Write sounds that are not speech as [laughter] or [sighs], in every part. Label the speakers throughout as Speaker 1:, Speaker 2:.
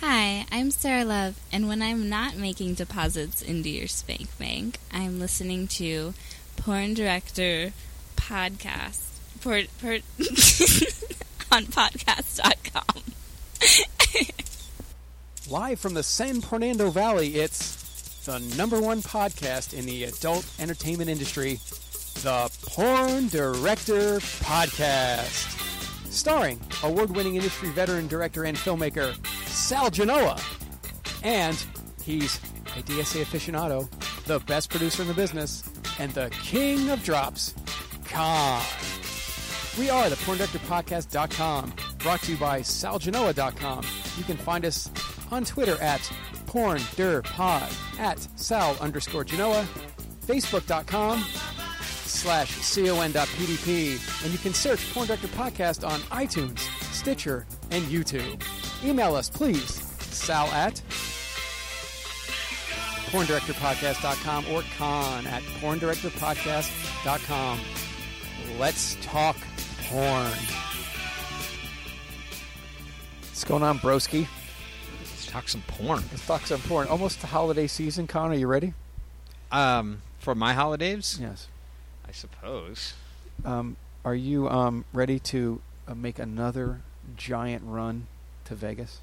Speaker 1: Hi, I'm Sarah Love, and when I'm not making deposits into your Spank Bank, I'm listening to Porn Director Podcast por, por, [laughs] on podcast.com.
Speaker 2: Live from the San Fernando Valley, it's the number one podcast in the adult entertainment industry, the Porn Director Podcast. Starring award winning industry veteran, director, and filmmaker Sal Genoa. And he's a DSA aficionado, the best producer in the business, and the king of drops, Khan. We are the PornDirectorPodcast.com, brought to you by SalGenoa.com. You can find us on Twitter at PornDirPod, at Sal underscore Genoa, Facebook.com slash con.pdp, and you can search Porn Director Podcast on iTunes, Stitcher, and YouTube. Email us, please, sal at porndirectorpodcast.com or con at porndirectorpodcast.com. Let's talk porn. What's going on, broski?
Speaker 3: Let's talk some porn.
Speaker 2: Let's talk some porn. Almost the holiday season, Con. Are you ready?
Speaker 3: Um, for my holidays,
Speaker 2: Yes.
Speaker 3: I suppose.
Speaker 2: Um, are you um, ready to uh, make another giant run to Vegas?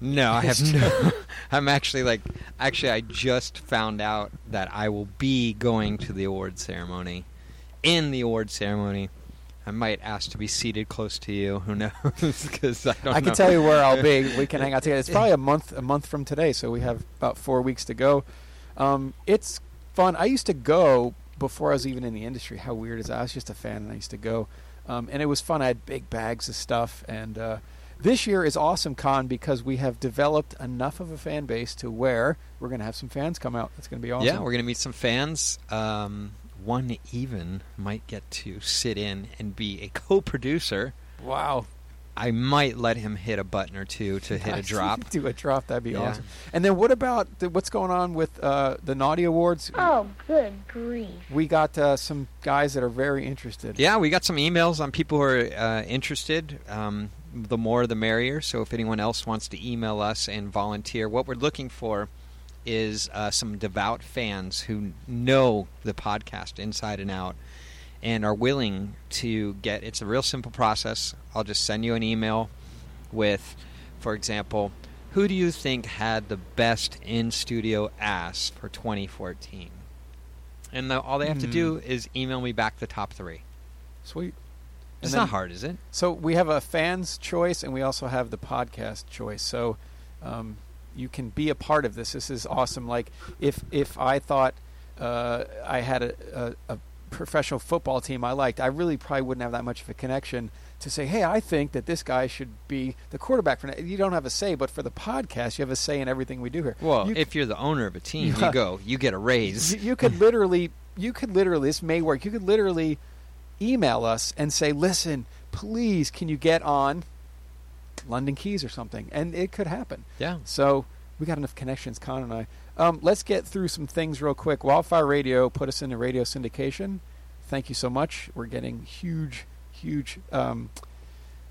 Speaker 3: No, [laughs] I have no. I'm actually like, actually, I just found out that I will be going to the award ceremony. In the award ceremony, I might ask to be seated close to you. Who knows? [laughs] Because [laughs] I don't.
Speaker 2: I can
Speaker 3: know.
Speaker 2: tell you where I'll
Speaker 3: [laughs]
Speaker 2: be. We can hang out together. It's probably a month a month from today, so we have about four weeks to go. Um, it's fun. I used to go before I was even in the industry. How weird is that? I was just a fan, and I used to go, um, and it was fun. I had big bags of stuff, and uh, this year is awesome con because we have developed enough of a fan base to where we're going to have some fans come out. That's going to be awesome.
Speaker 3: Yeah, we're gonna meet some fans. Um, one even might get to sit in and be a co-producer.
Speaker 2: wow.
Speaker 3: I might let him hit a button or two to
Speaker 2: [laughs]
Speaker 3: hit a
Speaker 2: Nice.
Speaker 3: drop.
Speaker 2: Do a drop. That'd be
Speaker 3: Yeah.
Speaker 2: awesome. And then what about the, what's going on with uh, the Naughty Awards?
Speaker 4: Oh, good grief.
Speaker 2: We got uh, some guys that are very interested.
Speaker 3: Yeah, we got some emails on people who are uh, interested. Um, the more, the merrier. So if anyone else wants to email us and volunteer, what we're looking for is uh, some devout fans who know the podcast inside and out and are willing to get. It's a real simple process. I'll just send you an email with, for example, who do you think had the best in studio ass for 2014? And the, all they have to
Speaker 2: Hmm.
Speaker 3: do is email me back the top three.
Speaker 2: Sweet. And
Speaker 3: It's
Speaker 2: then-
Speaker 3: not hard, is it?
Speaker 2: So we have a fans choice, and we also have the podcast choice. So um, you can be a part of this. This is awesome. Like if if I thought uh, I had a, a, a professional football team I liked, I really probably wouldn't have that much of a connection to say, hey, I think that this guy should be the quarterback. For you don't have a say, but for the podcast, you have a say in everything we do here.
Speaker 3: Well,
Speaker 2: You-
Speaker 3: if you're the owner of a team,
Speaker 2: Yeah.
Speaker 3: you go, you get a
Speaker 2: [laughs]
Speaker 3: raise.
Speaker 2: you, you could literally you could literally this may work you could literally email us and say listen please can you get on london keys or something and it could happen
Speaker 3: Yeah.
Speaker 2: so we got enough connections con and i um, let's get through some things real quick wildfire radio put us into radio syndication thank you so much we're getting huge huge um,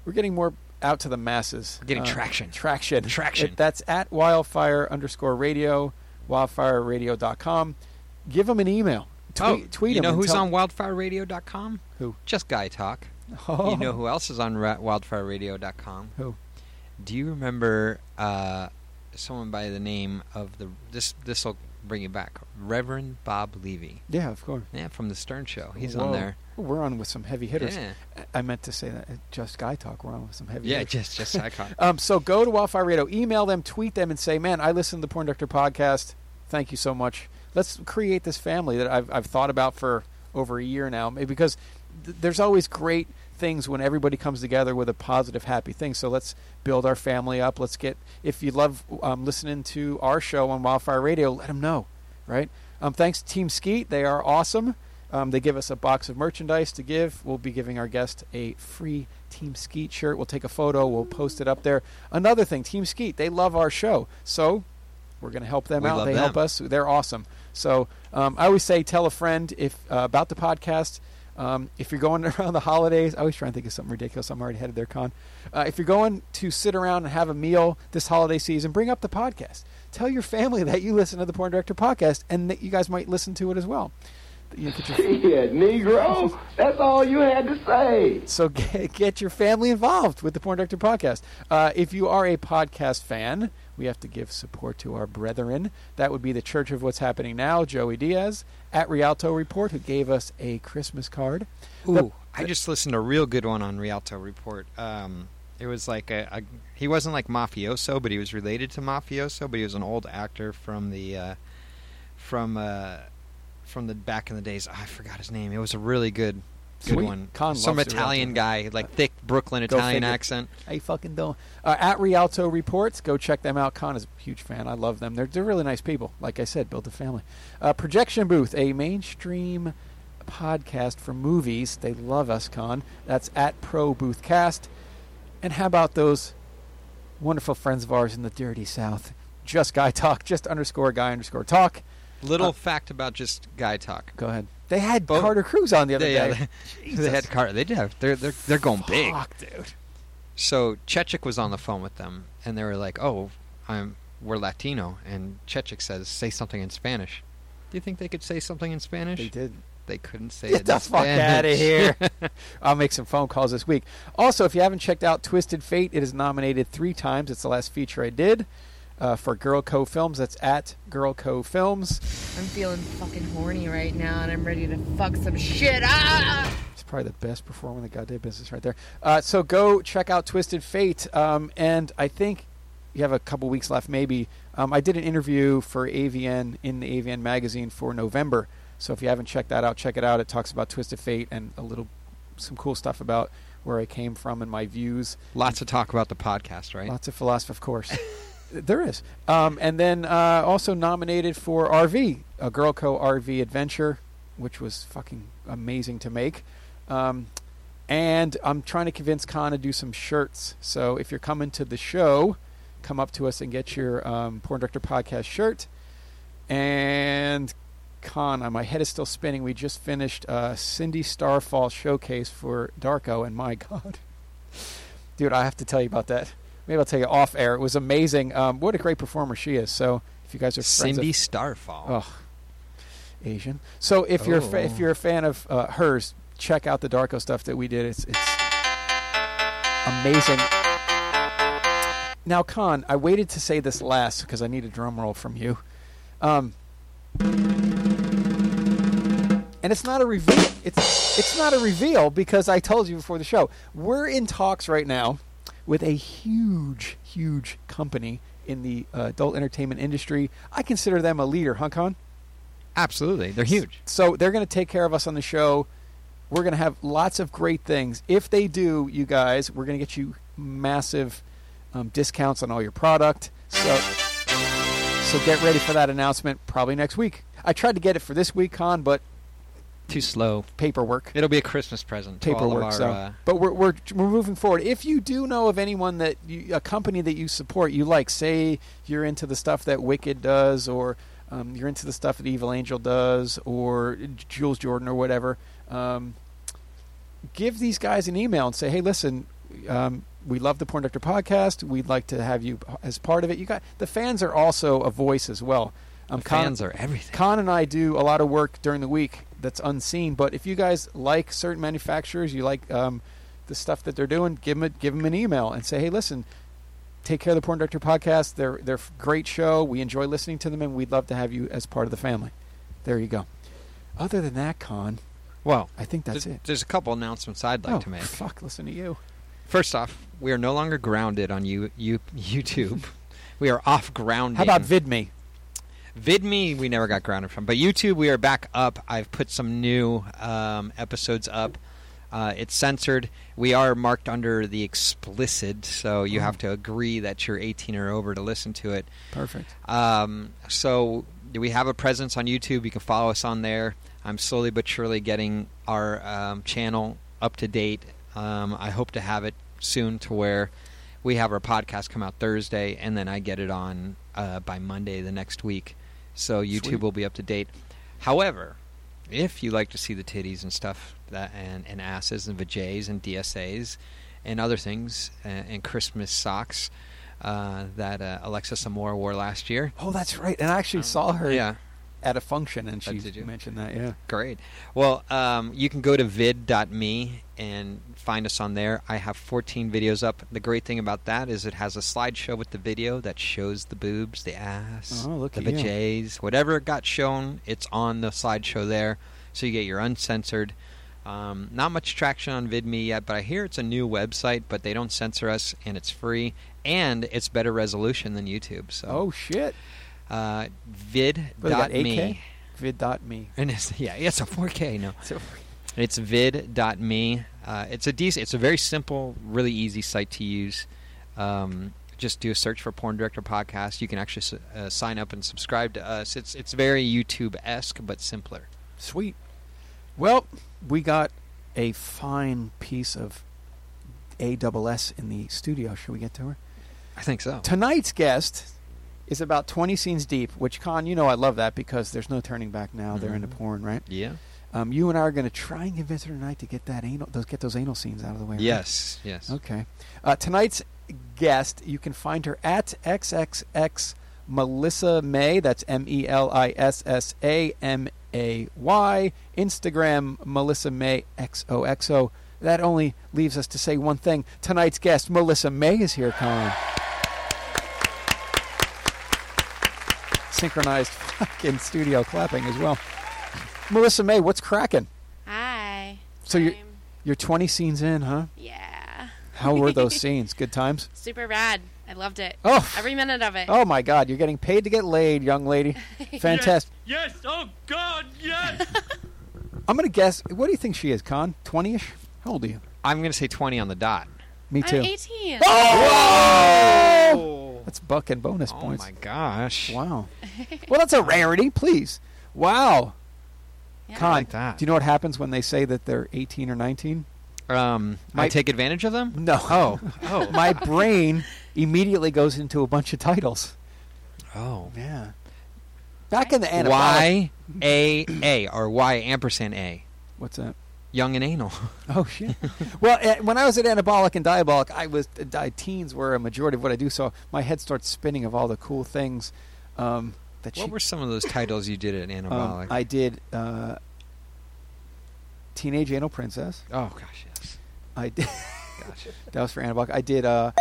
Speaker 2: we're getting more out to the masses
Speaker 3: We're getting
Speaker 2: Uh,
Speaker 3: traction.
Speaker 2: traction
Speaker 3: Traction.
Speaker 2: It- that's at wildfire underscore radio wildfireradio.com give them an email tweet,
Speaker 3: oh,
Speaker 2: tweet
Speaker 3: you
Speaker 2: 'em
Speaker 3: know
Speaker 2: and
Speaker 3: who's
Speaker 2: tell-
Speaker 3: on wildfireradio.com?
Speaker 2: Who?
Speaker 3: Just Guy Talk.
Speaker 2: oh.
Speaker 3: You know who else is on ra- wildfireradio.com?
Speaker 2: Who?
Speaker 3: Do you remember uh, someone by the name of the this this will bring you back. Reverend Bob Levy.
Speaker 2: yeah of course
Speaker 3: Yeah, from the Stern show. He's
Speaker 2: Whoa.
Speaker 3: on there.
Speaker 2: we're on with some heavy hitters
Speaker 3: Yeah.
Speaker 2: I- i meant to say that uh, just guy talk we're on with some heavy
Speaker 3: Yeah,
Speaker 2: hitters.
Speaker 3: just
Speaker 2: [laughs]
Speaker 3: just icon.
Speaker 2: Um, so go to Wildfire Radio, email them, tweet them, and say, "Man, I listened to the Porn Doctor podcast. Thank you so much. Let's create this family that I've I've thought about for over a year now, maybe because th- there's always great things when everybody comes together with a positive, happy thing. So let's build our family up. Let's get if you love um, listening to our show on Wildfire Radio, let them know, right? Um, thanks, Team Skeet. They are awesome. Um, they give us a box of merchandise to give. We'll be giving our guest a free Team Skeet shirt. We'll take a photo. We'll post it up there. Another thing, Team Skeet, they love our show. So we're going to help them
Speaker 3: We
Speaker 2: out.
Speaker 3: love
Speaker 2: They
Speaker 3: them.
Speaker 2: help us. They're awesome. So um, I always say tell a friend if uh, about the podcast. Um, if you're going [laughs] around the holidays, I always try and think of something ridiculous. I'm already headed there, Con. Uh, if you're going to sit around and have a meal this holiday season, bring up the podcast. Tell your family that you listen to the Porn Director podcast and that you guys might listen to it as well. You know, get your-
Speaker 5: [laughs]
Speaker 6: Yeah, Negro, that's all you had to say.
Speaker 2: so get, get your family involved with the Porn Director Podcast. Uh, if you are a podcast fan, we have to give support to our brethren. That would be the Church of What's Happening Now, Joey Diaz, at Rialto Report, who gave us a Christmas card.
Speaker 3: Ooh, I just listened to a real good one on Rialto Report. Um, it was like a, a he wasn't like mafioso, but he was related to mafioso. But he was an old actor from the uh, from uh, from the back in the days. I forgot his name. It was a really good good
Speaker 2: Sweet.
Speaker 3: one.
Speaker 2: Con
Speaker 3: Some
Speaker 2: loves Uh,
Speaker 3: Italian guy, like thick Brooklyn
Speaker 2: Go
Speaker 3: Italian
Speaker 2: figure.
Speaker 3: accent.
Speaker 2: I fucking don't. Uh, at Rialto Reports, go check them out. Con is a huge fan. I love them. They're, they're really nice people. Like I said, build a family. Uh, Projection Booth, a mainstream podcast for movies. They love us, Con. That's at Pro Booth Cast. And how about those wonderful friends of ours in the dirty South? Just Guy Talk, just underscore Guy underscore Talk.
Speaker 3: Little
Speaker 2: Uh,
Speaker 3: fact about just guy talk.
Speaker 2: Go ahead. They had
Speaker 3: Bo-
Speaker 2: Carter Cruz on the other
Speaker 3: Oh. They,
Speaker 2: day.
Speaker 3: uh, [laughs] they had car. They did. Have, they're they're they're going big.
Speaker 2: Fuck, dude.
Speaker 3: so Chechik was on the phone with them, and they were like, "Oh, I'm we're Latino," and Chechik says, "Say something in Spanish." Do you think they could say something in Spanish?
Speaker 2: They did.
Speaker 3: They couldn't say
Speaker 2: [laughs]
Speaker 3: it.
Speaker 2: Get
Speaker 3: in
Speaker 2: the fuck out of
Speaker 3: Spanish.
Speaker 2: here. [laughs] I'll make some phone calls this week. Also, if you haven't checked out Twisted Fate, it is nominated three times. It's the last feature I did uh, for Girl Co Films. That's at Girl Co Films.
Speaker 7: I'm feeling fucking horny right now and I'm ready to fuck some shit up.
Speaker 2: It's probably the best performer in the goddamn business right there. Uh, so go check out Twisted Fate. Um, and I think you have a couple weeks left, maybe. Um, I did an interview for AVN in the AVN magazine for November. So if you haven't checked that out, check it out. It talks about Twisted Fate and a little, some cool stuff about where I came from and my views.
Speaker 3: Lots of talk about the podcast, right?
Speaker 2: Lots of philosophy, of course. [laughs] there is. Um, and then uh, also nominated for RV, a Girl Co RV adventure, which was fucking amazing to make. Um, and I'm trying to convince Khan to do some shirts. So if you're coming to the show, come up to us and get your um, Porn Director Podcast shirt. And Khan, uh, my head is still spinning. We just finished uh, Cindy Starfall showcase for Darko, and my [laughs] God. Dude, I have to tell you about that. Maybe I'll tell you off air. It was amazing. Um, what a great performer she is. So if you guys are friends of-
Speaker 3: Cindy Starfall.
Speaker 2: Oh, Asian. So if you're a fa-
Speaker 3: Oh.
Speaker 2: if you're a fan of uh, hers, check out the Darko stuff that we did. It's it's amazing. Now, Khan, I waited to say this last because I need a drum roll from you. Um, and it's not a reveal. It's it's not a reveal because I told you before the show. We're in talks right now with a huge, huge company in the uh, adult entertainment industry. I consider them a leader, huh, Con?
Speaker 3: Absolutely, they're huge.
Speaker 2: So they're going to take care of us on the show. We're going to have lots of great things. If they do, you guys, we're going to get you massive um, discounts on all your product. So, so get ready for that announcement probably next week. I tried to get it for this week, Con, but
Speaker 3: Too slow.
Speaker 2: paperwork
Speaker 3: It'll be a Christmas present. To all of
Speaker 2: paperwork.
Speaker 3: our,
Speaker 2: so,
Speaker 3: uh,
Speaker 2: but we're, we're we're moving forward. If you do know of anyone that you, a company that you support, you like, say you're into the stuff that Wicked does, or um, you're into the stuff that Evil Angel does, or Jules Jordan, or whatever, um, give these guys an email and say, hey, listen. Um, we love the Porn Doctor podcast. We'd like to have you as part of it. You got the fans are also a voice as well. Um,
Speaker 3: the
Speaker 2: Con-
Speaker 3: fans are everything.
Speaker 2: Con and I do a lot of work during the week that's unseen. But if you guys like certain manufacturers, you like um, the stuff that they're doing, give them, a, give 'em an email and say, hey, listen, take care of the Porn Director podcast. They're, they're a great show. We enjoy listening to them, and we'd love to have you as part of the family. There you go. Other than that, Con,
Speaker 3: well,
Speaker 2: I think that's
Speaker 3: there's,
Speaker 2: it.
Speaker 3: there's a couple announcements I'd like
Speaker 2: oh,
Speaker 3: to make.
Speaker 2: fuck, listen to you.
Speaker 3: First off, we are no longer grounded on you, you [laughs] YouTube. we are off grounding.
Speaker 2: How about VidMe?
Speaker 3: VidMe, we never got grounded from, but YouTube, we are back up. I've put some new um, episodes up. Uh, it's censored. We are marked under the explicit, so you have to agree that you're 18 or over to listen to it.
Speaker 2: Perfect.
Speaker 3: Um, so we have a presence on YouTube. You can follow us on there. I'm slowly but surely getting our um, channel up to date. Um, I hope to have it soon to where we have our podcast come out Thursday, and then I get it on uh, by Monday the next week. So YouTube
Speaker 2: Sweet.
Speaker 3: will be up to date. However, if you like to see the titties and stuff that and, and asses and vajays and DSAs and other things uh, and Christmas socks uh, that uh, Alexa Samora wore last year.
Speaker 2: Oh, that's right. And I actually saw her
Speaker 3: Um, Yeah,
Speaker 2: at a function, and
Speaker 3: Oh,
Speaker 2: she
Speaker 3: did you?
Speaker 2: mentioned that. Yeah.
Speaker 3: great. Well, um, you can go to vid.me and find us on there. I have 14 videos up. The great thing about that is it has a slideshow with the video that shows the boobs, the ass,
Speaker 2: Oh, look
Speaker 3: the
Speaker 2: at you.
Speaker 3: vajays, whatever got shown. It's on the slideshow there, so you get your uncensored. Um, not much traction on VidMe yet, but I hear it's a new website, but they don't censor us, and it's free, and it's better resolution than YouTube. So
Speaker 2: Oh shit.
Speaker 3: uh,
Speaker 2: What, they got
Speaker 3: vid.me.
Speaker 2: AK? Vid dot me.
Speaker 3: [laughs] And it's, yeah, it's a 4K. No,
Speaker 2: So,
Speaker 3: it's vid.me. Uh, it's a decent. It's a very simple, really easy site to use. Um, just do a search for Porn Director Podcast. You can actually s- uh, sign up and subscribe to us. It's it's very YouTube esque, but simpler.
Speaker 2: sweet. Well, we got a fine piece of A double S in the studio. Should we get to her?
Speaker 3: I think so.
Speaker 2: Tonight's guest is about 20 scenes deep, which, Con, you know I love that because there's no turning back now. They're into porn, right?
Speaker 3: Yeah.
Speaker 2: Um, you and I are going to try and convince her tonight to get that anal, those, get those anal scenes out of the way. right?
Speaker 3: Yes. Yes.
Speaker 2: Okay. Uh, tonight's guest, you can find her at XXX Melissa May. That's M E L I S S A M A Y. Instagram, Melissa May XOXO. That only leaves us to say one thing. Tonight's guest, Melissa May, is here, Colin. Synchronized fucking studio clapping as well. Melissa May, what's cracking?
Speaker 8: Hi.
Speaker 2: So you're,
Speaker 8: I'm-
Speaker 2: you're 20 scenes in, huh?
Speaker 8: Yeah.
Speaker 2: How were
Speaker 8: [laughs]
Speaker 2: those scenes? Good times?
Speaker 8: Super rad. I loved it.
Speaker 2: Oh.
Speaker 8: Every minute of it.
Speaker 2: Oh my God, you're getting paid to get laid, young
Speaker 8: [laughs]
Speaker 2: lady. Fantastic.
Speaker 9: Yes, oh God, yes!
Speaker 2: [laughs] I'm going to guess, what do you think she is, Con? 20 ish? How old are you?
Speaker 3: I'm going to say 20 on the dot.
Speaker 2: Me
Speaker 8: I'm
Speaker 2: too.
Speaker 8: 18.
Speaker 3: Oh.
Speaker 2: That's buck and bonus
Speaker 3: Oh
Speaker 2: points.
Speaker 3: my gosh.
Speaker 8: [laughs]
Speaker 2: Wow. Well, that's a rarity, please. Wow.
Speaker 8: Yeah.
Speaker 2: Con,
Speaker 3: like that.
Speaker 2: do you know what happens when they say that they're 18 or 19?
Speaker 3: Um, I
Speaker 2: My-
Speaker 3: take advantage of them.
Speaker 2: No. [laughs] Oh.
Speaker 3: Oh.
Speaker 2: my brain immediately goes into a bunch of titles.
Speaker 3: oh.
Speaker 2: Yeah. Back in the anabolic.
Speaker 3: Y A A or Y ampersand A.
Speaker 2: What's that?
Speaker 3: Young and anal.
Speaker 2: [laughs] Oh shit! well, eh, when I was at Anabolic and Diabolic, I was uh, teens were a majority of what I do. So my head starts spinning of all the cool things um, that
Speaker 3: [laughs] What
Speaker 2: she,
Speaker 3: were some of those titles you did at
Speaker 2: um,
Speaker 3: Anabolic?
Speaker 2: I did. Uh, Teenage Anal Princess.
Speaker 3: oh gosh, yes.
Speaker 2: I did.
Speaker 3: Gosh.
Speaker 2: that was for Anabolic. I did. Uh,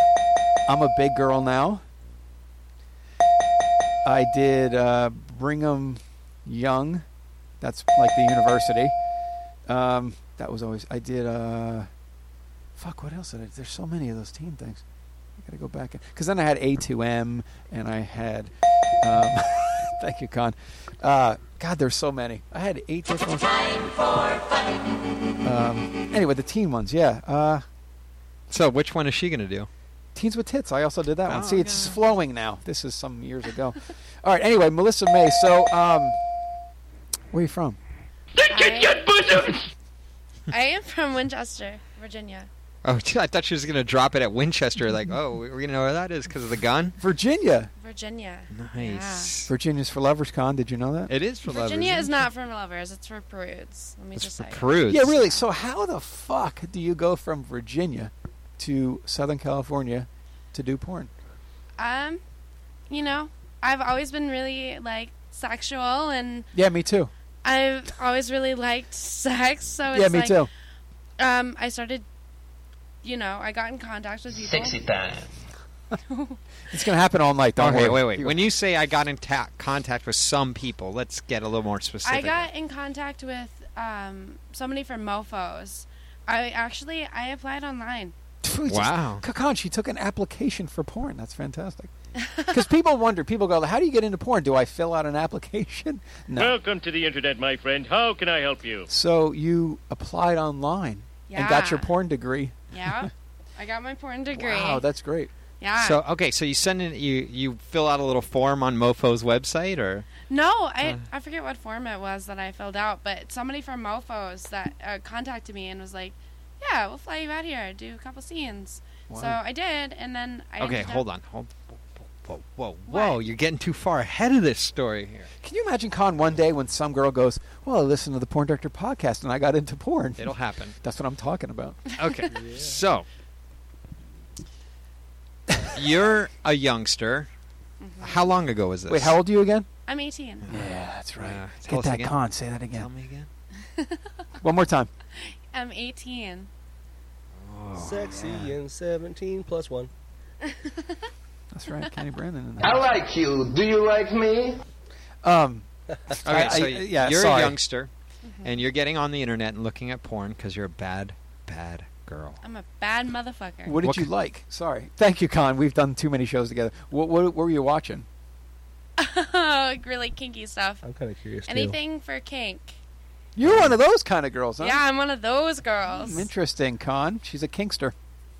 Speaker 2: I'm a big girl now. I did uh, Brigham Young. That's like the university. Um, that was always. I did. Uh, fuck. What else did I? There's so many of those teen things. I gotta go back because then I had A2M and I had. Um, [laughs] thank you, Con. Uh, God, there's so many. I had eight different. Time for Um, anyway, the teen ones. Yeah. Uh,
Speaker 3: So which one is she gonna do?
Speaker 2: Teens with Tits. I also did that one.
Speaker 3: Oh,
Speaker 2: See, it's flowing now. This is some years ago. All right. Anyway, Melissa May. So, um, where are you from?
Speaker 8: I, I am from Winchester, Virginia.
Speaker 3: Oh, [laughs] I thought she was gonna drop it at Winchester. Like, oh, we- we're gonna know where that is because of the gun.
Speaker 2: Virginia.
Speaker 8: Virginia.
Speaker 3: Nice.
Speaker 2: Virginia's for Lovers Con. Did you know that?
Speaker 3: It is for lovers.
Speaker 8: Virginia is
Speaker 3: isn't
Speaker 8: not for lovers. It's for prudes. Let me
Speaker 3: it? It's
Speaker 8: just
Speaker 3: for
Speaker 8: say.
Speaker 3: prudes.
Speaker 2: yeah, really. So, how the fuck do you go from Virginia to Southern California to do porn?
Speaker 8: Um, you know, I've always been really like sexual, and
Speaker 2: Yeah, me too.
Speaker 8: I've always really liked sex. So Oh, it's
Speaker 2: yeah, me
Speaker 8: like,
Speaker 2: too.
Speaker 8: Um, I started, you know, I got in contact with people.
Speaker 9: time.
Speaker 2: It's gonna happen all night. Don't
Speaker 3: Okay,
Speaker 2: worry.
Speaker 3: wait, wait. When you say I got in ta- contact with some people, let's get a little more specific.
Speaker 8: I got in contact with um, somebody from Mofos. I actually I applied online.
Speaker 2: Dude,
Speaker 3: Wow.
Speaker 2: Just, Kakan, she took an application for porn. That's fantastic. Because people wonder, people go, "How do you get into porn? Do I fill out an
Speaker 3: [laughs]
Speaker 2: application?" No.
Speaker 9: Welcome to the internet, my friend. How can I help you?
Speaker 2: So you applied online and got your
Speaker 8: Yeah.
Speaker 2: porn degree.
Speaker 8: Yeah, I got my porn degree.
Speaker 2: Wow, that's great.
Speaker 8: yeah.
Speaker 3: So okay, so you send in you you fill out a little form on Mofo's website or
Speaker 8: no, I I forget what form it was that I filled out, but somebody from Mofos that uh, contacted me and was like, "Yeah, we'll fly you out here, do a couple scenes." So
Speaker 2: Wow.
Speaker 8: I did, and then I
Speaker 3: okay,
Speaker 8: ended up-
Speaker 3: hold on, hold whoa, whoa, whoa! You're getting too far ahead of this story here.
Speaker 2: Can you imagine Con one day when some girl goes, "Well, I listened to the Porn Director podcast and I got into porn."
Speaker 3: It'll happen.
Speaker 2: That's what I'm talking about.
Speaker 3: Okay, so you're a youngster. How long ago was this?
Speaker 2: Wait, how old are you again?
Speaker 8: I'm 18.
Speaker 2: [laughs] Yeah, that's right.
Speaker 3: Uh,
Speaker 2: Get
Speaker 3: tell us
Speaker 2: that
Speaker 3: again.
Speaker 2: con. Say that
Speaker 3: Tell
Speaker 2: again.
Speaker 3: me again.
Speaker 2: One more time.
Speaker 8: I'm 18.
Speaker 5: Sexy and 17 plus one.
Speaker 2: That's right. Kenny Brandon in
Speaker 6: I
Speaker 2: there.
Speaker 6: like you. Do you like me?
Speaker 2: [laughs] Um,
Speaker 3: Okay,
Speaker 2: I-
Speaker 3: so
Speaker 2: I- yeah,
Speaker 3: you're
Speaker 2: sorry.
Speaker 3: a youngster, and you're getting on the internet and looking at porn because you're a bad, bad girl.
Speaker 8: I'm a bad motherfucker.
Speaker 2: what did
Speaker 3: What
Speaker 2: you
Speaker 3: ki-
Speaker 2: like? Sorry. Thank you, Con. We've done too many shows together. What, what, what were you watching?
Speaker 8: [laughs] Like, really kinky stuff.
Speaker 5: I'm kind of curious too.
Speaker 8: Anything for kink.
Speaker 2: You're one of those kind of girls, huh?
Speaker 8: Yeah, I'm one of those
Speaker 2: Hmm,
Speaker 8: girls.
Speaker 2: Interesting, Con. She's a kinkster.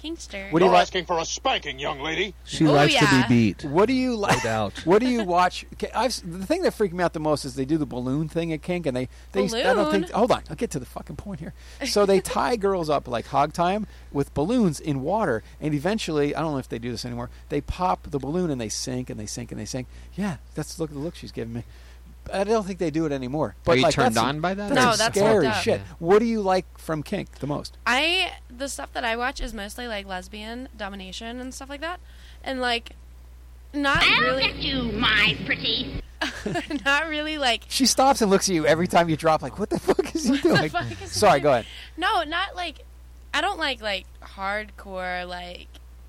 Speaker 8: Kinkster.
Speaker 2: What do you like?
Speaker 10: asking for a spanking, young lady.
Speaker 5: She
Speaker 8: Oh,
Speaker 5: likes
Speaker 8: yeah.
Speaker 5: to be beat.
Speaker 2: What do you like?
Speaker 5: doubt.
Speaker 2: [laughs] What do you watch? Okay, I've, s- the thing that freaked me out the most is they do the balloon thing at kink, and they, they I don't think.
Speaker 8: Balloon?
Speaker 2: Hold on, I'll get to the fucking point here. So they
Speaker 8: [laughs]
Speaker 2: tie girls up like hog time with balloons in water, and eventually, I don't know if they do this anymore. They pop the balloon and they sink and they sink and they sink. Yeah, that's look the look she's giving me. I don't think they do it anymore. But
Speaker 3: Are you
Speaker 2: like,
Speaker 3: turned
Speaker 2: that's-
Speaker 3: on by that?
Speaker 8: No,
Speaker 2: some
Speaker 8: that's
Speaker 2: scary
Speaker 8: fucked up.
Speaker 2: shit. What do you like from kink the most?
Speaker 8: I the stuff that I watch is mostly like lesbian domination and stuff like that, and like not really,
Speaker 4: you, my pretty.
Speaker 8: [laughs] not
Speaker 2: [laughs]
Speaker 8: really like
Speaker 2: She stops and looks at you every time you drop. Like, what the fuck is he doing?
Speaker 8: [laughs] fuck is
Speaker 2: Sorry,
Speaker 8: he
Speaker 2: go ahead.
Speaker 8: no, not like I don't like like hardcore like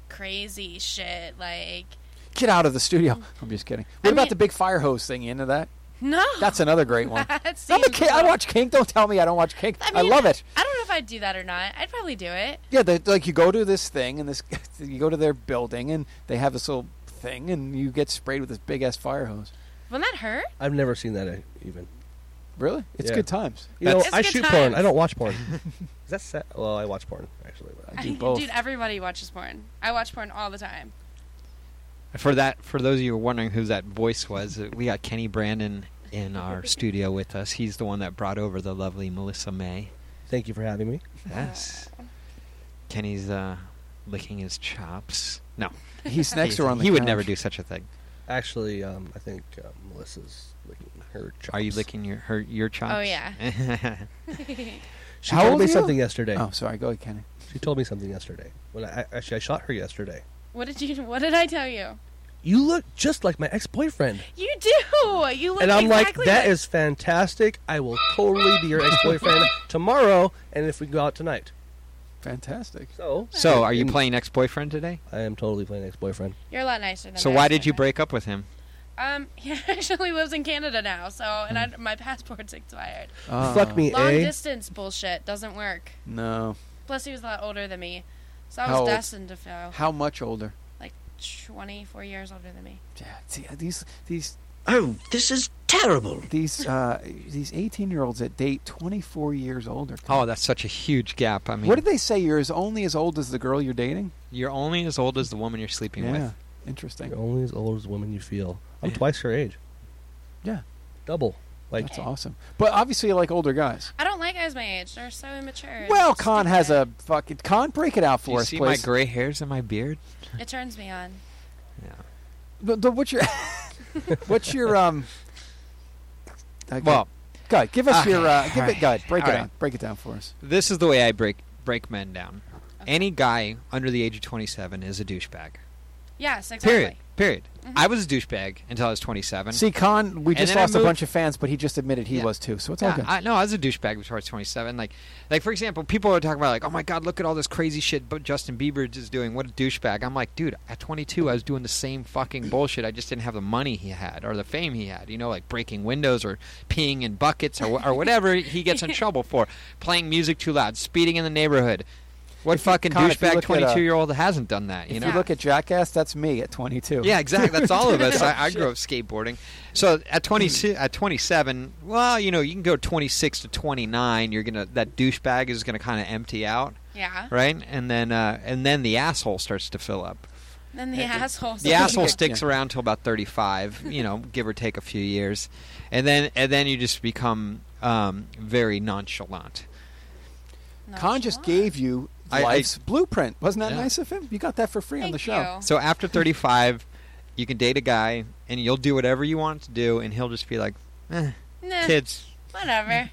Speaker 8: crazy shit like
Speaker 2: Get out of the studio. I'm just kidding. What
Speaker 8: Mm-hmm. I
Speaker 2: about
Speaker 8: mean-
Speaker 2: the big fire hose thing? You into that?
Speaker 8: no.
Speaker 2: [laughs] That's another great one.
Speaker 8: [laughs] That
Speaker 2: I'm a
Speaker 8: seems
Speaker 2: kink. I
Speaker 8: low.
Speaker 2: watch kink. Don't tell me I don't watch kink. I,
Speaker 8: mean,
Speaker 2: love it.
Speaker 8: I don't know if I'd do that or not. I'd probably do it.
Speaker 2: Yeah, they, like you go to this thing and this, [laughs] you go to their building and they have this little thing and you get sprayed with this big ass fire hose.
Speaker 8: Wouldn't that hurt?
Speaker 5: I've never seen that uh, even.
Speaker 2: Really? It's
Speaker 5: Yeah.
Speaker 2: good
Speaker 8: [laughs]
Speaker 2: times.
Speaker 5: You know,
Speaker 8: That's-
Speaker 5: I
Speaker 8: It's good
Speaker 5: shoot porn.
Speaker 8: times.
Speaker 5: I don't watch porn. Is that sad? Well, I watch porn actually. But
Speaker 2: I do both.
Speaker 8: [laughs] Dude, everybody watches porn. I watch porn all the time.
Speaker 3: For that, for those of you who are wondering who that voice was, uh, we got Kenny Brandon in our studio with us. He's the one that brought over the lovely Melissa May.
Speaker 5: thank you for having me.
Speaker 3: Yes. Kenny's uh, licking his chops. No,
Speaker 2: He's next
Speaker 3: he's-
Speaker 2: door on the
Speaker 3: he would
Speaker 2: couch.
Speaker 3: never do such a thing.
Speaker 5: Actually, um, I think uh, Melissa's licking her. Chops.
Speaker 3: Are you licking your her, your chops? yeah.
Speaker 5: She
Speaker 2: How
Speaker 5: told
Speaker 2: old
Speaker 5: me
Speaker 2: are you?
Speaker 5: something yesterday.
Speaker 2: Oh, sorry. Go ahead, Kenny.
Speaker 5: She told me something yesterday. When I I- actually I shot her yesterday.
Speaker 8: What did you? [laughs] What did I tell you?
Speaker 5: You look just like my ex-boyfriend,
Speaker 8: You do. You look
Speaker 5: and I'm like,
Speaker 8: exactly
Speaker 5: that is fantastic. I will totally be your
Speaker 8: [laughs]
Speaker 5: ex-boyfriend tomorrow, and if we go out tonight.
Speaker 2: Fantastic.
Speaker 5: So,
Speaker 3: [laughs] so, are you
Speaker 2: Mm.
Speaker 3: playing ex boyfriend today?
Speaker 5: I am totally playing ex-boyfriend.
Speaker 8: You're a lot nicer than.
Speaker 3: So,
Speaker 8: my
Speaker 3: why did you
Speaker 8: ex-boyfriend.
Speaker 3: break up with him?
Speaker 8: Um, [laughs] he actually lives in Canada now, so and I, my passport's expired.
Speaker 2: Ah,
Speaker 5: Fuck me,
Speaker 8: Long
Speaker 5: a.
Speaker 8: distance bullshit doesn't work.
Speaker 2: No.
Speaker 8: Plus, he was a lot older than me, so I
Speaker 2: How
Speaker 8: was
Speaker 2: old?
Speaker 8: destined to fail.
Speaker 2: How much older?
Speaker 8: Like 24 years older than me.
Speaker 2: Yeah. See, uh, these these
Speaker 10: Oh, this is terrible.
Speaker 2: these uh, these 18 year olds that date 24 years older.
Speaker 3: Oh, that's such a huge gap. I mean,
Speaker 2: What did they say? You're as only as old as the girl you're dating.
Speaker 3: you're only as old as the woman you're sleeping with.
Speaker 5: You're
Speaker 2: Interesting.
Speaker 5: only as old as women you feel. I'm twice her age.
Speaker 2: Yeah.
Speaker 5: Double. Like
Speaker 2: That's awesome. But obviously, you like older guys.
Speaker 8: I don't like guys my age. They're so immature. and
Speaker 2: Well, Con has
Speaker 8: stupid.
Speaker 2: a fucking Con. Break it out
Speaker 3: Do
Speaker 2: for
Speaker 3: you
Speaker 2: us,
Speaker 3: see
Speaker 2: please.
Speaker 3: my gray hairs and my beard?
Speaker 8: It turns me on.
Speaker 2: The- the- what's your [laughs] what's your um? okay.
Speaker 3: Well,
Speaker 2: go ahead, give us
Speaker 3: okay,
Speaker 2: your uh, give it. Go ahead, break it
Speaker 3: alright.
Speaker 2: down. Break it down for us.
Speaker 3: this is the way I break break men down. Any guy under the age of 27 is a douchebag.
Speaker 8: Yes, exactly.
Speaker 3: Period. Period. I was a douchebag until I was 27.
Speaker 2: See, Con, we
Speaker 3: And
Speaker 2: just
Speaker 3: then I
Speaker 2: lost a
Speaker 3: moved-
Speaker 2: bunch of fans, but he just admitted he
Speaker 3: Yeah.
Speaker 2: was too. So it's all
Speaker 3: yeah,
Speaker 2: good.
Speaker 3: I, no, I was a douchebag before I was 27. Like, like for example, people are talking about like, oh my god, look at all this crazy shit, but Justin Bieber is doing. What a douchebag! I'm like, dude, at 22, I was doing the same fucking bullshit. I just didn't have the money he had or the fame he had. You know, like breaking windows or peeing in buckets or wh- or whatever he gets
Speaker 2: [laughs]
Speaker 3: in trouble for, playing music too loud, speeding in the neighborhood. What fucking
Speaker 2: Con, if you
Speaker 3: douchebag
Speaker 2: look at, uh,
Speaker 3: 22 year old hasn't done that? You
Speaker 2: if
Speaker 3: know,
Speaker 2: you look at Jackass, that's me at 22.
Speaker 3: yeah, exactly. That's all of us. I, I grew up skateboarding. So at twenty at twenty seven, well, you know, you can go twenty six to twenty nine. You're gonna that douchebag is gonna kind of empty out,
Speaker 8: Yeah.
Speaker 3: right? And then uh, and then the asshole starts to fill up.
Speaker 8: Then the asshole.
Speaker 3: The
Speaker 8: [laughs]
Speaker 3: asshole sticks around till about thirty five, you know, give or take a few years, and then and then you just become um, very nonchalant.
Speaker 2: Con just gave you
Speaker 3: I- I-
Speaker 2: life's blueprint. Wasn't that
Speaker 3: Yeah.
Speaker 2: nice of him? You got that for free on
Speaker 8: Thank
Speaker 2: the show.
Speaker 8: you.
Speaker 3: So after 35, you can date a guy and you'll do whatever you want to do, and he'll just be like, eh,
Speaker 8: Nah,
Speaker 3: kids.
Speaker 8: Whatever.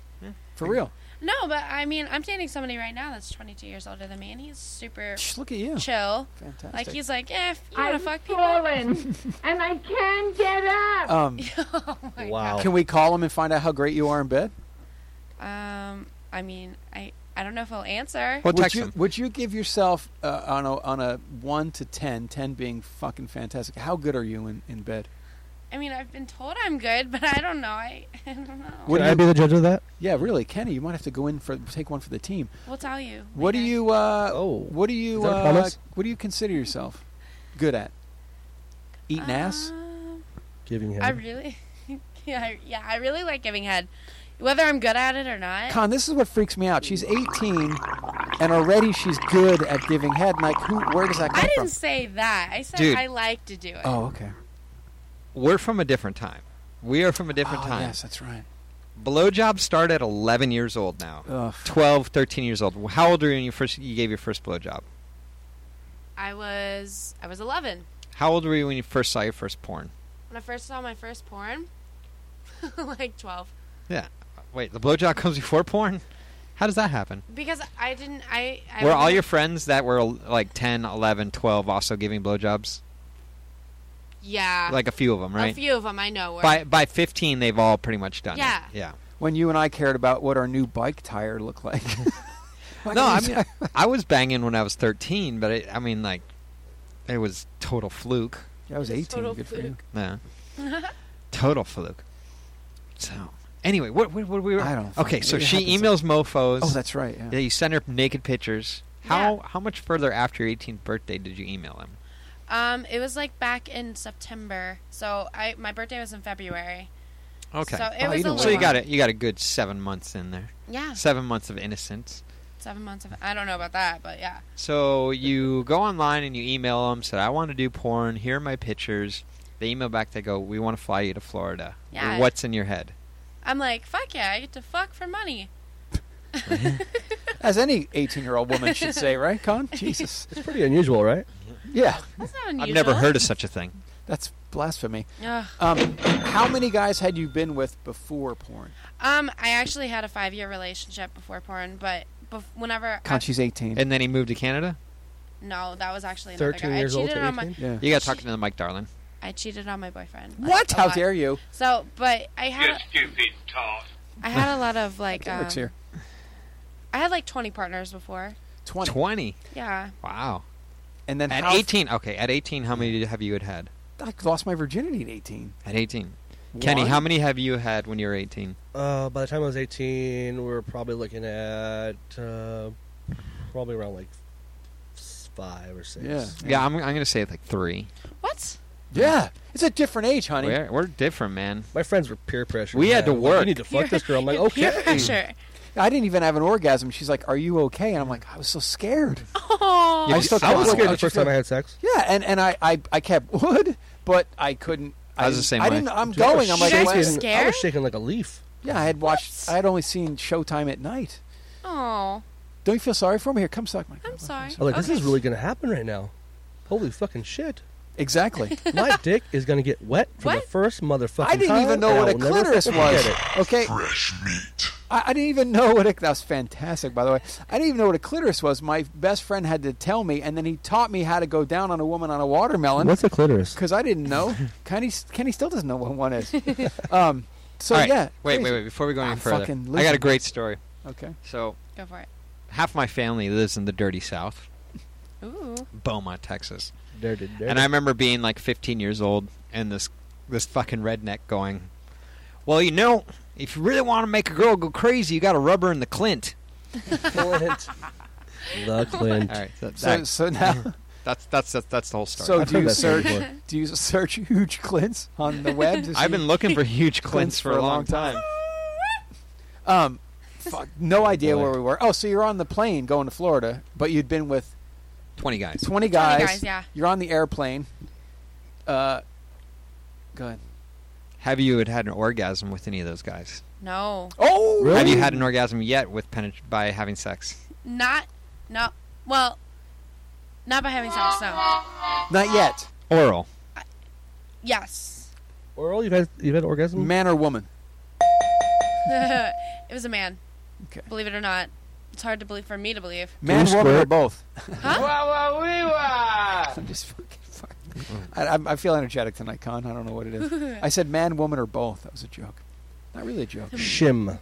Speaker 2: For real.
Speaker 8: No, but I mean, I'm dating somebody right now that's 22 years older than me, and he's super
Speaker 2: Shh, look at you.
Speaker 8: chill.
Speaker 2: Fantastic.
Speaker 8: Like he's like, eh, if you
Speaker 4: I'm
Speaker 8: want to fuck people.
Speaker 4: fallen, and I can't get up.
Speaker 2: um,
Speaker 8: oh my
Speaker 5: Wow.
Speaker 2: can we call him and find out how great you are in bed?
Speaker 8: Um, I mean, I I don't know if he'll answer.
Speaker 3: Well,
Speaker 2: would
Speaker 3: text
Speaker 2: you
Speaker 3: him.
Speaker 2: would you give yourself uh, on a on a one to 10, 10 being fucking fantastic? How good are you in, in bed?
Speaker 8: I mean, I've been told I'm good, but I don't know. I, [laughs] I don't know.
Speaker 2: What
Speaker 5: Would
Speaker 2: do
Speaker 5: I
Speaker 2: you-
Speaker 5: be the judge of that?
Speaker 2: Yeah, really, Kenny, you might have to go in for take one for the team.
Speaker 8: We'll tell you.
Speaker 2: What do
Speaker 8: later.
Speaker 2: you uh
Speaker 5: Oh.
Speaker 2: what do you
Speaker 5: Is that a
Speaker 2: uh,
Speaker 5: promise?
Speaker 2: what do you consider yourself good at? Eating ass?
Speaker 8: Um,
Speaker 5: Giving him.
Speaker 8: I really, [laughs] yeah, I, yeah, I really like giving head, whether I'm good at it or not.
Speaker 2: Con, this is what freaks me out. She's 18 and already she's good at giving head. And like who where does that
Speaker 8: I
Speaker 2: come
Speaker 8: didn't
Speaker 2: from?
Speaker 8: say that. I said
Speaker 3: Dude.
Speaker 8: I like to do it.
Speaker 2: Oh, okay.
Speaker 3: We're from a different time. We are from a different
Speaker 2: oh,
Speaker 3: time.
Speaker 2: Yes, that's right.
Speaker 3: Blowjobs start at 11 years old now.
Speaker 2: Ugh.
Speaker 3: 12, 13 years old. How old were you when you first you gave your first blowjob?
Speaker 8: I was I was 11
Speaker 3: How old were you when you first saw your first porn?
Speaker 8: when I first saw my first porn. [laughs] like 12
Speaker 3: Wait, the blowjob [laughs] comes before porn? How does that happen?
Speaker 8: because I didn't I, I
Speaker 3: were all
Speaker 8: wasn't-
Speaker 3: your friends that were like 10, 11, 12 also giving blowjobs?
Speaker 8: yeah
Speaker 3: Like a few of them, right?
Speaker 8: Uh, a few of them I know were
Speaker 3: by by 15 they've all pretty much done
Speaker 8: Yeah.
Speaker 3: it. Yeah.
Speaker 2: When you and I cared about what our new bike tire looked like. Why
Speaker 3: No, I
Speaker 2: didn't you [laughs]
Speaker 3: mean I was banging when I was 13, but it, I mean like it was total fluke.
Speaker 2: I was
Speaker 8: It's
Speaker 2: 18.
Speaker 8: total
Speaker 2: Good for you. [laughs]
Speaker 3: Yeah. Total fluke. So, anyway, what what, what we were
Speaker 2: I don't
Speaker 3: Okay,
Speaker 2: fucking-
Speaker 3: so
Speaker 2: it
Speaker 3: she
Speaker 2: happens.
Speaker 3: emails mofo's.
Speaker 2: Oh, that's right. Yeah.
Speaker 3: yeah, you send her naked pictures. How how much further after your 18th birthday did you email him?
Speaker 8: um it was like back in September so I my birthday was in February
Speaker 3: Okay.
Speaker 8: so it
Speaker 2: Oh,
Speaker 8: was
Speaker 2: you
Speaker 8: a
Speaker 2: know
Speaker 8: little
Speaker 3: So you got it. You got a good 7 months in there.
Speaker 8: yeah
Speaker 3: 7 months of innocence.
Speaker 8: seven months of I don't know about that but yeah
Speaker 3: So you go online and you email them said I want to do porn. Here are my pictures. They email back they go, "We want to fly you to Florida."
Speaker 8: Yeah.
Speaker 3: What's in your head?
Speaker 8: I'm like fuck yeah I get to fuck for money
Speaker 2: As any 18 year old woman should say, right, Con? Jesus.
Speaker 5: It's pretty unusual, right?
Speaker 2: Yeah,
Speaker 8: that's not unusual
Speaker 3: I've never heard of such a thing.
Speaker 2: that's blasphemy.
Speaker 8: Ugh.
Speaker 2: Um, how many guys had you been with before porn?
Speaker 8: um I actually had a five year relationship before porn but bef- whenever I,
Speaker 2: Con, she's 18.
Speaker 3: And then he moved to Canada?
Speaker 8: no that was actually another
Speaker 5: 13
Speaker 8: guy. I
Speaker 5: years old
Speaker 8: cheated
Speaker 5: to
Speaker 8: on my
Speaker 5: 18?
Speaker 2: yeah.
Speaker 3: You got to talk to the mic, darling.
Speaker 8: I cheated on my boyfriend like,
Speaker 2: What?
Speaker 8: a
Speaker 2: How
Speaker 8: lot.
Speaker 2: dare you?
Speaker 8: So, but I had
Speaker 10: stupid tart.
Speaker 8: I had a lot of like um,
Speaker 2: Kendrick's here.
Speaker 8: I had like twenty partners before.
Speaker 2: 20.
Speaker 3: 20.
Speaker 8: Yeah,
Speaker 3: Wow.
Speaker 2: And then
Speaker 3: At
Speaker 2: how-
Speaker 3: 18. Okay, at 18 how many have you had had?
Speaker 2: I lost my virginity at 18.
Speaker 3: At 18. Kenny,
Speaker 2: One?
Speaker 3: how many have you had when you were 18?
Speaker 5: Uh, by the time I was 18, we were probably looking at uh, probably around like s- five or six.
Speaker 2: Yeah.
Speaker 3: Yeah, I'm, I'm going to say like 3.
Speaker 8: what?
Speaker 2: Yeah. It's a different age, honey.
Speaker 3: We're, we're different, man.
Speaker 5: My friends were peer pressure.
Speaker 3: We had to work.
Speaker 5: You need to fuck this girl. I'm like, okay.
Speaker 8: Peer pressure.
Speaker 2: I didn't even have an orgasm. She's like, Are you okay? And I'm like, I was so scared.
Speaker 8: Oh,
Speaker 3: Yeah,
Speaker 2: I still
Speaker 5: I was
Speaker 2: can't-
Speaker 5: scared
Speaker 2: I
Speaker 5: the
Speaker 2: just
Speaker 5: first time
Speaker 2: felt-
Speaker 5: I had sex.
Speaker 2: Yeah, and, and I, I, I kept wood, but I couldn't.
Speaker 3: I was the same
Speaker 2: I
Speaker 3: way.
Speaker 2: didn't. I'm
Speaker 5: Dude, I was
Speaker 2: going. I'm like,
Speaker 8: You guys
Speaker 2: "Wait a
Speaker 8: were
Speaker 2: minute."
Speaker 5: I
Speaker 8: scared?
Speaker 5: was shaking like a leaf.
Speaker 2: yeah. I had watched. I had only seen Showtime at night.
Speaker 8: oh,
Speaker 2: Don't you feel sorry for me? Here, come suck my.
Speaker 8: I'm sorry.
Speaker 5: I was like, this
Speaker 8: Okay.
Speaker 5: is really going to happen right now. Holy fucking shit.
Speaker 2: Exactly.
Speaker 8: [laughs]
Speaker 5: My dick is going to get wet for the
Speaker 8: What?
Speaker 5: first motherfucking
Speaker 2: I didn't
Speaker 5: time,
Speaker 2: even know
Speaker 5: and I
Speaker 2: what a
Speaker 5: will never
Speaker 2: clitoris
Speaker 5: fucking
Speaker 2: was.
Speaker 5: get it.
Speaker 2: Okay. I, I didn't even know what a that was fantastic, by the way. I didn't even know what a clitoris was. My best friend had to tell me, and then he taught me how to go down on a woman on a watermelon
Speaker 5: What's a clitoris?
Speaker 2: because I didn't
Speaker 3: [laughs]
Speaker 2: know. Kenny, Kenny still doesn't know what one
Speaker 8: [laughs]
Speaker 2: is. um, so
Speaker 3: All right.
Speaker 2: yeah,
Speaker 3: Wait, wait,
Speaker 2: crazy.
Speaker 3: wait. Before we go any
Speaker 2: I'm
Speaker 3: further,
Speaker 2: fucking
Speaker 3: I got a
Speaker 2: losing.
Speaker 3: great story.
Speaker 2: Okay,
Speaker 3: So,
Speaker 8: Go for it.
Speaker 3: half my family lives in the dirty South,
Speaker 8: Ooh,
Speaker 3: Beaumont, Texas.
Speaker 5: Dirty, dirty.
Speaker 3: And I remember being like 15 years old and this this fucking redneck going, "Well, you know, if you really want to make a girl go crazy, you got to rub her in the clint."
Speaker 2: [laughs]
Speaker 5: Clint. the Clint.
Speaker 3: All right. So,
Speaker 2: so
Speaker 3: [laughs] that-
Speaker 2: so now
Speaker 3: that's, that's that's that's the whole story.
Speaker 2: so
Speaker 5: I've
Speaker 2: do
Speaker 5: heard
Speaker 2: you
Speaker 5: that story
Speaker 2: search
Speaker 5: before.
Speaker 2: do you search huge clints on the web? to see-
Speaker 3: [laughs] I've been looking for huge clints for a long time.
Speaker 2: Um, fuck, no idea
Speaker 5: Boy.
Speaker 2: where we were. Oh, so you're on the plane going to Florida, but you'd been with
Speaker 3: 20 guys.
Speaker 2: 20 guys.
Speaker 8: guys, yeah.
Speaker 2: You're on the airplane. Uh, go ahead.
Speaker 3: Have you had had an orgasm with any of those guys?
Speaker 8: no,
Speaker 2: Oh,
Speaker 5: Really?
Speaker 3: Have you had an orgasm yet with penet- by having sex?
Speaker 8: not no. Well, not by having sex. No,
Speaker 2: not yet.
Speaker 3: Oral.
Speaker 8: Yes. [laughs]
Speaker 5: Oral? You've had, you've had orgasm?
Speaker 2: Man or woman?
Speaker 8: it was a man.
Speaker 2: Okay.
Speaker 8: Believe it or not. It's hard to believe for me to believe.
Speaker 2: Man, woman, or
Speaker 3: [laughs]
Speaker 2: both?
Speaker 8: Huh?
Speaker 2: I'm just fucking. fucking I, I'm- I feel energetic tonight, Con. I don't know what it
Speaker 8: [laughs]
Speaker 2: is. I said man, woman, or both. That was a joke. Not really a joke.
Speaker 5: Shim.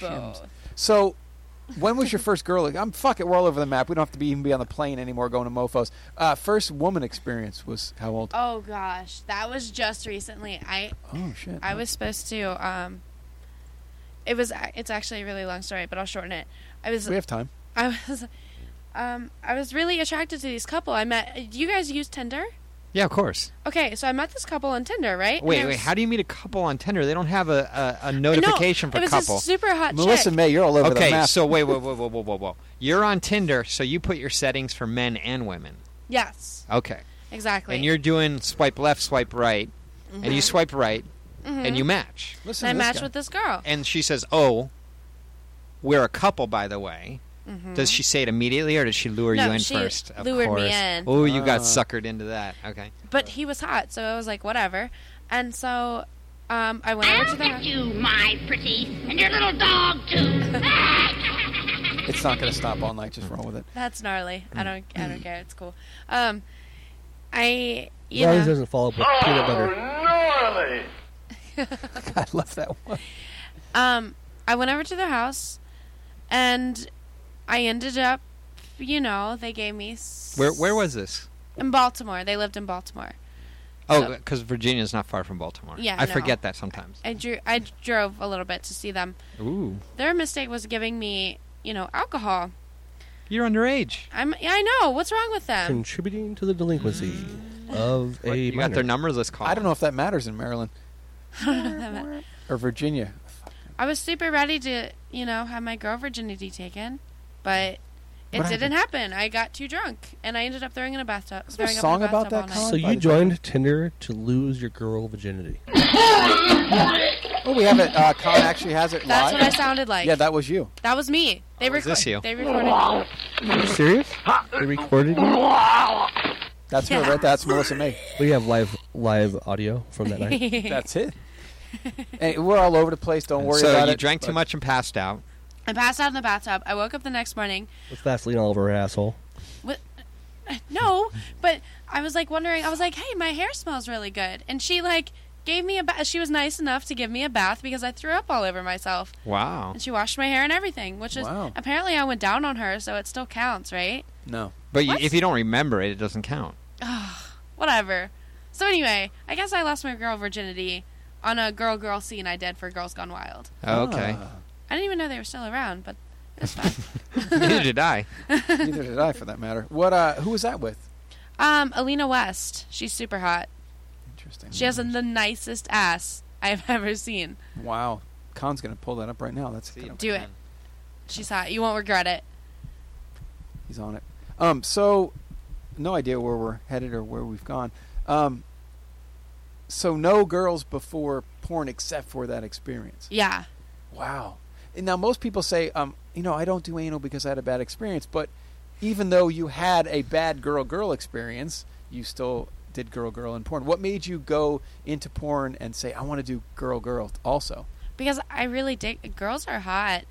Speaker 2: Shims. So, when was your first girl? I'm fuck it. We're all over the map. We don't have to be, even be on the plane anymore. Going to mofo's. Uh, first woman experience was how old?
Speaker 8: Oh gosh, that was just recently. I
Speaker 2: Oh shit.
Speaker 8: I was supposed to. Um, it was. It's actually a really long story, but I'll shorten it. I was.
Speaker 2: We have time.
Speaker 8: I was. Um, I was really attracted to this couple. I met. Do you guys use Tinder?
Speaker 3: Yeah, of course.
Speaker 8: Okay, so I met this couple on Tinder, right?
Speaker 3: Wait,
Speaker 8: And I
Speaker 3: wait.
Speaker 8: was-
Speaker 3: How do you meet a couple on Tinder? They don't have a, a, a notification
Speaker 8: no,
Speaker 3: for
Speaker 8: it was
Speaker 3: couple.
Speaker 8: This super hot
Speaker 2: Melissa
Speaker 8: chick.
Speaker 2: May, you're all over the
Speaker 3: okay,
Speaker 2: map.
Speaker 3: so wait, wait, wait, wait, wait, wait, wait. You're on Tinder, so you put your settings for men and women.
Speaker 8: Yes,
Speaker 3: Okay.
Speaker 8: exactly.
Speaker 3: And you're doing swipe left, swipe right, and you
Speaker 8: Mhm.
Speaker 3: swipe right,
Speaker 8: Mhm.
Speaker 3: and you match.
Speaker 2: Listen
Speaker 8: And I
Speaker 2: to this
Speaker 8: matched
Speaker 2: guy.
Speaker 8: with this girl.
Speaker 3: And she says, "Oh, we're a couple, by the way." Does she say it immediately, or does she lure
Speaker 8: Mm-hmm. No,
Speaker 3: you in
Speaker 8: she
Speaker 3: first? Of
Speaker 8: lured me
Speaker 3: course.
Speaker 8: in.
Speaker 3: Oh, you got
Speaker 2: Ah.
Speaker 3: suckered into that. Okay.
Speaker 8: But he was hot, so I was like, whatever. And so, um, I went over to the.
Speaker 4: you, my pretty, and your little dog too.
Speaker 2: It's not going to stop all night. Just roll
Speaker 8: [laughs]
Speaker 2: with it. [laughs]
Speaker 8: That's gnarly.
Speaker 3: Mm.
Speaker 8: I don't. I don't care. It's cool. Um, I. You
Speaker 5: Riley
Speaker 8: know,
Speaker 5: doesn't follow up with peanut
Speaker 8: Oh,
Speaker 5: butter.
Speaker 6: gnarly!
Speaker 2: I love that one.
Speaker 8: um, I went over to their house, and I ended up. You know, they gave me. s-
Speaker 3: Where where was this?
Speaker 8: In Baltimore. They lived in Baltimore.
Speaker 3: Oh, because Virginia's not far from Baltimore.
Speaker 8: Yeah,
Speaker 3: I
Speaker 8: no. Eh.
Speaker 3: forget that sometimes.
Speaker 8: I drew. I drove a little bit to see them.
Speaker 3: Ooh,
Speaker 8: Their mistake was giving me. You know, alcohol.
Speaker 3: you're underage.
Speaker 8: I'm. Yeah, I know. What's wrong with them?
Speaker 5: Contributing to the delinquency
Speaker 2: Mm.
Speaker 5: of a
Speaker 3: What, you got
Speaker 5: minor.
Speaker 3: their numbers. Let's call.
Speaker 2: I don't
Speaker 3: them.
Speaker 2: know if that matters in Maryland
Speaker 8: [laughs]
Speaker 2: or Virginia.
Speaker 8: I was super ready to. You know, have my girl virginity taken, but. It
Speaker 2: What
Speaker 8: didn't happen. I got too drunk, and I ended up throwing in a bathtub.
Speaker 2: there a
Speaker 8: throwing up in
Speaker 2: song
Speaker 8: a
Speaker 2: about
Speaker 8: bathtub
Speaker 2: that,
Speaker 8: all night.
Speaker 5: So you joined Tinder to lose your girl virginity.
Speaker 2: Oh, we have it. Uh,
Speaker 8: [laughs]
Speaker 2: Con actually has it live.
Speaker 8: That's what I sounded like.
Speaker 2: Yeah, that was you.
Speaker 8: That was me. They
Speaker 3: Oh, is
Speaker 8: recorded.
Speaker 3: this you?
Speaker 8: They recorded.
Speaker 5: Are you serious? They recorded you?
Speaker 2: That's her, right? That's Melissa
Speaker 8: [laughs]
Speaker 2: May.
Speaker 5: We have live live audio from that night.
Speaker 2: That's it. And we're all over the place. Don't worry
Speaker 3: so
Speaker 2: about
Speaker 3: you
Speaker 2: it.
Speaker 3: drank too
Speaker 2: but-
Speaker 3: much and passed out.
Speaker 8: I passed out in the bathtub. I woke up the next morning.
Speaker 5: With Vaseline all over her asshole.
Speaker 8: No,
Speaker 2: [laughs]
Speaker 8: but I was like wondering. I was like, "Hey, my hair smells really good," and she like gave me a bath. She was nice enough to give me a bath because I threw up all over myself,
Speaker 3: Wow.
Speaker 8: and she washed my hair and everything. Which is
Speaker 2: Wow.
Speaker 8: apparently I went down on her, so it still counts, right?
Speaker 2: No.
Speaker 3: But you,
Speaker 8: What?
Speaker 3: if you don't remember it, it doesn't count.
Speaker 8: Whatever. So anyway, I guess I lost my girl virginity on a girl girl scene I did for Girls Gone Wild.
Speaker 2: Ah.
Speaker 3: Oh, Okay.
Speaker 8: I didn't even know they were still around, but it's fine.
Speaker 3: Neither did I.
Speaker 2: Neither did I, for that matter. What? Uh, who was that with?
Speaker 8: Um, Alina West. She's super hot.
Speaker 2: Interesting.
Speaker 8: She has the nicest ass I've [laughs] ever seen.
Speaker 2: Wow. Con's gonna pull that up right now. That's gonna-
Speaker 8: Do it. She's hot. You won't regret it.
Speaker 2: he's on it. Um. So, no idea where we're headed or where we've gone. Um. So no girls before porn except for that experience.
Speaker 8: Yeah.
Speaker 2: Wow. And now most people say, um, you know, I don't do anal because I had a bad experience, but even though you had a bad girl girl experience, you still did girl girl in porn. What made you go into porn and say, I want to do girl girl also?
Speaker 8: Because I really dig girls are hot.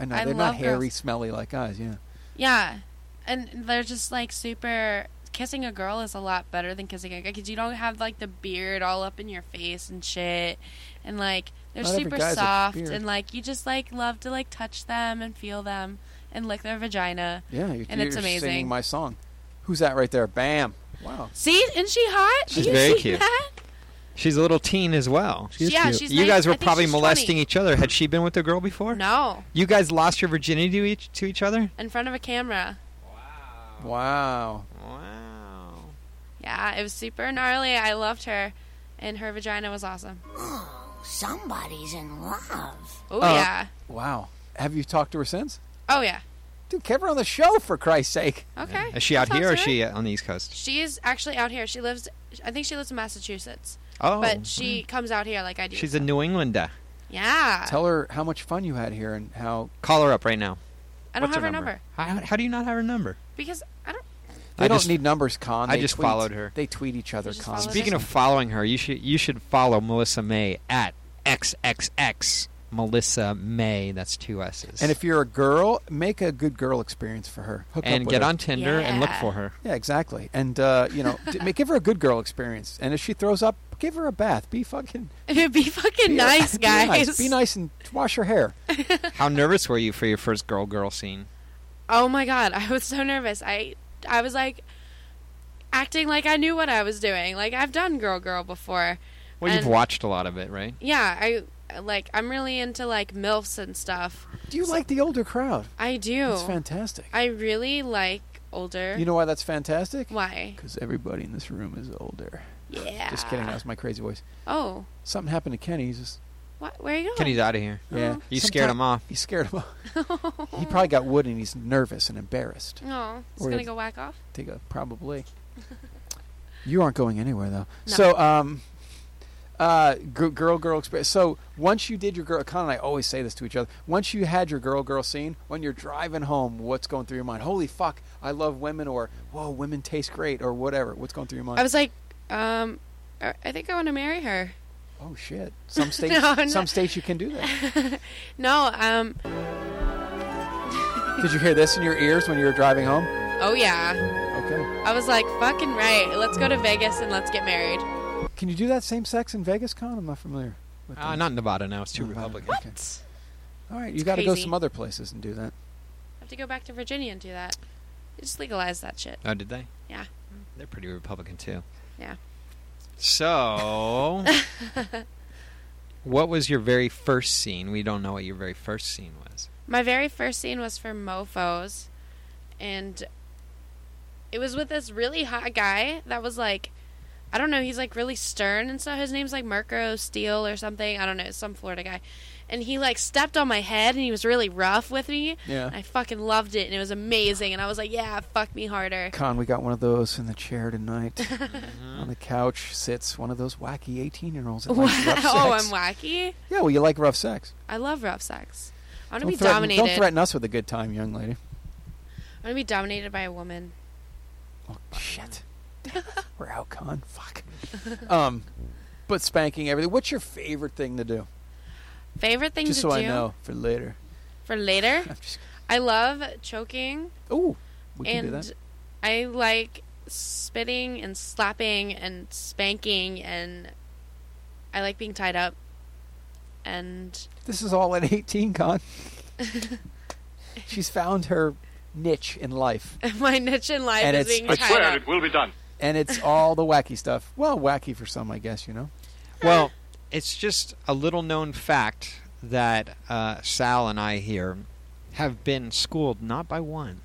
Speaker 2: I know
Speaker 8: I
Speaker 2: they're not
Speaker 8: love
Speaker 2: hairy,
Speaker 8: girls.
Speaker 2: smelly like guys, yeah.
Speaker 8: Yeah. And they're just like super kissing a girl is a lot better than kissing a guy because you don't have like the beard all up in your face and shit. And like they're
Speaker 2: Not every
Speaker 8: super
Speaker 2: guy's a
Speaker 8: soft
Speaker 2: beard.
Speaker 8: and like you just like love to like touch them and feel them and lick their vagina.
Speaker 2: Yeah, you're,
Speaker 8: And it's
Speaker 2: you're
Speaker 8: amazing.
Speaker 2: singing my song. Who's that right there? Bam. Wow.
Speaker 8: See, isn't she hot? Do
Speaker 3: She's
Speaker 8: you
Speaker 3: very
Speaker 8: see
Speaker 3: cute.
Speaker 8: that?
Speaker 3: She's a little teen as well.
Speaker 5: She's
Speaker 8: yeah,
Speaker 5: cute.
Speaker 8: she's.
Speaker 3: you
Speaker 8: nice.
Speaker 3: guys
Speaker 8: I
Speaker 3: were
Speaker 8: think
Speaker 3: probably
Speaker 8: she's 20.
Speaker 3: molesting each other. Had she been with a girl before?
Speaker 8: No,
Speaker 3: You guys lost your virginity to each to each other?
Speaker 8: in front of a camera.
Speaker 2: Wow.
Speaker 3: Wow.
Speaker 8: Yeah, it was super gnarly. I loved her, and her vagina was awesome.
Speaker 4: Somebody's in love.
Speaker 8: Oh
Speaker 2: Uh,
Speaker 8: yeah,
Speaker 2: Wow. Have you talked to her since?
Speaker 8: oh yeah.
Speaker 2: Dude, get her on the show for Christ's sake.
Speaker 8: Okay.
Speaker 3: Is she
Speaker 8: that
Speaker 3: out here or
Speaker 8: sounds
Speaker 3: is
Speaker 8: good.
Speaker 3: she on the East Coast?
Speaker 8: She is actually out here. She lives. I think she lives in Massachusetts,
Speaker 3: Oh.
Speaker 8: but she comes out here like I do.
Speaker 3: She's a New Englander.
Speaker 8: yeah.
Speaker 2: Tell her how much fun you had here and how
Speaker 3: Call her up right now.
Speaker 8: I don't
Speaker 3: What's
Speaker 8: have her number?
Speaker 3: How, how do you not have her number?
Speaker 8: because I don't. [laughs]
Speaker 2: They
Speaker 3: I
Speaker 2: don't
Speaker 3: just-
Speaker 2: need numbers, Con.
Speaker 3: I
Speaker 2: They
Speaker 3: just
Speaker 2: tweet.
Speaker 3: followed her.
Speaker 2: They tweet each other, Con.
Speaker 3: Speaking of following her, you should you should follow Melissa May at xxx Melissa May. That's two S's.
Speaker 2: And if you're a girl, make a good girl experience for her. Hook
Speaker 3: And
Speaker 2: up with
Speaker 3: get
Speaker 2: her.
Speaker 3: on Tinder and look Yeah. for her.
Speaker 2: Yeah, exactly. And uh, you know, d- make, give her a good girl experience. And if she throws up, give her a bath. Be fucking
Speaker 8: be fucking
Speaker 2: be- [laughs]
Speaker 8: nice,
Speaker 2: be nice.
Speaker 8: guys.
Speaker 2: Be nice and wash her hair.
Speaker 8: [laughs]
Speaker 3: How nervous were you for your first girl girl scene?
Speaker 8: Oh my god, I was so nervous. I I was like acting like I knew what I was doing. Like I've done girl girl before.
Speaker 3: Well, you've
Speaker 8: And-
Speaker 3: watched a lot of it, right?
Speaker 8: Yeah, I like I'm really into like milfs and stuff.
Speaker 2: Do you like the older crowd?
Speaker 8: I do.
Speaker 2: It's fantastic.
Speaker 8: I really like older.
Speaker 2: You know why that's fantastic?
Speaker 8: Why?
Speaker 2: Because everybody in this room is older.
Speaker 8: Yeah.
Speaker 2: Just kidding. That was my crazy voice.
Speaker 8: Oh,
Speaker 2: Something happened to Kenny. He's just
Speaker 8: what? Where are you going?
Speaker 3: Kenny's out of here.
Speaker 2: yeah.
Speaker 8: Oh.
Speaker 3: You scared him off.
Speaker 2: He scared him off.
Speaker 8: [laughs]
Speaker 2: he probably got wood and he's nervous and embarrassed.
Speaker 8: Oh, it's
Speaker 2: Or
Speaker 8: gonna
Speaker 2: if-
Speaker 8: go whack off.
Speaker 2: Take a probably. you aren't going anywhere though.
Speaker 8: No.
Speaker 2: So um, uh, g- girl girl experience. So once you did your girl, Con and I always say this to each other. Once you had your girl girl scene, when you're driving home, what's going through your mind? Holy fuck, I love women, or whoa, women taste great, or whatever. What's going through your mind?
Speaker 8: I was like, um, I I think I want to marry her.
Speaker 2: oh shit.
Speaker 8: [laughs]
Speaker 2: Some states,
Speaker 8: No, I'm
Speaker 2: some
Speaker 8: not-
Speaker 2: states you can do that.
Speaker 8: No, um,
Speaker 2: did you hear this in your ears when you were driving home?
Speaker 8: oh yeah.
Speaker 2: Okay.
Speaker 8: I was like, fucking right. Let's go to Vegas and let's get married.
Speaker 2: Can you do that same sex in Vegas, Con? I'm not familiar. With
Speaker 3: Uh,
Speaker 2: that. Oh,
Speaker 3: not Nevada now. It's too Republican.
Speaker 8: What?
Speaker 2: All right, you
Speaker 8: It's
Speaker 2: got to go
Speaker 8: crazy.
Speaker 2: some other places and do that.
Speaker 8: I have to go back to Virginia and do that. They Just legalize that shit.
Speaker 3: Oh, did they?
Speaker 8: Yeah,
Speaker 3: They're pretty Republican too.
Speaker 8: yeah. [laughs]
Speaker 3: So, what was your very first scene? We don't know what your very first scene was.
Speaker 8: My very first scene was for Mofos, and it was with this really hot guy that was like, I don't know, he's like really stern and stuff. His name's like Marco Steele or something. I don't know, some Florida guy. And he like stepped on my head and he was really rough with me.
Speaker 2: Yeah.
Speaker 8: And I fucking loved it and it was amazing. And I was like, yeah, fuck me harder.
Speaker 2: Con, we got one of those in the chair tonight.
Speaker 8: [laughs]
Speaker 2: On the couch sits one of those wacky 18 year olds.
Speaker 8: [laughs] Wow, Oh, I'm wacky.
Speaker 2: Yeah, well, you like rough sex.
Speaker 8: I love rough sex. I want to
Speaker 2: Don't
Speaker 8: be
Speaker 2: threaten-
Speaker 8: dominated.
Speaker 2: Don't threaten us with a good time, young lady.
Speaker 8: I want to be dominated by a woman.
Speaker 2: Oh,
Speaker 8: [laughs]
Speaker 2: shit. Damn it. We're out, Con. Fuck. Um, but spanking everything. What's your favorite thing to do?
Speaker 8: Favorite thing
Speaker 2: Just
Speaker 8: to
Speaker 2: so
Speaker 8: do
Speaker 2: I know for
Speaker 8: [laughs]
Speaker 2: later.
Speaker 8: for later?
Speaker 2: I'm just-
Speaker 8: I love choking.
Speaker 2: Ooh, we can do
Speaker 8: and
Speaker 2: that.
Speaker 8: I like spitting and slapping and spanking and I like being tied up. And [laughs]
Speaker 2: This is all at 18, Con. She's found her niche in life.
Speaker 8: my niche in life
Speaker 2: And
Speaker 8: is
Speaker 2: it's-
Speaker 8: being
Speaker 2: I
Speaker 8: tied
Speaker 2: swear
Speaker 8: up.
Speaker 2: it will be done. and it's all the wacky stuff. Well, wacky for some, I guess, you know.
Speaker 8: Uh.
Speaker 3: Well, it's just a little known fact that uh, Sal and I here have been schooled not by one,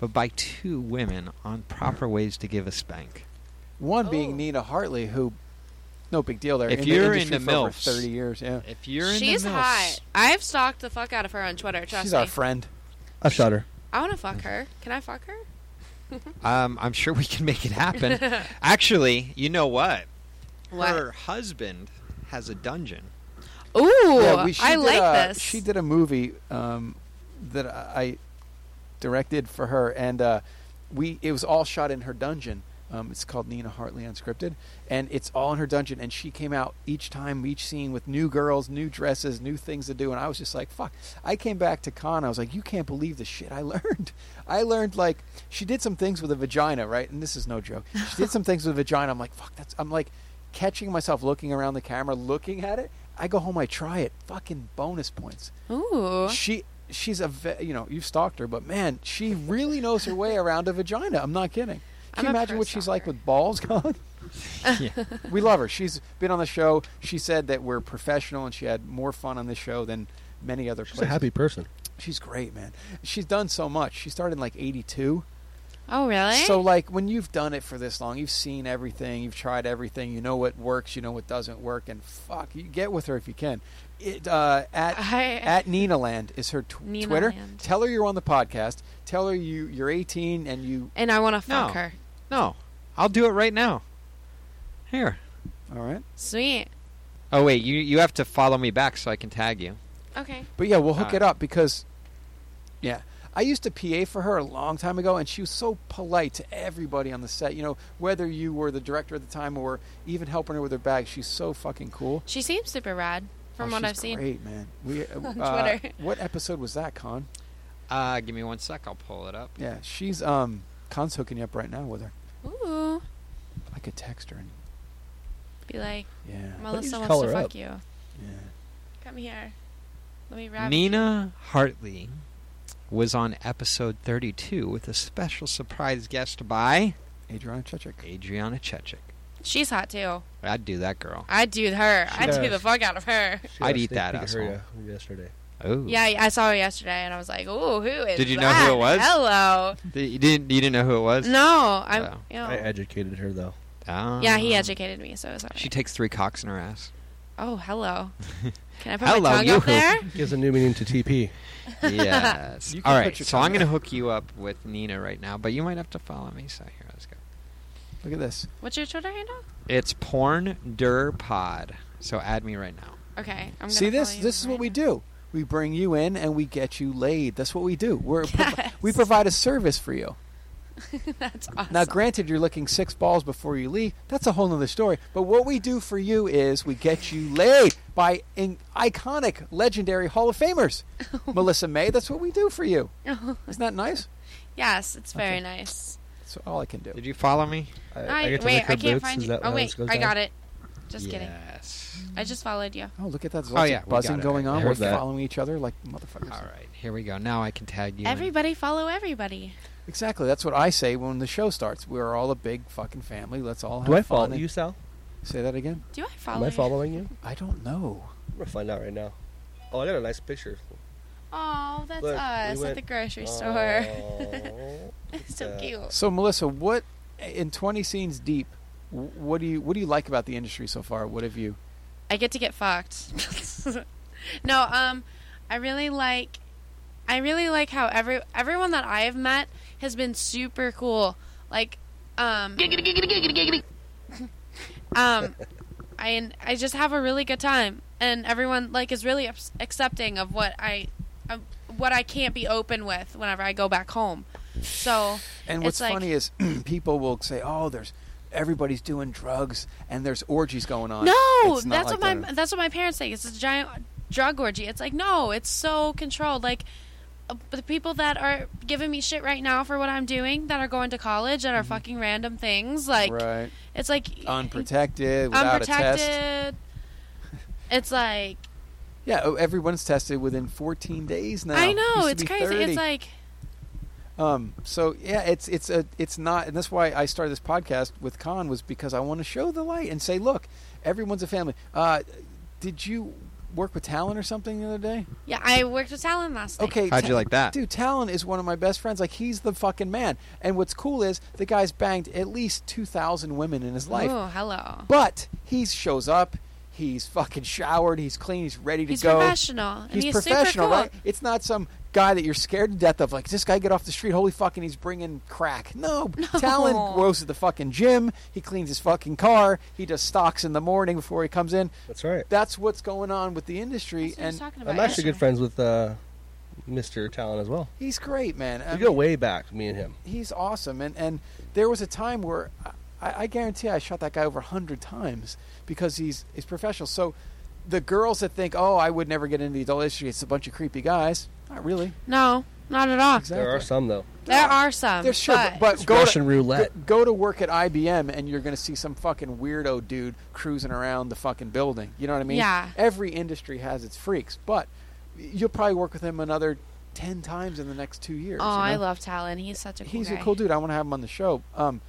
Speaker 3: but by two women on proper ways to give a spank.
Speaker 2: One
Speaker 8: Oh.
Speaker 2: being Nina Hartley, who, no big deal there.
Speaker 3: If
Speaker 2: in
Speaker 3: you're
Speaker 2: the industry
Speaker 3: into
Speaker 2: for over
Speaker 3: MILFs,
Speaker 2: thirty years, yeah.
Speaker 3: If you're in
Speaker 8: She's
Speaker 3: the milfs,
Speaker 8: hot. I've stalked the fuck out of her on Twitter, trust
Speaker 2: She's
Speaker 8: me.
Speaker 2: our friend.
Speaker 5: I've shot her.
Speaker 8: I want to fuck her. Can I fuck her?
Speaker 3: Um, I'm sure we can make it
Speaker 8: [laughs]
Speaker 3: happen. Actually, you know what?
Speaker 8: What?
Speaker 3: Her husband has a dungeon.
Speaker 8: Ooh,
Speaker 2: Yeah, we- she
Speaker 8: I
Speaker 2: did
Speaker 8: like
Speaker 2: a-
Speaker 8: this.
Speaker 2: She did a movie um, that I directed for her, and uh, we it was all shot in her dungeon. Um, it's called Nina Hartley Unscripted, and it's all in her dungeon. And she came out each time, each scene with new girls, new dresses, new things to do. And I was just like, "Fuck!" I came back to con. I was like, "You can't believe the shit I [laughs] learned." I learned like she did some things with a vagina, right? And this is no joke. She did some things with a vagina. I'm like, "Fuck!" That's I'm like catching myself looking around the camera, looking at it. I go home, I try it. Fucking bonus points.
Speaker 8: Ooh.
Speaker 2: She she's a ve- you know you've stalked her, but man, she really knows her way around a vagina. I'm not kidding. Can
Speaker 8: I'm
Speaker 2: you
Speaker 8: a
Speaker 2: imagine
Speaker 8: pro
Speaker 2: what she's like with balls gone? [laughs] We love her. She's been on the show. She said that we're professional, and she had more fun on this show than many other.
Speaker 5: She's a happy person.
Speaker 2: She's great, man. She's done so much. She started in like '82.
Speaker 8: Oh, really?
Speaker 2: So, like, when you've done it for this long, you've seen everything, you've tried everything, you know what works, you know what doesn't work, and fuck, you get with her if you can. It, uh,
Speaker 8: [laughs]
Speaker 2: at
Speaker 8: I-
Speaker 2: [laughs] at Nina Land is her tw-
Speaker 8: Nina
Speaker 2: Twitter.
Speaker 8: Land.
Speaker 2: Tell her you're on the podcast. Tell her you you're 18 and you.
Speaker 8: and I want to
Speaker 3: No.
Speaker 8: fuck her.
Speaker 3: No, I'll do it right now. Here.
Speaker 2: All right,
Speaker 8: Sweet.
Speaker 3: Oh wait, you you have to follow me back so I can tag you.
Speaker 8: Okay.
Speaker 2: but yeah, we'll hook
Speaker 3: Uh,
Speaker 2: it up because, yeah, I used to PA for her a long time ago, and she was so polite to everybody on the set. You know, whether you were the director at the time or even helping her with her bag, she's so fucking cool.
Speaker 8: She seems super rad from
Speaker 2: Oh,
Speaker 8: what
Speaker 2: she's
Speaker 8: I've seen.
Speaker 2: Great man.
Speaker 8: [laughs]
Speaker 2: We, uh,
Speaker 8: On
Speaker 2: uh,
Speaker 8: Twitter.
Speaker 2: what episode was that, Con?
Speaker 3: Uh, give me one sec. I'll pull it up.
Speaker 2: Yeah, she's um, Con's hooking you up right now with her.
Speaker 8: Ooh.
Speaker 2: I could text her and
Speaker 8: Be like,
Speaker 2: Yeah. Why
Speaker 5: don't you
Speaker 8: Melissa
Speaker 5: just
Speaker 8: wants
Speaker 5: call
Speaker 8: to
Speaker 5: her
Speaker 8: fuck
Speaker 5: up?
Speaker 8: you. Come here. Let me wrap
Speaker 3: Nina Hartley was on episode 32 with a special surprise guest by
Speaker 2: Adriana Chechik.
Speaker 3: Adriana Chechik.
Speaker 8: She's hot too.
Speaker 3: I'd do that girl.
Speaker 8: I'd do her.
Speaker 5: She
Speaker 8: I'd do
Speaker 5: does.
Speaker 8: the fuck out of her.
Speaker 5: She
Speaker 3: I'd
Speaker 5: had a
Speaker 3: eat
Speaker 5: sneak
Speaker 3: that
Speaker 5: peek at her,
Speaker 3: asshole.
Speaker 5: yeah, yesterday.
Speaker 3: Oh.
Speaker 8: Yeah, I- I saw her yesterday and I was like, ooh, who is
Speaker 3: Did you know
Speaker 8: that?
Speaker 3: who it was?
Speaker 8: Hello.
Speaker 3: Th- You didn't you didn't know who it was?
Speaker 8: No, I'm.
Speaker 3: Oh.
Speaker 8: you know.
Speaker 5: I educated her though.
Speaker 3: Ah.
Speaker 8: yeah, he educated me, so it was alright.
Speaker 3: She takes three cocks in her ass.
Speaker 5: [laughs]
Speaker 8: Oh, hello. Can I put
Speaker 3: Hello,
Speaker 8: my tongue
Speaker 3: you
Speaker 8: up
Speaker 3: who-
Speaker 8: there?
Speaker 5: Gives a new meaning to TP.
Speaker 3: yes.
Speaker 2: [laughs] You can
Speaker 3: All
Speaker 2: put
Speaker 3: right.
Speaker 2: your
Speaker 3: So I'm
Speaker 2: comment.
Speaker 3: going to hook you up with Nina right now, but you might have to follow me. So here, let's go.
Speaker 2: Look at this.
Speaker 8: What's your Twitter handle?
Speaker 3: It's porn der pod. So add me right now.
Speaker 8: Okay, I'm gonna
Speaker 2: See this?
Speaker 8: follow you
Speaker 2: This is
Speaker 8: right
Speaker 2: what we
Speaker 8: now.
Speaker 2: do. We bring you in and we get you laid. That's what we do.
Speaker 8: [laughs]
Speaker 2: We're we provide a service for you.
Speaker 8: That's awesome.
Speaker 2: Now, granted, you're licking six balls before you leave. That's a whole nother story. But what we do for you is we get you laid by in- iconic, legendary Hall of
Speaker 8: [laughs]
Speaker 2: Famers. Melissa May, that's what we do for you. Isn't that nice?
Speaker 8: yes, it's very nice.
Speaker 2: That's all I can do.
Speaker 3: Did you follow me?
Speaker 8: I,
Speaker 5: Uh, get to
Speaker 8: wait,
Speaker 5: lick her
Speaker 8: I can't
Speaker 5: boots?
Speaker 8: find
Speaker 5: Is
Speaker 8: you.
Speaker 5: that
Speaker 8: Oh
Speaker 5: how
Speaker 8: wait,
Speaker 5: this goes
Speaker 8: I got
Speaker 5: down?
Speaker 8: it. Just kidding.
Speaker 3: Yes.
Speaker 8: I just followed you.
Speaker 2: Oh, look at that. There's
Speaker 3: Oh,
Speaker 2: lots
Speaker 3: yeah,
Speaker 2: of
Speaker 3: we
Speaker 2: buzzing
Speaker 3: got it.
Speaker 2: going on.
Speaker 5: Heard
Speaker 2: We're
Speaker 5: that.
Speaker 2: following each other like motherfuckers.
Speaker 3: All right. Here we go. Now I can tag you. in.
Speaker 8: Everybody follow everybody.
Speaker 2: Exactly. That's what I say when the show starts. We're all a big fucking family. Let's all have
Speaker 5: Do I
Speaker 2: fun.
Speaker 5: follow
Speaker 2: and-
Speaker 5: you, Sal?
Speaker 2: Say that again.
Speaker 8: Do I follow?
Speaker 5: Am I
Speaker 8: you?
Speaker 5: following you?
Speaker 2: I don't know.
Speaker 5: I'm gonna find out right now. Oh, I got a nice picture.
Speaker 8: Oh, that's
Speaker 5: Look, we
Speaker 8: us at
Speaker 5: went-
Speaker 8: the grocery store. [laughs]
Speaker 5: Oh,
Speaker 8: so
Speaker 5: that.
Speaker 8: cute.
Speaker 2: So Melissa, what in 20 scenes deep? wh- What do you what do you like about the industry so far? What have you?
Speaker 8: I get to get fucked. [laughs] no, um, I really like, I really like how every everyone that I have met has been super cool. Like, um, [laughs] um, I I just have a really good time, and everyone like is really ups- accepting of what I, of what I can't be open with whenever I go back home. So
Speaker 2: And
Speaker 8: It's
Speaker 2: what's
Speaker 8: like-
Speaker 2: funny is [clears throat] people will say, "Oh, there's everybody's doing drugs and there's orgies going on."
Speaker 8: No,
Speaker 2: It's not
Speaker 8: that's
Speaker 2: like
Speaker 8: what my
Speaker 2: that.
Speaker 8: that's what my parents think. It's a giant drug orgy. It's like no, it's so controlled. Like uh, the people that are giving me shit right now for what I'm doing, that are going to college, that are fucking random things. Like
Speaker 2: Mm-hmm. right
Speaker 8: it's like
Speaker 2: unprotected without a test. [laughs]
Speaker 8: unprotected. It's like
Speaker 2: Yeah, oh, everyone's tested within 14 days now.
Speaker 8: I know
Speaker 2: Used to
Speaker 8: it's
Speaker 2: be
Speaker 8: crazy.
Speaker 2: 30.
Speaker 8: It's like
Speaker 2: Um, so yeah, it's it's a it's not, and that's why I started this podcast with Khan was because I want to show the light and say, look, everyone's a family. Uh, did you work with Talon or something the other day?
Speaker 8: yeah, I worked with Talon last night.
Speaker 2: Okay,
Speaker 3: How'd you
Speaker 2: Ta-
Speaker 3: like that?
Speaker 2: dude? Talon is one of my best friends. Like he's the fucking man. And what's cool is the guy's banged at least two thousand women in his life.
Speaker 8: Oh, hello.
Speaker 2: But he shows up. He's fucking showered. He's clean. He's ready to
Speaker 8: He's
Speaker 2: go.
Speaker 8: professional. and
Speaker 2: He's,
Speaker 8: he's
Speaker 2: professional,
Speaker 8: super
Speaker 2: right?
Speaker 8: cool.
Speaker 2: It's not some guy that you're scared to death of. Like, this guy get off the street? Holy fucking, he's bringing crack.
Speaker 8: [laughs]
Speaker 2: No, Talon goes to the fucking gym. He cleans his fucking car. He does stocks in the morning before he comes in.
Speaker 5: That's
Speaker 8: [laughs]
Speaker 5: right.
Speaker 2: That's what's going on with the industry,
Speaker 8: That's what I was
Speaker 2: and
Speaker 8: talking about
Speaker 5: I'm actually
Speaker 8: yesterday.
Speaker 5: good friends with uh, Mr. Talon as well.
Speaker 2: he's great, man. I
Speaker 5: We
Speaker 2: mean,
Speaker 5: go way back, me and him.
Speaker 2: he's awesome, and and there was a time where I, I guarantee I shot that guy over a hundred times because he's he's professional. So. The girls that think, "Oh, I would never get into the adult industry. It's a bunch of creepy guys." Not really.
Speaker 8: No, not at all.
Speaker 2: Exactly.
Speaker 5: There are some though.
Speaker 8: There are some.
Speaker 2: There's sure, but, but
Speaker 5: It's
Speaker 2: go
Speaker 5: Russian
Speaker 2: to,
Speaker 5: roulette.
Speaker 2: Go, go to work at IBM, and you're going to see some fucking weirdo dude cruising around the fucking building. You know what I mean?
Speaker 8: Yeah.
Speaker 2: Every industry has its freaks, but you'll probably work with him another ten times in the next two years.
Speaker 8: oh,
Speaker 2: you know?
Speaker 8: I love Talon. He's such a cool
Speaker 2: He's
Speaker 8: guy.
Speaker 2: a cool dude. I want to have him on the show. Um,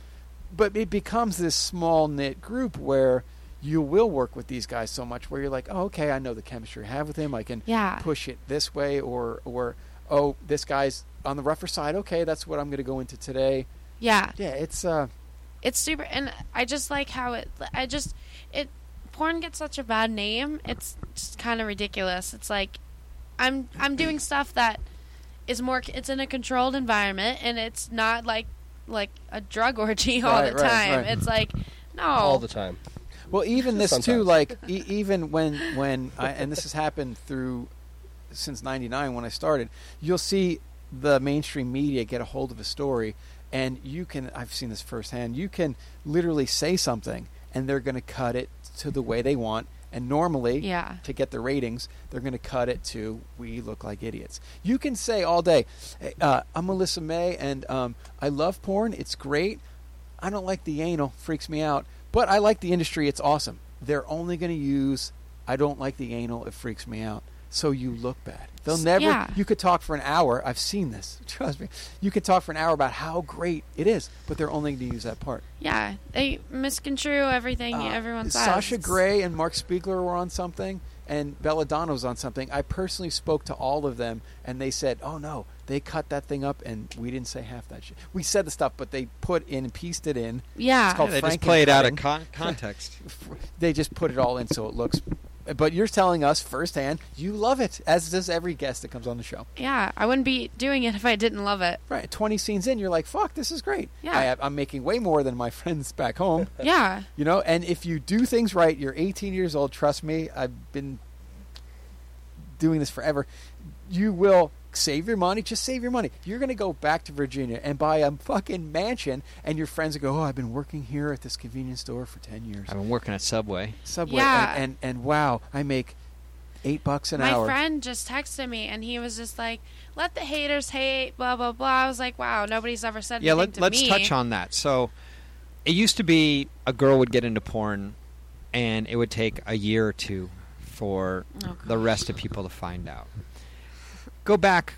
Speaker 2: but it becomes this small knit group where you will work with these guys so much, where you're like, oh, okay, I know the chemistry I have with him. I can
Speaker 8: Yeah.
Speaker 2: push it this way, or or oh, this guy's on the rougher side. Okay, that's what I'm going to go into today.
Speaker 8: Yeah,
Speaker 2: Yeah, it's uh,
Speaker 8: it's super, and I just like how it. I just it. Porn gets such a bad name. It's just kind of ridiculous. It's like, I'm I'm doing stuff that is more. It's in a controlled environment, and it's not like like a drug orgy all
Speaker 2: Right,
Speaker 8: the
Speaker 2: right,
Speaker 8: time.
Speaker 2: right.
Speaker 8: It's like no.
Speaker 5: All the time.
Speaker 2: well, even this too.
Speaker 5: Sometimes.
Speaker 2: Like e- even when when I, and this has happened through since '99 when I started, you'll see the mainstream media get a hold of a story, and you can, I've seen this firsthand, you can literally say something, and they're going to cut it to the way they want. And normally,
Speaker 8: Yeah.
Speaker 2: to get the ratings, they're going to cut it to "We look like idiots." You can say all day, "Hey, uh, "I'm Melissa May, and um, I love porn. It's great. I don't like the anal; freaks me out. But I like the industry. It's awesome." They're only going to use "I don't like the anal. It freaks me out." So you look bad. They'll never.
Speaker 8: yeah.
Speaker 2: You could talk for an hour. I've seen this. [laughs] Trust me. You could talk for an hour about how great it is, but they're only going to use that part.
Speaker 8: Yeah, they misconstrue everything
Speaker 2: Uh,
Speaker 8: everyone says.
Speaker 2: Sasha Gray and Mark Spiegler were on something, and Belladonna's on something. I personally spoke to all of them, and they said, "Oh no, they cut that thing up, and we didn't say half that shit. We said the stuff, but they put in, pieced it in.
Speaker 8: Yeah.
Speaker 2: it's called
Speaker 3: Yeah, they just
Speaker 2: Franken-
Speaker 3: play it out of con-
Speaker 8: [laughs]
Speaker 3: context.
Speaker 2: They just put it all in, so it looks." But you're telling us firsthand you love it, as does every guest that comes on the show.
Speaker 8: Yeah, I wouldn't be doing it if I didn't love it.
Speaker 2: Right, 20 scenes in, you're like, "Fuck, this is great."
Speaker 8: Yeah.
Speaker 2: I, I'm making way more than my [laughs] friends back home.
Speaker 8: Yeah.
Speaker 2: You know, and if you do things right, you're 18 years old. Trust me, I've been doing this forever. You will save your money. Just save your money. You're going to go back to Virginia and buy a fucking mansion, and your friends will go, "Oh, I've been working here at this convenience store for 10 years,
Speaker 3: I've been working at Subway.
Speaker 2: Subway,
Speaker 8: Yeah.
Speaker 2: and, and and wow, I make eight bucks an
Speaker 8: My
Speaker 2: hour."
Speaker 8: friend just texted me and he was just like, "Let the haters hate." Blah blah blah. I was like, "Wow, nobody's ever said
Speaker 3: yeah
Speaker 8: anything
Speaker 3: let,
Speaker 8: to
Speaker 3: let's
Speaker 8: me."
Speaker 3: touch on that so it used to be a girl would get into porn and it would take a year or two for
Speaker 8: Oh,
Speaker 3: the rest of people to find out go back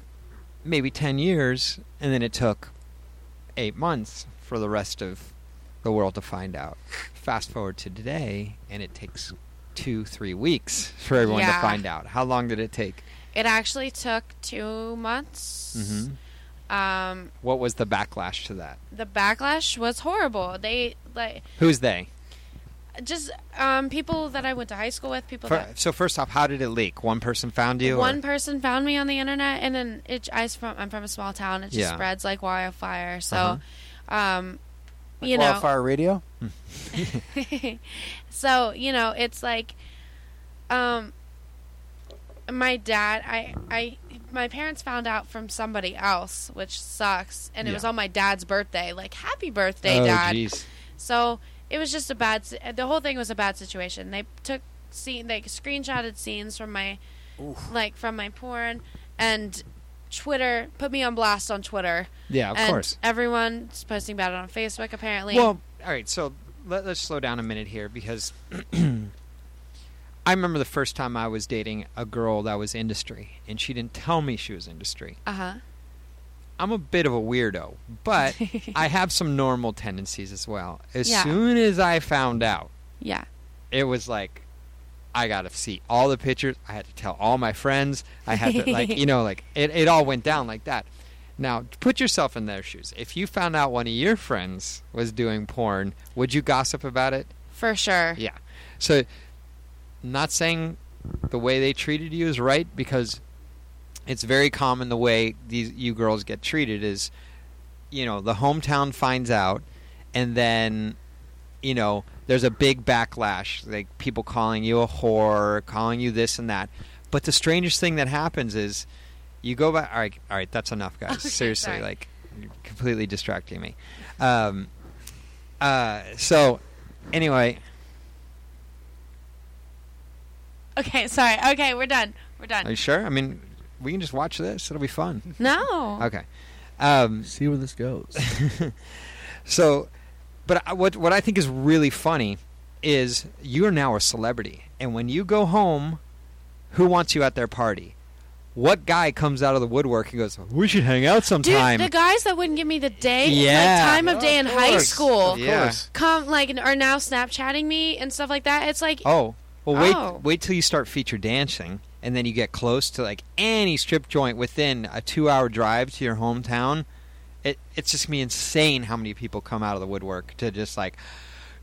Speaker 3: maybe 10 years and then it took eight months for the rest of the world to find out fast forward to today and it takes two three weeks for everyone to
Speaker 8: Yeah.
Speaker 3: find out how long did it take
Speaker 8: It actually took two months.
Speaker 3: hmm
Speaker 8: Um,
Speaker 3: what was the backlash to that
Speaker 8: the backlash was horrible. They like
Speaker 3: who's they
Speaker 8: just um, people that I went to high school with, people
Speaker 3: Fir-
Speaker 8: that
Speaker 3: so first off, how did it leak? One person found you. or-
Speaker 8: One person found me on the internet, and then it. I from I'm from a small town. It just
Speaker 3: Yeah. Uh-huh.
Speaker 8: spreads like wildfire. So, um, you know,
Speaker 2: Wildfire Radio.
Speaker 8: [laughs] so you know, it's like, um, my dad. I I my parents found out from somebody else, which sucks, and it was
Speaker 3: Yeah.
Speaker 8: on my dad's birthday. Like, happy birthday,
Speaker 3: oh,
Speaker 8: dad.
Speaker 3: jeez.
Speaker 8: So it was just a bad. si- The whole thing was a bad situation. They took scene, they screenshotted scenes from my, like from my porn, and Twitter put me on blast on Twitter.
Speaker 3: Yeah, of
Speaker 8: and
Speaker 3: course.
Speaker 8: Everyone's posting about it on Facebook apparently.
Speaker 3: Well, all right. So let, let's slow down a minute here because [clears throat] I remember the first time I was dating a girl that was industry, and she didn't tell me she was industry.
Speaker 8: uh huh.
Speaker 3: I'm a bit of a weirdo, but
Speaker 8: [laughs]
Speaker 3: I have some normal tendencies as well. As
Speaker 8: Yeah.
Speaker 3: soon as I found out,
Speaker 8: Yeah.
Speaker 3: it was like I got to see all the pictures. I had to tell all my friends. I had to like you know like it, it all went down like that. Now put yourself in their shoes. If you found out one of your friends was doing porn, would you gossip about it?
Speaker 8: For sure.
Speaker 3: Yeah. So not saying the way they treated you is right because it's very common the way these you girls get treated is you know, the hometown finds out and then you know, there's a big backlash, like people calling you a whore, calling you this and that. But the strangest thing that happens is you go back. All right, all right, that's enough, guys.
Speaker 8: [laughs] Okay,
Speaker 3: Seriously,
Speaker 8: sorry.
Speaker 3: like you're completely distracting me. Um, uh, so anyway,
Speaker 8: Okay. Sorry. Okay. We're done. We're
Speaker 3: Are
Speaker 8: done.
Speaker 3: you sure? I mean, we can just watch this. It'll be fun.
Speaker 8: no.
Speaker 3: Okay. Um,
Speaker 5: See where this goes.
Speaker 3: so, but I, what what I think is really funny is you're now a celebrity, and when you go home, who wants you at their party? What guy comes out of the woodwork and goes, "We should hang out
Speaker 8: Dude,
Speaker 3: sometime"?
Speaker 8: the guys that wouldn't give me the day,
Speaker 3: Yeah.
Speaker 8: like time of day in high
Speaker 2: course.
Speaker 8: school,
Speaker 2: Of
Speaker 3: Yeah.
Speaker 2: course.
Speaker 8: come like are now Snapchatting me and stuff like that. It's like,
Speaker 3: Oh, well, wait,
Speaker 8: Oh.
Speaker 3: wait till you start feature dancing, and then you get close to like any strip joint within a two-hour drive to your hometown. It it's just me insane how many people come out of the woodwork to just like,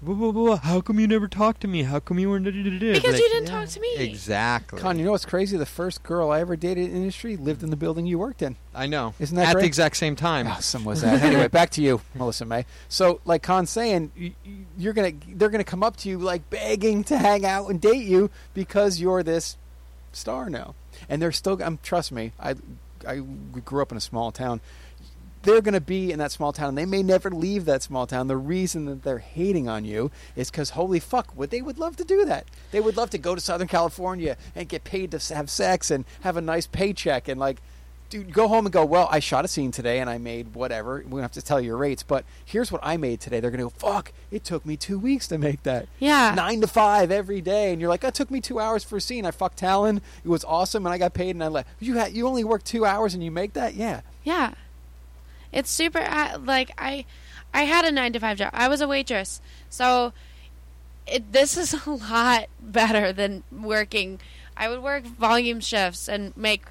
Speaker 3: "Blah, blah, blah, how come you never talked to me? How come you weren't? Because
Speaker 8: you didn't talk to me."
Speaker 3: Exactly.
Speaker 2: Con, you know what's crazy? The first girl I ever dated in the industry lived in the building you worked in.
Speaker 3: I know.
Speaker 2: Isn't that
Speaker 3: at
Speaker 2: great?
Speaker 3: the exact same time?
Speaker 2: Awesome was that. anyway, back to you, Melissa May. So, like Khan's saying, y- y- you're gonna they're gonna come up to you like begging to hang out and date you because you're this star now, and they're still. Um, trust me, I I we grew up in a small town. They're going to be in that small town, and they may never leave that small town. The reason that they're hating on you is because holy fuck, what they would love to do that. They would love to go to Southern California and get paid to s- have sex and have a nice paycheck and like dude, go home and go, well, I shot a scene today and I made whatever. We don't have to tell you your rates, but here's what I made today. They're going to go, fuck, it took me two weeks to make that.
Speaker 8: Yeah.
Speaker 2: Nine to five every day. And you're like, it took me two hours for a scene. I fucked Talon. It was awesome and I got paid and I left. You, had, you only worked two hours and you make that? Yeah.
Speaker 8: Yeah. It's super I- like I I had a 9 to 5 job. I was a waitress. So it, this is [laughs] a lot better than working. I would work volume shifts and make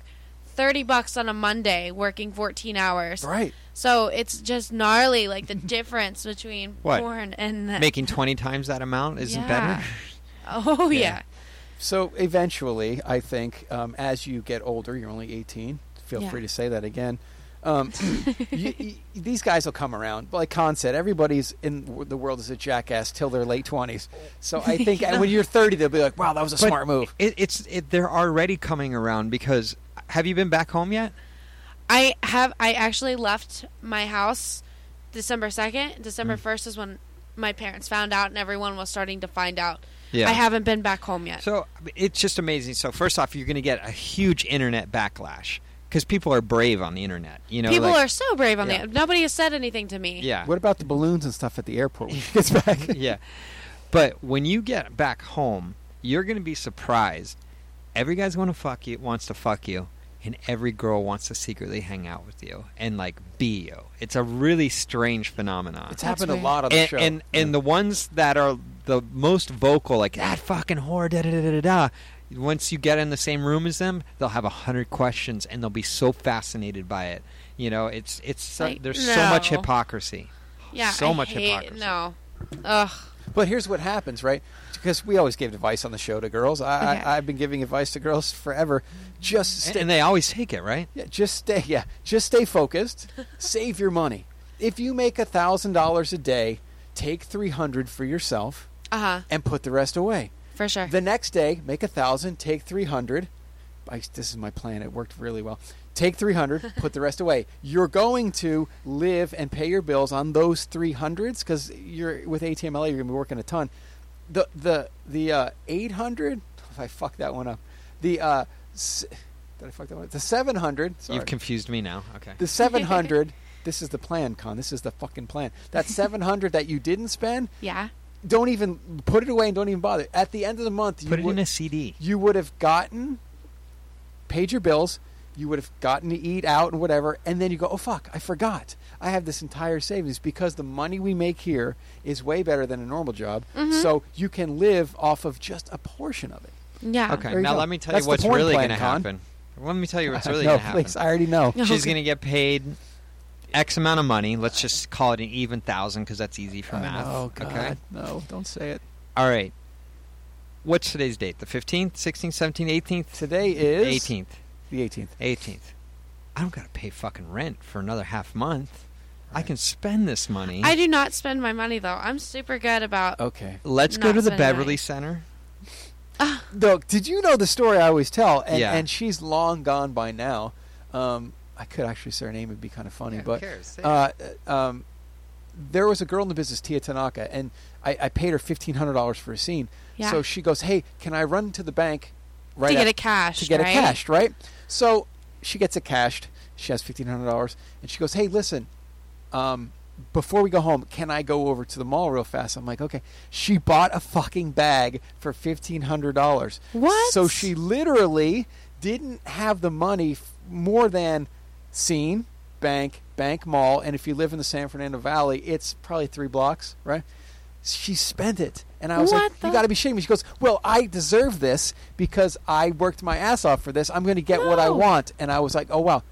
Speaker 8: 30 bucks on a Monday working 14 hours.
Speaker 2: Right.
Speaker 8: So it's just gnarly like the difference between
Speaker 3: What?
Speaker 8: porn and the,
Speaker 3: Making 20 times that amount isn't
Speaker 8: Yeah.
Speaker 3: better?
Speaker 8: [laughs] Oh yeah.
Speaker 2: So eventually, I think um, as you get older, you're only 18. Feel
Speaker 8: Yeah.
Speaker 2: free to say that again. Um,
Speaker 8: [laughs]
Speaker 2: you, you, these guys will come around. Like Khan said, everybody's in w- the world is a jackass till their late 20s. So
Speaker 8: [laughs]
Speaker 2: I think and when you're 30, they'll be like, "Wow, that was a
Speaker 3: But
Speaker 2: smart move."
Speaker 3: It, it's it, they're already coming around because have you been back home yet?
Speaker 8: I have. I actually left my house December second.
Speaker 3: Mm.
Speaker 8: December first is when my parents found out, and everyone was starting to find out.
Speaker 3: Yeah.
Speaker 8: I haven't been back home yet.
Speaker 3: So it's just amazing. So first off, you're going to get a huge internet backlash because people are brave on the internet. You know,
Speaker 8: People
Speaker 3: like-
Speaker 8: are so brave on
Speaker 3: Yeah.
Speaker 8: the. Nobody has said anything to me.
Speaker 3: yeah,
Speaker 2: What about the balloons and stuff at the airport when he gets back?
Speaker 3: [laughs]
Speaker 8: [laughs]
Speaker 3: yeah. But when you get back home, you're going to be surprised. Every guy's going to fuck you, wants to fuck you, and every girl wants to secretly hang out with you and like be you. It's a really strange phenomenon.
Speaker 2: It's happened a
Speaker 8: weird.
Speaker 2: lot on the
Speaker 3: and,
Speaker 2: show.
Speaker 3: And and the ones that are the most vocal, like that fucking whore, da da da da da. Once you get in the same room as them, they'll have a hundred questions, and they'll be so fascinated by it. You know, it's it's so-
Speaker 8: Like,
Speaker 3: there's so much
Speaker 8: no.
Speaker 3: hypocrisy.
Speaker 8: Yeah.
Speaker 3: so
Speaker 8: I
Speaker 3: much
Speaker 8: hate-
Speaker 3: hypocrisy.
Speaker 8: No. Ugh.
Speaker 2: But here's what happens, right? Because we always gave advice on the show to girls. I,
Speaker 8: Okay.
Speaker 2: I, I've been giving advice to girls forever. Just
Speaker 3: And-
Speaker 2: stay,
Speaker 3: and they always take it, right?
Speaker 2: Yeah, just stay. [laughs] Yeah, just stay focused. Save your money. If you make a thousand dollars a day, take three hundred for yourself
Speaker 8: Uh huh.
Speaker 2: and put the rest away.
Speaker 8: For sure.
Speaker 2: The next day, make a thousand, take three hundred. I, this is my plan. It worked really well. Take three hundred, put the rest away. You're going to live and pay your bills on those three hundreds because you're with ATMLA. You're going to be working a ton. The the the uh, eight hundred. [laughs] If I fucked that one up, the uh, s- did I fuck that one? up? The seven hundred.
Speaker 3: You've confused me now. Okay. [laughs]
Speaker 2: The 700, this is the plan, Con. This is the fucking plan. That 700 that you didn't spend,
Speaker 8: yeah.
Speaker 2: don't even put it away and don't even bother. At the end of the month, you,
Speaker 3: Put it
Speaker 2: would,
Speaker 3: in a CD.
Speaker 2: you would have gotten, paid your bills, you would have gotten to eat out and whatever, and then you go, oh fuck, I forgot. I have this entire savings because the money we make here is way better than a normal job. So you can live off of just a portion of it.
Speaker 8: Yeah.
Speaker 3: Okay.
Speaker 2: There you
Speaker 3: Now
Speaker 2: go.
Speaker 3: let me tell
Speaker 2: That's
Speaker 3: you
Speaker 2: the
Speaker 3: what's
Speaker 2: porn
Speaker 3: really
Speaker 2: plan,
Speaker 3: going to
Speaker 2: Con.
Speaker 3: happen. Let me tell you what's really
Speaker 2: [laughs] no,
Speaker 3: going to happen.
Speaker 2: please, I already know.
Speaker 8: Oh,
Speaker 3: She's going to get paid X amount of money. Let's just call it an even thousand because that's easy for math.
Speaker 2: Oh god,
Speaker 3: Okay.
Speaker 2: no, don't say it.
Speaker 3: All right. What's today's date? The 15th, 16th, 17th, 18th?
Speaker 2: Today is
Speaker 3: 18th.
Speaker 2: The 18th.
Speaker 3: 18th. I don't got to pay fucking rent for another half month. I can spend this money.
Speaker 8: I do not spend my money though. I'm super good about.
Speaker 3: Oh,
Speaker 2: Okay.
Speaker 3: Let's go
Speaker 8: Not
Speaker 3: to the
Speaker 8: spending
Speaker 3: Beverly
Speaker 8: money.
Speaker 3: Center.
Speaker 2: Look, did you know the story I always tell? And,
Speaker 3: Yeah.
Speaker 2: and she's long gone by now. Um, I could actually say her name; it'd be kind of funny.
Speaker 3: Yeah, who
Speaker 2: but
Speaker 3: cares? Say
Speaker 2: uh, um, there was a girl in the business, Tia Tanaka, and I, I paid her fifteen hundred dollars for a scene.
Speaker 8: Yeah.
Speaker 2: So she goes, "Hey, can I run to the bank right
Speaker 8: to get
Speaker 2: af-
Speaker 8: a cash.
Speaker 2: to get
Speaker 8: right?
Speaker 2: it cashed, right? So she gets it cashed. She has fifteen hundred dollars, and she goes, "Hey, listen, um, before we go home, can I go over to the mall real fast?" I'm like, "Okay." She bought a fucking bag for fifteen hundred dollars.
Speaker 8: What?
Speaker 2: So she literally didn't have the money f- more than scene, bank, bank, mall, and if you live in the San Fernando Valley, it's probably three blocks, right? She spent it, and I was
Speaker 8: What
Speaker 2: like,
Speaker 8: the-
Speaker 2: "You got to be shitting me." She goes, "Well, I deserve this because I worked my ass off for this. I'm going to get what I
Speaker 8: No.
Speaker 2: want." And I was like, "Oh wow."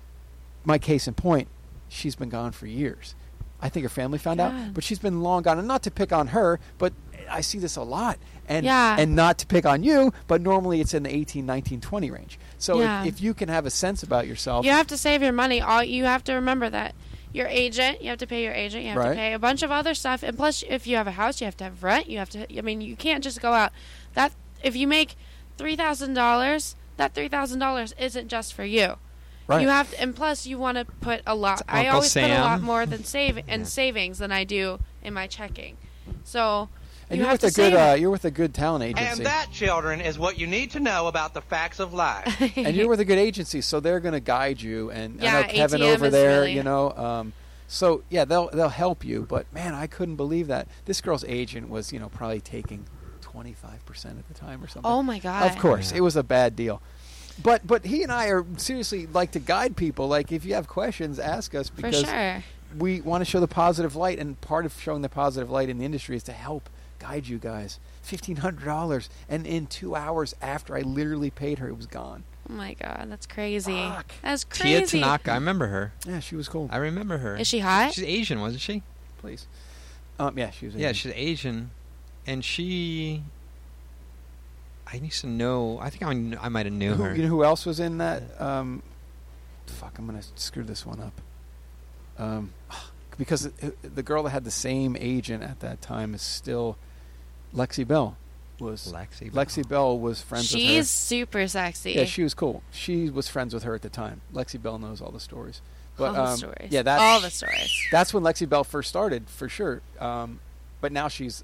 Speaker 2: My case in point, she's been gone for years. I think her family found out,
Speaker 8: God.
Speaker 2: but she's been long gone. And not to pick on her, but I see this a lot. And
Speaker 8: Yeah.
Speaker 2: and not to pick on you, but normally it's in the 18, 19, 20 range. So
Speaker 8: Yeah.
Speaker 2: if, if you can have a sense about yourself,
Speaker 8: You have to save your money. All you have to remember that your agent, you have to pay your agent, you have
Speaker 2: Right.
Speaker 8: to pay a bunch of other stuff, and plus, if you have a house, you have to have rent. You have to. I mean, you can't just go out. That if you make three thousand dollars, that three thousand dollars isn't just for you.
Speaker 2: Right.
Speaker 8: You have, to, and plus you want to put a lot. I
Speaker 2: Uncle
Speaker 8: always put a lot
Speaker 2: Sam.
Speaker 8: more than save and savings than I do in my checking. So
Speaker 2: and
Speaker 8: you
Speaker 2: you're
Speaker 8: have
Speaker 2: with
Speaker 8: to
Speaker 2: a good
Speaker 8: save.
Speaker 2: uh, you're with a good talent agency.
Speaker 11: And that, children, is what you need to know about the facts of life.
Speaker 2: and you're with a good agency, so they're going to guide you. And I
Speaker 11: Yeah,
Speaker 2: know Kevin
Speaker 11: ATM
Speaker 2: over
Speaker 11: is
Speaker 2: there,
Speaker 11: really-
Speaker 2: you know. Um, so yeah, they'll they'll help you. But man, I couldn't believe that this girl's agent was you know probably taking twenty five percent at the time or something.
Speaker 8: Oh, my God.
Speaker 2: Of course, it was a bad deal. But but he and I are seriously like to guide people. Like if you have questions, ask us because
Speaker 8: sure.
Speaker 2: we want to show the positive light. And part of showing the positive light in the industry is to help guide you guys. Fifteen hundred dollars, and in two hours after I literally paid her, it was gone.
Speaker 8: Oh my god, that's crazy. That's
Speaker 3: Tia
Speaker 8: crazy.
Speaker 3: Tanaka, I remember her.
Speaker 2: Yeah, she was cool.
Speaker 3: I remember her.
Speaker 8: Is she hot?
Speaker 3: She's Asian, wasn't she?
Speaker 2: Please. Um, yeah, she was.
Speaker 3: Yeah,
Speaker 2: Asian.
Speaker 3: she's Asian, and she. I need to know. I think I, kn- I might have knew
Speaker 2: Who-
Speaker 3: her.
Speaker 2: You know who else was in that? Um, fuck, I'm gonna screw this one up. Um, because it- the girl that had the same agent at that time is still Lexi Bell. Was
Speaker 3: Lexi?
Speaker 2: Bell. Lexi Bell was friends with her.
Speaker 8: She's super sexy.
Speaker 2: Yeah, she was cool. She was friends with her at the time. Lexi Bell knows all the stories. But,
Speaker 8: All the
Speaker 2: um,
Speaker 8: stories.
Speaker 2: Yeah, that's,
Speaker 8: All the stories.
Speaker 2: That's when Lexi Bell first started, for sure. Um, but now she's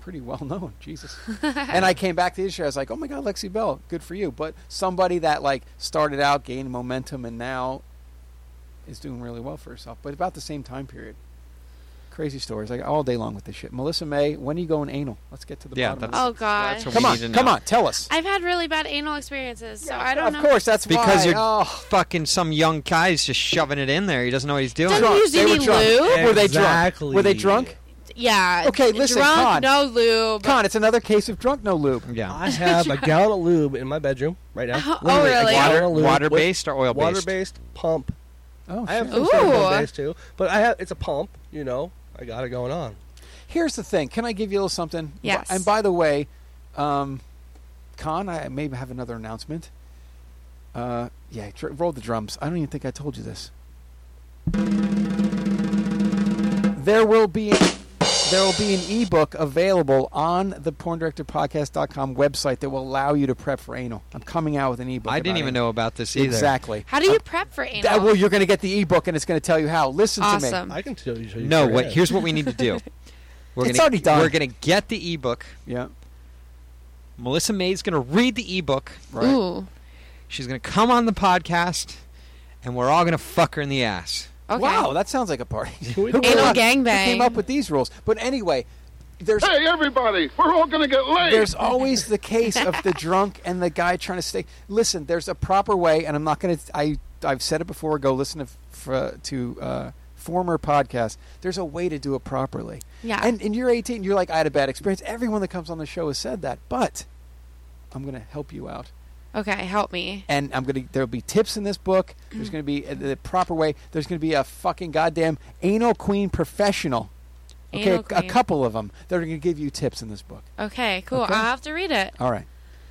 Speaker 2: pretty well known. [laughs] Jesus. and I came back to the issue. I was like, oh my god, Lexi Bell, good for you. But somebody that like started out, gained momentum, and now is doing really well for herself. But about the same time period. Crazy stories, like all day long with this shit. Melissa May, when are you going anal? Let's get to the
Speaker 3: Yeah,
Speaker 2: bottom. of
Speaker 3: that's-
Speaker 8: Oh, God.
Speaker 3: that's what we
Speaker 2: come on,
Speaker 3: need to
Speaker 2: come
Speaker 3: know.
Speaker 2: on, tell us.
Speaker 8: I've had really bad anal experiences, so I don't
Speaker 2: of
Speaker 8: know.
Speaker 2: course, that's why.
Speaker 3: because you're
Speaker 2: Oh.
Speaker 3: fucking some young guy's just shoving it in there. He doesn't know what he's doing.
Speaker 8: Doesn't he use They were any drunk. lube?
Speaker 2: Were they drunk? Were they
Speaker 3: Exactly.
Speaker 2: drunk?
Speaker 8: Yeah.
Speaker 2: Okay, listen,
Speaker 8: drunk,
Speaker 2: Con.
Speaker 8: no lube.
Speaker 2: Con, it's another case of drunk no lube.
Speaker 3: Yeah,
Speaker 5: [laughs] I have a gallon of lube in my bedroom right now.
Speaker 8: Oh,
Speaker 5: Literally, a
Speaker 8: really?
Speaker 5: gallon of lube
Speaker 3: Water-
Speaker 5: with-
Speaker 3: water-based or oil-based?
Speaker 5: Water-based pump.
Speaker 2: Oh,
Speaker 5: I have
Speaker 2: shit.
Speaker 5: some sort of
Speaker 2: Ooh.
Speaker 5: pump-based too, but I have it's a pump. You know, I got it going on.
Speaker 2: Here's the thing. Can I give you a little something? B-
Speaker 5: Yes.
Speaker 2: And by the way, um, Con, I may have another announcement. Uh, yeah, dr- roll the drums. I don't even think I told you this. There will be there will be an ebook available on the porndirectorpodcast.com website that will allow you to prep for anal. I'm coming out with an ebook.
Speaker 3: I didn't
Speaker 2: about
Speaker 3: even
Speaker 2: anal.
Speaker 3: know about this either.
Speaker 2: Exactly. Uh,
Speaker 8: How do you prep for anal?
Speaker 2: That- well, you're going to get the ebook, and it's going to tell you how. Listen to
Speaker 8: Awesome.
Speaker 2: me.
Speaker 8: I
Speaker 5: can tell you.
Speaker 3: No, what? Here's what we need
Speaker 2: [laughs]
Speaker 3: to do. We're
Speaker 2: It's
Speaker 3: gonna,
Speaker 2: already done.
Speaker 3: We're gonna get the ebook.
Speaker 2: Yeah.
Speaker 3: Melissa May's gonna read the ebook.
Speaker 2: Right. Ooh.
Speaker 3: She's gonna come on the podcast, and we're all gonna fuck her in the ass.
Speaker 8: Okay.
Speaker 2: Wow, that sounds like a party. [laughs] Who
Speaker 8: Anal
Speaker 2: came up-
Speaker 8: gangbang.
Speaker 2: who came up with these rules? But anyway,
Speaker 6: [laughs]
Speaker 2: there's
Speaker 6: Hey, everybody, we're all going to get laid.
Speaker 2: there's always the case of the drunk and the guy trying to stay. Listen, there's a proper way, and I'm not going to. I I've said it before. Go listen to f- uh, to uh, former podcasts. There's a way to do it properly.
Speaker 8: Yeah.
Speaker 2: And and you're 18. You're like I had a bad experience. Everyone that comes on the show has said that, but I'm going to help you out.
Speaker 8: Okay, help me.
Speaker 2: and I'm gonna. There'll be tips in this book. There's gonna be uh, the proper way. There's gonna be a fucking goddamn anal queen professional. Okay,
Speaker 8: Anal
Speaker 2: a, a
Speaker 8: queen.
Speaker 2: couple of them that are gonna give you tips in this book.
Speaker 8: Okay, cool.
Speaker 2: Okay.
Speaker 8: I'll have to read it.
Speaker 2: All right,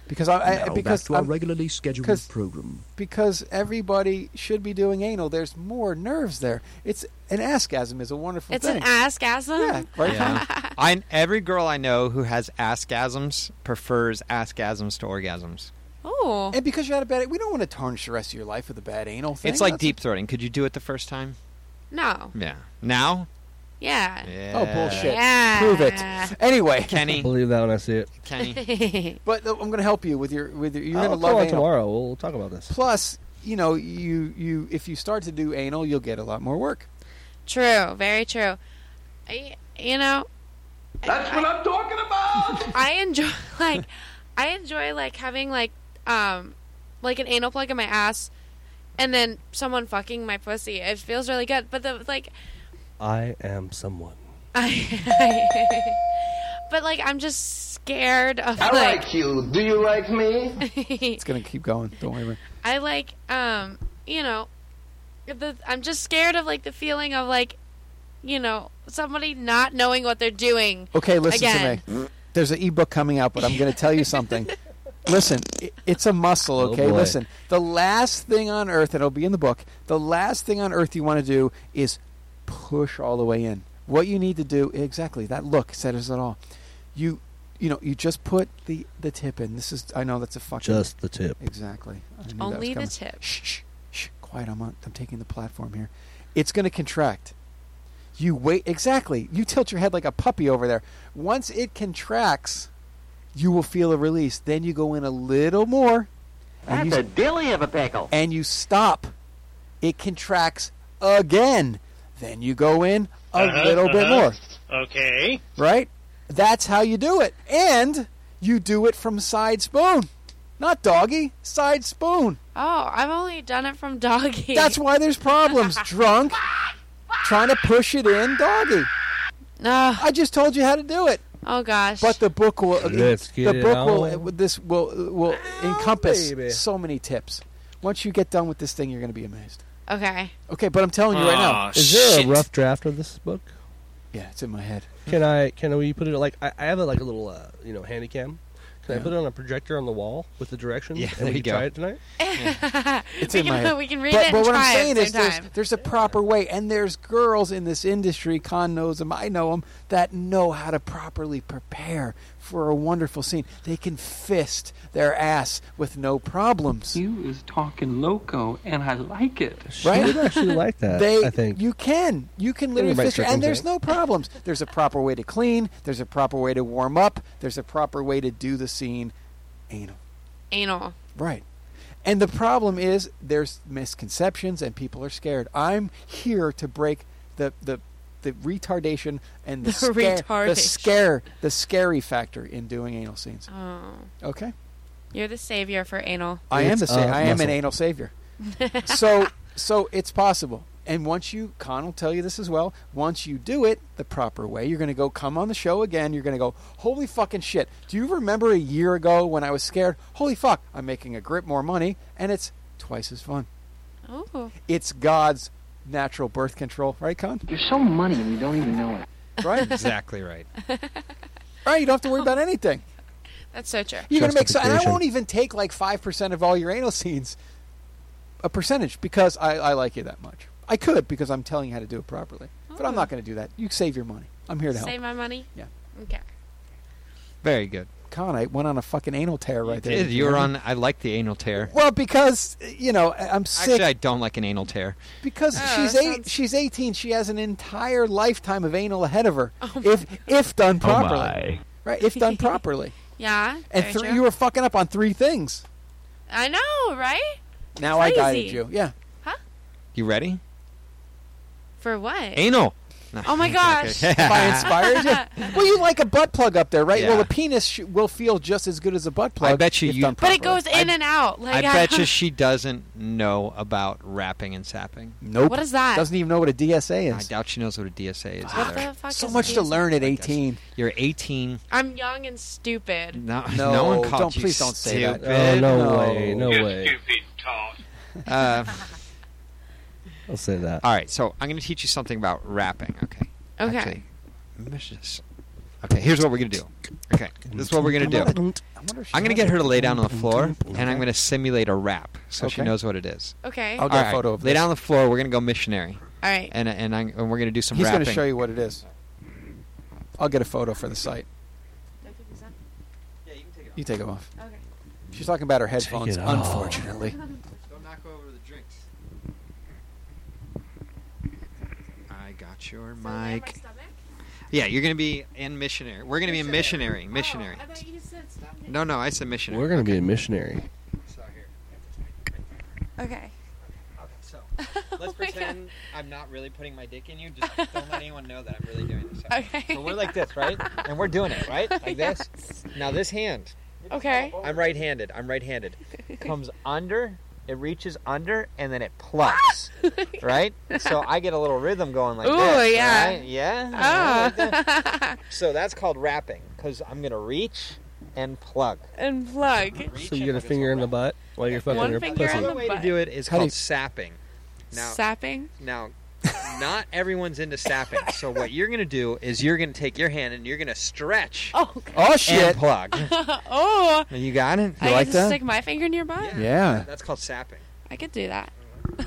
Speaker 2: because I, I
Speaker 12: now
Speaker 2: because
Speaker 12: back to our
Speaker 2: I'm-
Speaker 12: regularly scheduled
Speaker 2: 'cause-
Speaker 12: program.
Speaker 2: because everybody should be doing anal. There's more nerves there. It's an askasm is a wonderful
Speaker 8: It's
Speaker 2: thing.
Speaker 8: an ass gasm.
Speaker 2: Yeah, right.
Speaker 3: Yeah. [laughs] I every girl I know who has askasms prefers askasms to orgasms.
Speaker 8: Oh.
Speaker 2: And because you had a bad, we don't want to tarnish the rest of your life with a bad anal thing.
Speaker 3: It's like
Speaker 2: That's-
Speaker 3: deep throating. Could you do it the first time?
Speaker 8: No.
Speaker 3: Yeah. Now?
Speaker 8: Yeah.
Speaker 2: Oh bullshit!
Speaker 8: Yeah.
Speaker 2: Prove it. Anyway,
Speaker 3: Kenny.
Speaker 5: believe that when I see it.
Speaker 8: [laughs]
Speaker 2: but uh, I'm going to help you with your with your. You're
Speaker 5: I'll
Speaker 2: going to
Speaker 5: call
Speaker 2: love
Speaker 5: it
Speaker 2: anal.
Speaker 5: tomorrow. We'll talk about this.
Speaker 2: Plus, you know, you you if you start to do anal, you'll get a lot more work.
Speaker 8: True. Very true. I, you know. That's what I'm talking about. [laughs] I enjoy like, I enjoy like having like, um, like an anal plug in my ass, and then someone fucking my pussy. It feels really good. But the like, [laughs]
Speaker 5: I am someone.
Speaker 8: but like I'm just scared of
Speaker 6: I
Speaker 8: like.
Speaker 6: like you. Do you like me?
Speaker 8: [laughs]
Speaker 2: It's gonna keep going. Don't worry. about it.
Speaker 8: I like um you know the I'm just scared of like the feeling of like you know somebody not knowing what they're doing.
Speaker 2: Okay, listen
Speaker 8: Again.
Speaker 2: to me. There's an ebook coming out, but I'm going to tell you something. listen, i it's a muscle.
Speaker 5: Oh,
Speaker 2: Okay,
Speaker 5: boy.
Speaker 2: listen. The last thing on earth, and it'll be in the book. The last thing on earth you want to do is push all the way in. What you need to do exactly that look says it all. You. You know, you just put the the tip in. This is I know that's a fucking
Speaker 5: Just the tip.
Speaker 2: Exactly. I knew that was
Speaker 8: Only the
Speaker 2: coming.
Speaker 8: tip.
Speaker 2: Shh, shh, shh. quiet. I'm on, I'm taking the platform here. It's going to contract. You wait exactly. You tilt your head like a puppy over there. Once it contracts, you will feel a release. Then you go in a little more. And
Speaker 12: That's
Speaker 2: you,
Speaker 12: a dilly of a pickle.
Speaker 2: And you stop. It contracts again. Then you go in a
Speaker 13: Uh-huh,
Speaker 2: little bit
Speaker 13: uh-huh.
Speaker 2: more.
Speaker 13: Okay.
Speaker 2: Right? That's how you do it. And you do it from side spoon. Not doggy, side spoon.
Speaker 8: Oh, I've only done it from [laughs] doggy.
Speaker 2: That's why there's
Speaker 8: [laughs]
Speaker 2: problems. Drunk, trying to push it in doggy.
Speaker 8: No.
Speaker 2: I just told you how to do it.
Speaker 8: Oh gosh.
Speaker 2: But the book will
Speaker 5: Let's get
Speaker 2: the
Speaker 5: it
Speaker 2: book will
Speaker 5: on.
Speaker 2: this will will encompass
Speaker 5: baby.
Speaker 2: so many tips. Once you get done with this thing, you're going to be amazed.
Speaker 8: Okay.
Speaker 2: Okay, but I'm telling you right now,
Speaker 5: Is there a rough draft of this book?
Speaker 2: Yeah, it's in my head.
Speaker 5: Can I? Can we put it like I, I have a, like a little uh, you know handy cam? Can I
Speaker 2: Yeah.
Speaker 5: put it on a projector on the wall with the directions?
Speaker 2: Yeah,
Speaker 5: and
Speaker 2: there
Speaker 5: we
Speaker 2: you go.
Speaker 5: can try it [laughs] tonight.
Speaker 2: It's
Speaker 8: We
Speaker 2: in
Speaker 8: can-
Speaker 2: my head.
Speaker 8: [laughs] we can read
Speaker 2: but,
Speaker 8: it
Speaker 2: But
Speaker 8: and
Speaker 2: what
Speaker 8: try
Speaker 2: I'm
Speaker 8: it
Speaker 2: saying
Speaker 8: at the
Speaker 2: is,
Speaker 8: same
Speaker 2: there's,
Speaker 8: time.
Speaker 2: there's a proper way, and there's girls in this industry. Con knows them. I know them. That know how to properly prepare for a wonderful scene. They can fist their ass with no problems. You is talking loco, and I like it. Right?
Speaker 5: would actually like that,
Speaker 2: They,
Speaker 5: I think.
Speaker 2: you can. You can
Speaker 5: In
Speaker 2: literally
Speaker 5: the right
Speaker 2: fist your, and there's
Speaker 5: circumstance.
Speaker 2: no problems. There's a proper way to clean. There's a proper way to warm up. There's a proper way to do the scene. Anal.
Speaker 8: Anal.
Speaker 2: Right. And the problem is there's misconceptions and people are scared. I'm here to break the the the retardation and the,
Speaker 8: [laughs] The
Speaker 2: scare, the
Speaker 8: retardation.
Speaker 2: scare the scary factor in doing anal scenes.
Speaker 8: Oh.
Speaker 2: Okay.
Speaker 8: You're the savior for anal.
Speaker 2: I am the sa-
Speaker 5: uh,
Speaker 2: I am an
Speaker 5: muscle.
Speaker 2: anal savior. so so it's possible. And once you Con will tell you this as well, once you do it the proper way, you're gonna go come on the show again, you're gonna go, Holy fucking shit. Do you remember a year ago when I was scared? Holy fuck, I'm making a grip more money and it's twice as fun.
Speaker 8: Oh.
Speaker 2: It's God's natural birth control, right, Con? You're so money and you don't even know it. [laughs] Right?
Speaker 3: Exactly right.
Speaker 2: Right, you don't have to worry about anything.
Speaker 8: That's so true.
Speaker 2: You're gonna make so, and I
Speaker 8: Justification.
Speaker 2: won't even take like five percent of all your anal scenes, a percentage because I, I like you that much. I could because I'm telling you how to do it properly, but I'm not gonna do that. You save your money. I'm here to help.
Speaker 8: Save my money.
Speaker 2: Yeah.
Speaker 8: Okay.
Speaker 3: Very good.
Speaker 2: Con, I went on a fucking anal tear right there.
Speaker 3: Did-
Speaker 2: Did
Speaker 3: you were
Speaker 2: remember?
Speaker 3: on. I like the anal tear.
Speaker 2: Well, because you know I- I'm sick.
Speaker 3: Actually, I don't like an anal tear.
Speaker 2: Because
Speaker 8: Ah,
Speaker 3: Oh,
Speaker 2: she's
Speaker 3: that
Speaker 2: eight, she's eighteen. She has an entire lifetime of anal ahead
Speaker 8: [laughs]
Speaker 2: of her,
Speaker 8: Oh
Speaker 2: if if done
Speaker 3: Oh, my.
Speaker 2: properly. Right, if done properly.
Speaker 8: Yeah.
Speaker 2: And
Speaker 8: very
Speaker 2: three,
Speaker 8: true.
Speaker 2: you were fucking up on three things.
Speaker 8: I know, right?
Speaker 2: Now I guided
Speaker 8: Crazy.
Speaker 2: you. Yeah.
Speaker 3: You ready?
Speaker 8: For what?
Speaker 3: Anal. No. [laughs]
Speaker 8: Oh my gosh. [laughs]
Speaker 2: if I inspired you. Well, you like a butt plug up there, right? Well,
Speaker 3: Yeah.
Speaker 2: a penis sh- will feel just as good as a butt plug.
Speaker 3: I bet you
Speaker 2: if
Speaker 3: you-
Speaker 2: done
Speaker 8: But it
Speaker 2: properly.
Speaker 8: goes in and out. Like
Speaker 3: I
Speaker 8: [laughs]
Speaker 3: bet you she doesn't know about rapping and sapping.
Speaker 2: Nope.
Speaker 8: What is that?
Speaker 2: Doesn't even know what a DSA
Speaker 3: I
Speaker 2: is.
Speaker 3: doubt she knows what a DSA is.
Speaker 8: What
Speaker 3: either.
Speaker 8: the fuck
Speaker 2: So
Speaker 8: is
Speaker 2: much to
Speaker 8: these-
Speaker 2: learn at 18.
Speaker 3: You're 18.
Speaker 8: I'm young and stupid.
Speaker 3: No,
Speaker 2: No,
Speaker 3: no, one called
Speaker 2: don't-
Speaker 3: you
Speaker 2: please don't say that.
Speaker 3: stupid.
Speaker 5: Oh, no, way! No way!
Speaker 3: Uh,
Speaker 5: I'll say that.
Speaker 3: all right, so I'm going to teach you something about rapping. Okay.
Speaker 8: Okay.
Speaker 3: Actually, vicious. Okay, here's what we're going to do. Okay, this is what we're going to
Speaker 2: I
Speaker 3: do.
Speaker 2: wonder- I wonder if she
Speaker 3: I'm
Speaker 2: knows
Speaker 3: going to get
Speaker 2: it.
Speaker 3: her to lay down on the floor, and I'm going to simulate a rap so she
Speaker 2: Okay.
Speaker 3: knows what it is.
Speaker 8: Okay.
Speaker 2: I'll
Speaker 3: All
Speaker 2: get a
Speaker 3: right,
Speaker 2: photo of
Speaker 3: Lay
Speaker 2: this.
Speaker 3: down on the floor. We're going to go missionary.
Speaker 8: All right.
Speaker 3: And and, I'm, and we're going to do some
Speaker 2: He's
Speaker 3: rapping.
Speaker 2: going to show you what it is. I'll get a photo for the site. You take them off.
Speaker 8: Okay.
Speaker 2: She's talking about her headphones,
Speaker 5: it off.
Speaker 2: unfortunately.
Speaker 3: Don't knock over the drinks. I got your mic. Yeah, you're going to be in missionary. We're going to be a missionary. Oh, Missionary. No, no, I said missionary.
Speaker 5: We're gonna be a missionary.
Speaker 8: Okay. [laughs]
Speaker 3: So
Speaker 8: Oh
Speaker 3: let's pretend I'm not really putting my dick in you. Just don't let anyone know that I'm really doing this.
Speaker 8: [laughs] Okay.
Speaker 3: So we're like this, right? And we're doing it, right?
Speaker 8: [laughs]
Speaker 3: Like this. Now this hand.
Speaker 8: Okay.
Speaker 3: I'm right-handed. I'm right-handed. Comes under. It reaches under and then it
Speaker 8: [laughs]
Speaker 3: plucks, right? So I get a little rhythm going like
Speaker 8: Ooh,
Speaker 3: this,
Speaker 8: yeah.
Speaker 3: right? Yeah.
Speaker 8: Oh. [laughs]
Speaker 3: yeah, like that. so that's called rapping because I'm gonna reach and plug.
Speaker 8: And plug.
Speaker 5: So you get a finger in the butt while you're fucking
Speaker 8: One
Speaker 5: your
Speaker 8: finger
Speaker 5: pussy.
Speaker 8: in
Speaker 3: Another
Speaker 8: the
Speaker 3: way to
Speaker 8: butt.
Speaker 3: do it is
Speaker 5: How do
Speaker 3: called
Speaker 5: you-
Speaker 3: sapping. Now,
Speaker 8: Sapping. [laughs]
Speaker 3: now, not everyone's into sapping. So what you're gonna do is you're gonna take your hand and you're gonna stretch.
Speaker 8: Oh.
Speaker 2: Oh,
Speaker 3: And
Speaker 2: shit.
Speaker 3: plug.
Speaker 8: oh.
Speaker 3: [laughs] You got it.
Speaker 8: I get to stick my finger in your butt.
Speaker 2: Yeah.
Speaker 3: That's called sapping.
Speaker 8: I could do that.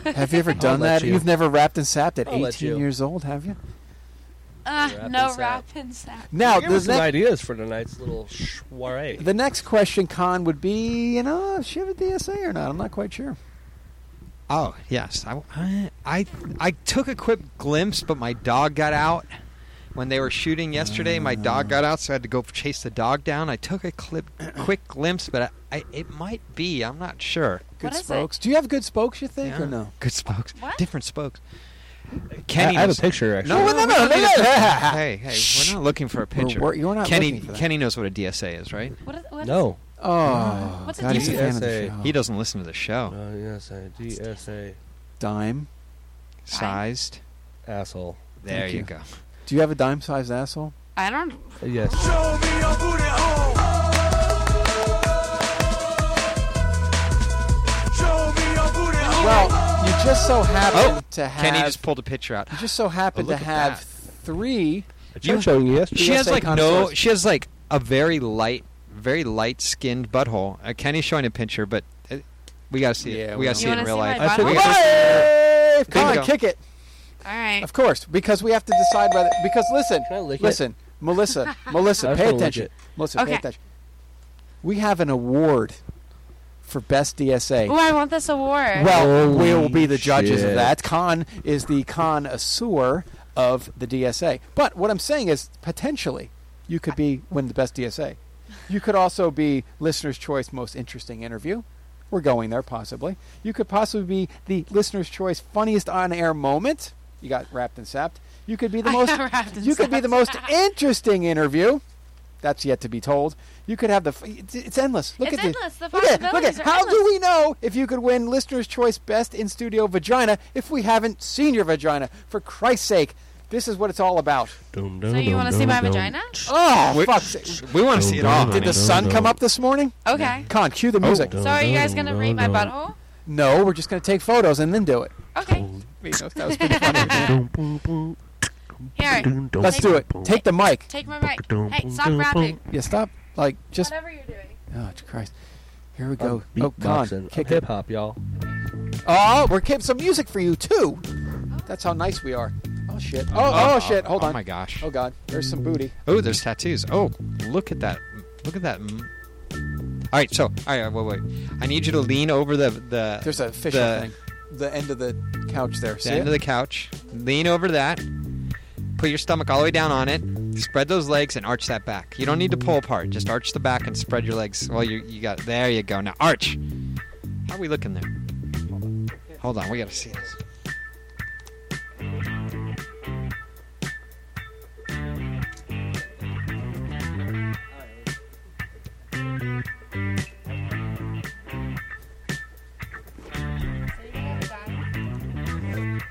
Speaker 2: Have you ever done
Speaker 5: let
Speaker 2: that?
Speaker 5: you.
Speaker 2: have never wrapped and sapped at
Speaker 5: I'll let
Speaker 2: 18
Speaker 5: you.
Speaker 2: years old, have you?
Speaker 8: Uh,
Speaker 5: Wrap
Speaker 8: no
Speaker 5: and
Speaker 8: wrap
Speaker 5: sap.
Speaker 8: and sap.
Speaker 2: Now,
Speaker 5: Give us
Speaker 2: the
Speaker 5: some
Speaker 2: next,
Speaker 5: ideas for tonight's little soiree.
Speaker 2: the next question, Con, would be, you know, does she have a DSA or not? I'm not quite sure.
Speaker 3: Oh yes, I, I- I I took a quick glimpse, but my dog got out when they were shooting yesterday. My dog got out, so I had to go chase the dog down. I took a clip, quick glimpse, but I, I, it might be. I'm not sure.
Speaker 2: Good spokes. Do you have good spokes? You think or no?
Speaker 3: Good spokes. Different spokes. Kenny
Speaker 5: I have
Speaker 3: knows-
Speaker 5: a picture, actually.
Speaker 3: No,
Speaker 5: No,
Speaker 3: no,
Speaker 5: no,
Speaker 2: [laughs]
Speaker 3: no,
Speaker 5: no, no, no.
Speaker 3: Hey, hey, we're not looking for a picture.
Speaker 2: we're- you're not
Speaker 3: Kenny,
Speaker 2: looking for that.
Speaker 3: Kenny knows what a DSA is, right?
Speaker 8: What is, what is-
Speaker 5: No.
Speaker 2: Oh,
Speaker 8: What's a
Speaker 2: God, he's a fan of the
Speaker 5: DSA?
Speaker 2: show.
Speaker 3: He doesn't listen to the
Speaker 2: Oh.
Speaker 3: show.
Speaker 5: Uh, DSA. DSA.
Speaker 2: Dime.
Speaker 3: Sized.
Speaker 5: Asshole.
Speaker 3: There
Speaker 2: Thank
Speaker 3: you
Speaker 2: you.
Speaker 3: go.
Speaker 2: Do you have a dime-sized asshole?
Speaker 8: I don't.
Speaker 5: Uh, Yes.
Speaker 2: Well, you just so happen
Speaker 3: Oh,
Speaker 2: to have.
Speaker 3: Kenny just pulled a picture out.
Speaker 2: you just so happen
Speaker 3: Oh,
Speaker 2: to
Speaker 3: look at
Speaker 2: have
Speaker 3: that.
Speaker 2: three.
Speaker 5: You showing you yesterday.
Speaker 3: She has
Speaker 2: USA
Speaker 3: like no.
Speaker 2: connoisseurs.
Speaker 3: She has like a very light, very light skinned butthole. Uh, Kenny's showing a picture, but it, we gotta see
Speaker 2: Yeah,
Speaker 3: it.
Speaker 2: we
Speaker 3: We gotta
Speaker 2: don't
Speaker 3: see it
Speaker 8: know.
Speaker 3: in
Speaker 8: You
Speaker 3: real
Speaker 8: wanna
Speaker 3: life.
Speaker 8: see my
Speaker 3: We
Speaker 8: butthole?
Speaker 3: gotta see it in real life.
Speaker 2: Dave, come
Speaker 3: Bingo.
Speaker 2: on, kick it.
Speaker 8: All right.
Speaker 2: Of course, because we have to decide whether. Because listen,
Speaker 5: Can I lick it?
Speaker 2: listen, Melissa, Melissa,
Speaker 5: I just
Speaker 2: pay
Speaker 5: wanna lick
Speaker 2: attention.
Speaker 5: it.
Speaker 2: Melissa,
Speaker 8: Okay.
Speaker 2: pay attention. We have an award for best DSA.
Speaker 8: Oh, I want this award.
Speaker 2: Well,
Speaker 5: Holy
Speaker 2: we'll be the judges of
Speaker 5: shit.
Speaker 2: that. Khan is the connoisseur of the DSA. But what I'm saying is, potentially, you could be win the best DSA. You could also be listener's choice most interesting interview. We're going there possibly. You could possibly be the listener's choice funniest on-air moment. You got wrapped and sapped. You could be the
Speaker 8: I
Speaker 2: most.
Speaker 8: got wrapped and
Speaker 2: you could be the most interesting interview. That's yet to be told. You could have the. f- It's, it's endless. Look
Speaker 8: It's
Speaker 2: at
Speaker 8: endless. The
Speaker 2: Look at it. Look at
Speaker 8: possibilities
Speaker 2: it.
Speaker 8: are
Speaker 2: How do
Speaker 8: endless.
Speaker 2: we know if you could win listener's choice best in studio vagina if we haven't seen your vagina? For Christ's sake, this is what it's all about.
Speaker 8: so you want to see my vagina?
Speaker 2: Oh,
Speaker 3: We-
Speaker 2: fuck! sake.
Speaker 3: We want to see it
Speaker 2: [laughs]
Speaker 3: all.
Speaker 2: Did the sun come up this morning?
Speaker 8: Okay.
Speaker 2: Con, cue the music.
Speaker 8: So are you guys gonna read my butthole?
Speaker 2: No, we're just going to take photos and then do it.
Speaker 8: Okay.
Speaker 2: You know, that was pretty funny.
Speaker 3: [laughs]
Speaker 8: Here.
Speaker 2: Let's do it. Take the mic.
Speaker 8: Take my mic. Hey, stop rapping.
Speaker 2: Yeah, stop. Like, just.
Speaker 8: Whatever you're doing.
Speaker 2: Oh, Christ. Here we
Speaker 5: I'm
Speaker 2: go. Oh, Con,
Speaker 5: beatboxing. I'm
Speaker 2: kick it.
Speaker 5: hip hop, y'all.
Speaker 2: Oh, we're keeping some music for you too. That's how nice we are. Oh shit. Oh, [laughs] oh, shit. Hold
Speaker 3: oh
Speaker 2: on.
Speaker 3: my gosh.
Speaker 2: Oh god. There's some booty.
Speaker 3: Oh, there's tattoos. Oh, look at that. Look at that. Mm. All right, so all right, wait, wait. I need you to lean over the the.
Speaker 2: There's a fish on
Speaker 3: the-
Speaker 2: thing. The end of the couch there.
Speaker 3: the
Speaker 2: See
Speaker 3: end
Speaker 2: it?
Speaker 3: of the couch. Lean over that. Put your stomach all the way down on it. Spread those legs and arch that back. You don't need to pull apart. Just arch the back and spread your legs. Well, you you got there. You go now. Arch. How are we looking there? Hold on. Hold on. We gotta see this.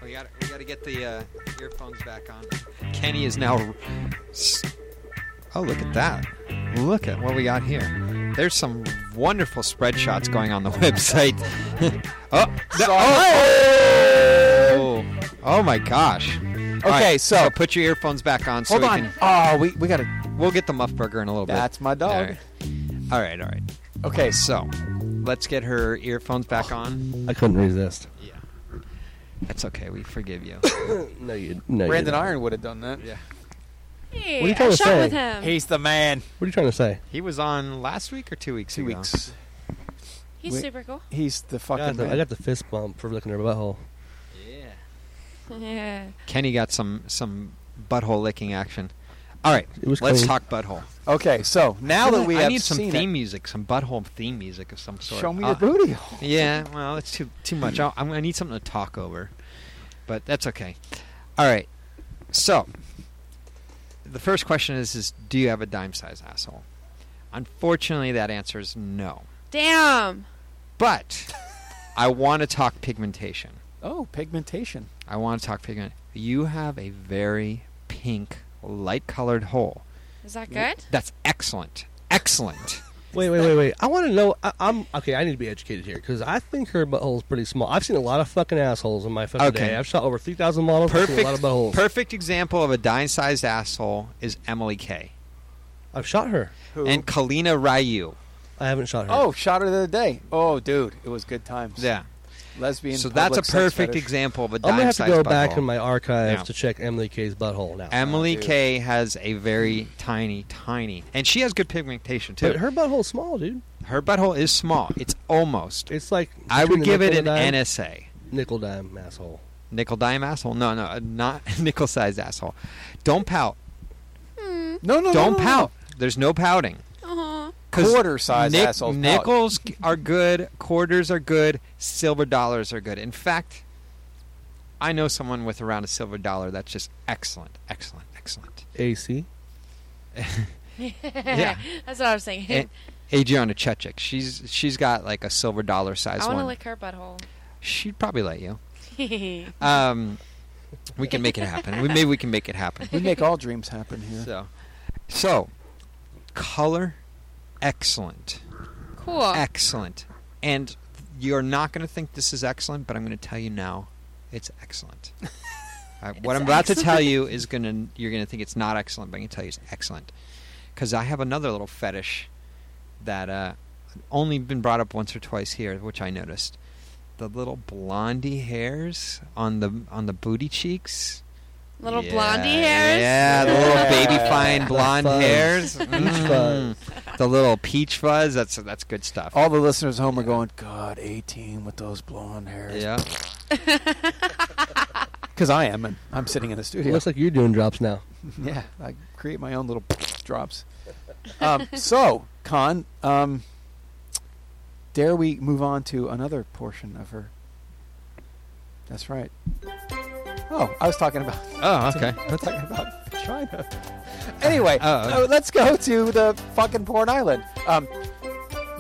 Speaker 3: We got we got to get the uh, earphones back on. Kenny is now. s- Oh, look at that! Look at what we got here. There's some wonderful spread shots going on the [laughs] website. oh, the- oh, oh, oh my gosh! All right,
Speaker 2: so-
Speaker 3: put your earphones back on. So
Speaker 2: Hold
Speaker 3: we
Speaker 2: on. Oh, we we gotta.
Speaker 3: Can, we'll get the muff burger in a little
Speaker 2: That's
Speaker 3: bit.
Speaker 2: my dog.
Speaker 3: All right. all right, all right.
Speaker 2: Okay. s-
Speaker 3: So let's get her earphones back on.
Speaker 5: I couldn't resist.
Speaker 3: Yeah, that's okay. We forgive you.
Speaker 5: No, you. No,
Speaker 2: Brandon
Speaker 5: you
Speaker 2: Iron would have done that. Yeah.
Speaker 8: Hey,
Speaker 5: What are you
Speaker 8: I
Speaker 5: trying to
Speaker 8: shot
Speaker 5: say?
Speaker 8: with him.
Speaker 2: He's the man.
Speaker 5: What are you trying to say?
Speaker 3: He was on last week or two weeks
Speaker 2: Two
Speaker 3: ago?
Speaker 2: weeks.
Speaker 8: He's
Speaker 2: Wait.
Speaker 8: super cool. [laughs]
Speaker 2: He's the
Speaker 5: I got
Speaker 2: fucking
Speaker 5: the, I
Speaker 2: man.
Speaker 5: got the fist bump for looking at her butthole.
Speaker 3: Yeah.
Speaker 8: Yeah.
Speaker 3: Kenny got some some butthole licking action. All right,
Speaker 5: It was
Speaker 3: let's
Speaker 5: clean.
Speaker 3: talk butthole.
Speaker 2: Okay. So now that we
Speaker 3: I
Speaker 2: have
Speaker 3: need some
Speaker 2: seen
Speaker 3: theme
Speaker 2: it,
Speaker 3: music, some butthole theme music of some sort.
Speaker 2: show me
Speaker 3: Uh,
Speaker 2: your booty.
Speaker 3: Yeah, well, it's too too much. I'll, I'm gonna need something to talk over, but that's okay. All right, so the first question is: Is do you have a dime size asshole? Unfortunately, that answer is no.
Speaker 8: Damn.
Speaker 3: But I want to talk pigmentation.
Speaker 2: Oh, pigmentation.
Speaker 3: I want to talk pigment. You have a very pink, light colored hole.
Speaker 8: Is that good? [laughs]
Speaker 3: That's excellent.
Speaker 5: [laughs]
Speaker 3: Excellent.
Speaker 5: Wait, wait, wait, wait. I want to know. I, I'm okay. I need to be educated here because I think her butthole's pretty small. I've seen a lot of fucking assholes in my fucking
Speaker 3: Okay.
Speaker 5: day. I've shot over three thousand models. I've seen a lot of
Speaker 3: perfect.
Speaker 5: buttholes.
Speaker 3: Perfect example of a dime-sized asshole is Emily Kay
Speaker 5: I've shot her.
Speaker 2: Who?
Speaker 3: and Kalina Ryu.
Speaker 5: I haven't shot her.
Speaker 2: oh, shot her the other day. Oh, dude, it was good times.
Speaker 3: Yeah.
Speaker 2: Lesbian.
Speaker 3: so that's a
Speaker 2: public sex
Speaker 3: perfect
Speaker 2: fetish.
Speaker 3: example of a
Speaker 5: I'm gonna have
Speaker 3: dime-sized
Speaker 5: to go back
Speaker 3: butthole.
Speaker 5: in my Oh, archives
Speaker 3: Yeah.
Speaker 5: to check Emily K's butthole now.
Speaker 3: Emily
Speaker 2: dude.
Speaker 3: Kay has a very tiny, tiny, and she has good pigmentation too.
Speaker 5: but her butthole's small, dude.
Speaker 3: Her butthole is small. It's almost.
Speaker 5: It's like
Speaker 3: I would
Speaker 5: between
Speaker 3: give
Speaker 5: the
Speaker 3: it
Speaker 5: nickel
Speaker 3: an
Speaker 5: and dime.
Speaker 3: NSA.
Speaker 5: Nickel dime asshole.
Speaker 3: Nickel dime asshole? No, no, not [laughs] nickel sized asshole. Don't pout.
Speaker 2: No, no,
Speaker 3: Don't
Speaker 2: no, no,
Speaker 3: pout. There's no pouting. 'Cause
Speaker 2: Quarter-sized
Speaker 3: nic-
Speaker 2: assholes pout.
Speaker 3: Nickels are good. Quarters are good. Silver dollars are good. In fact, I know someone with around a silver dollar that's just excellent, excellent, excellent.
Speaker 5: AC.
Speaker 3: Yeah.
Speaker 8: That's what I was saying. [laughs]
Speaker 3: A- Adriana Chechik. She's she's got like a silver dollar size
Speaker 8: I want to
Speaker 3: one.
Speaker 8: lick her butthole. [laughs]
Speaker 3: She'd probably let you. Um, we can make it happen. We, maybe we can make
Speaker 2: [laughs]
Speaker 3: it happen.
Speaker 2: We make all dreams happen here.
Speaker 3: [laughs] So, so color, excellent,
Speaker 8: cool.
Speaker 3: excellent. And you're not going to think this is excellent, but I'm going to tell you now, it's
Speaker 8: [laughs]
Speaker 3: excellent. Uh, what
Speaker 12: It's
Speaker 3: I'm about to tell
Speaker 12: excellent.
Speaker 3: you is going to you're going to think it's not excellent, but I'm going to tell you it's excellent. Because I have another little fetish that uh, only been brought up once or twice here, which I noticed. The little blondie hairs on the on the booty cheeks.
Speaker 8: Little
Speaker 3: Yeah,
Speaker 8: blondie hairs.
Speaker 3: Yeah, the little baby
Speaker 2: Yeah. [laughs]
Speaker 3: fine
Speaker 2: The
Speaker 3: blonde
Speaker 2: fuzz.
Speaker 3: hairs.
Speaker 2: Peach
Speaker 3: Mm. The little peach fuzz. That's that's good stuff.
Speaker 2: All the listeners home are going, God, 18 with those blonde hairs.
Speaker 3: Yeah.
Speaker 2: Because I am, and I'm sitting in the
Speaker 5: It
Speaker 2: studio.
Speaker 5: looks like you're doing drops now.
Speaker 2: [laughs] yeah, I create my own little [laughs] drops. Um, so, Con, um, dare we move on to another portion of her? That's right. Oh, I was talking about.
Speaker 3: Oh, okay.
Speaker 2: I was talking about
Speaker 3: [laughs]
Speaker 2: China. Anyway,
Speaker 3: Oh, okay.
Speaker 2: uh, let's go to the fucking porn island. Um,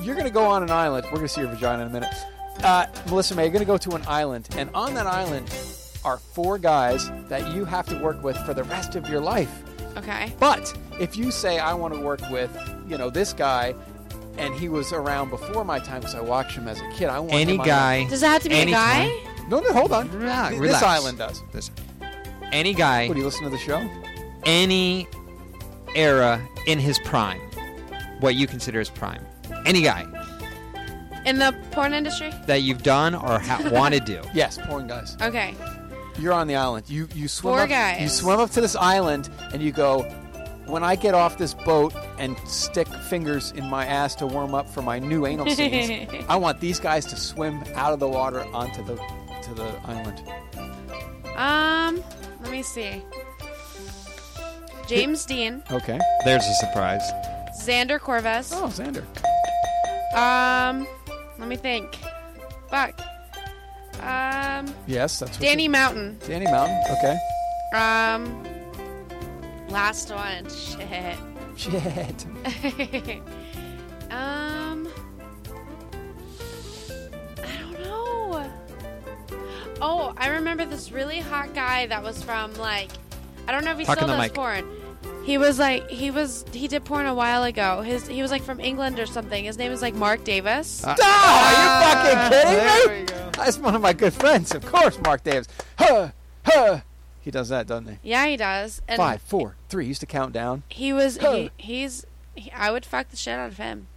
Speaker 2: you're gonna go on an island. We're gonna see your vagina in a minute. Uh, Melissa May, you're gonna go to an island, and on that island are four guys that you have to work with for the rest of your life.
Speaker 8: Okay.
Speaker 2: But if you say I want to work with, you know, this guy, and he was around before my time because I watched him as a kid, I want
Speaker 3: Any
Speaker 2: him on-
Speaker 3: guy. anytime.
Speaker 2: No, no, hold on. Th-
Speaker 3: relax.
Speaker 2: This island does.
Speaker 3: This- Any guy.
Speaker 2: What, do you listen to the show?
Speaker 3: Any era in his prime, what you consider his prime. Any guy
Speaker 8: In the porn industry?
Speaker 3: that you've done or ha- want to do.
Speaker 2: Yes, porn guys.
Speaker 8: Okay.
Speaker 2: You're on the island. You you swim
Speaker 8: Four
Speaker 2: up,
Speaker 8: guys.
Speaker 2: You swim up to this island and you go. When I get off this boat and stick fingers in my ass to warm up for my new
Speaker 8: [laughs]
Speaker 2: anal scenes, I want these guys to swim out of the water onto the to the island.
Speaker 8: Um, let me see. James Dean,
Speaker 2: Okay.
Speaker 3: There's a surprise.
Speaker 8: Xander Corvus.
Speaker 2: Oh, Xander.
Speaker 8: Um, let me think. Fuck. Um,
Speaker 2: Yes, that's what
Speaker 8: Danny
Speaker 2: you-
Speaker 8: Mountain.
Speaker 2: Danny Mountain. Okay.
Speaker 8: Um, last one. [laughs] Shit. [laughs]
Speaker 2: Shit.
Speaker 8: um, I don't know. Oh, I remember this really hot guy that was from like, I don't know if he
Speaker 3: Talk in
Speaker 8: still
Speaker 3: the
Speaker 8: does
Speaker 3: mic.
Speaker 8: porn. He was like, he was, he did porn a while ago. His, he was like from England or something. His name is like Mark Davis.
Speaker 2: Ah, are you fucking kidding me? That's one of my good friends, of course, Mark Davis. Huh, huh. He does that, doesn't he?
Speaker 8: Yeah, he does. And
Speaker 2: Five, four, three. He used to count down.
Speaker 8: He was,
Speaker 2: Huh.
Speaker 8: he, he's, he, I would fuck the shit out of him.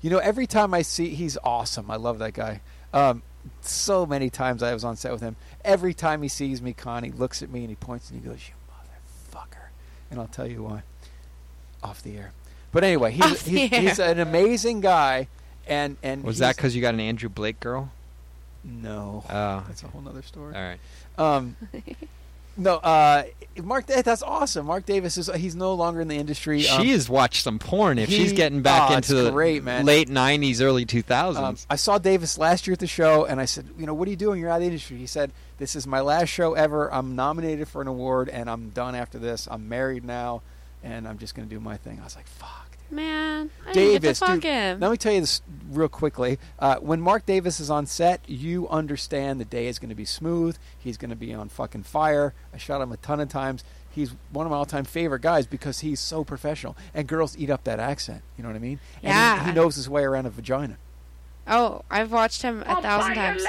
Speaker 2: You know, every time I see, he's awesome. I love that guy. Um, so many times I was on set with him. Every time he sees me, Con, he looks at me and he points and he goes, "You motherfucker," and I'll tell you why. Off the air. But anyway, he's
Speaker 8: Off the
Speaker 2: he's,
Speaker 8: air.
Speaker 2: he's an amazing guy, and and
Speaker 3: Was
Speaker 2: he's-
Speaker 3: that because you got an Andrew Blake girl?
Speaker 2: No.
Speaker 3: Oh.
Speaker 2: That's a whole nother story.
Speaker 3: All right.
Speaker 2: Um, no, uh, Mark. Da- That's awesome. Mark Davis is. He's no longer in the industry. Um,
Speaker 3: she has watched some porn. If she's
Speaker 2: he-
Speaker 3: getting back
Speaker 2: oh,
Speaker 3: into
Speaker 2: it's
Speaker 3: the
Speaker 2: great, man.
Speaker 3: late '90s, early 2000s,
Speaker 2: Um, I saw Davis last year at the show, and I said, "You know, what are you doing? You're out of the industry." He said, "This is my last show ever. I'm nominated for an award, and I'm done after this. I'm married now, and I'm just going to do my thing." I was like, "Fuck."
Speaker 8: Man, I didn't get to
Speaker 2: Davis,
Speaker 8: fuck
Speaker 2: dude,
Speaker 8: him.
Speaker 2: let me tell you this real quickly. Uh, when Mark Davis is on set, you understand the day is going to be smooth. He's going to be on fucking fire. I shot him a ton of times. He's one of my all-time favorite guys because he's so professional. And girls eat up that accent. You know what I mean? And
Speaker 8: Yeah.
Speaker 2: he, he knows his way around a vagina.
Speaker 8: Oh, I've watched him a thousand times.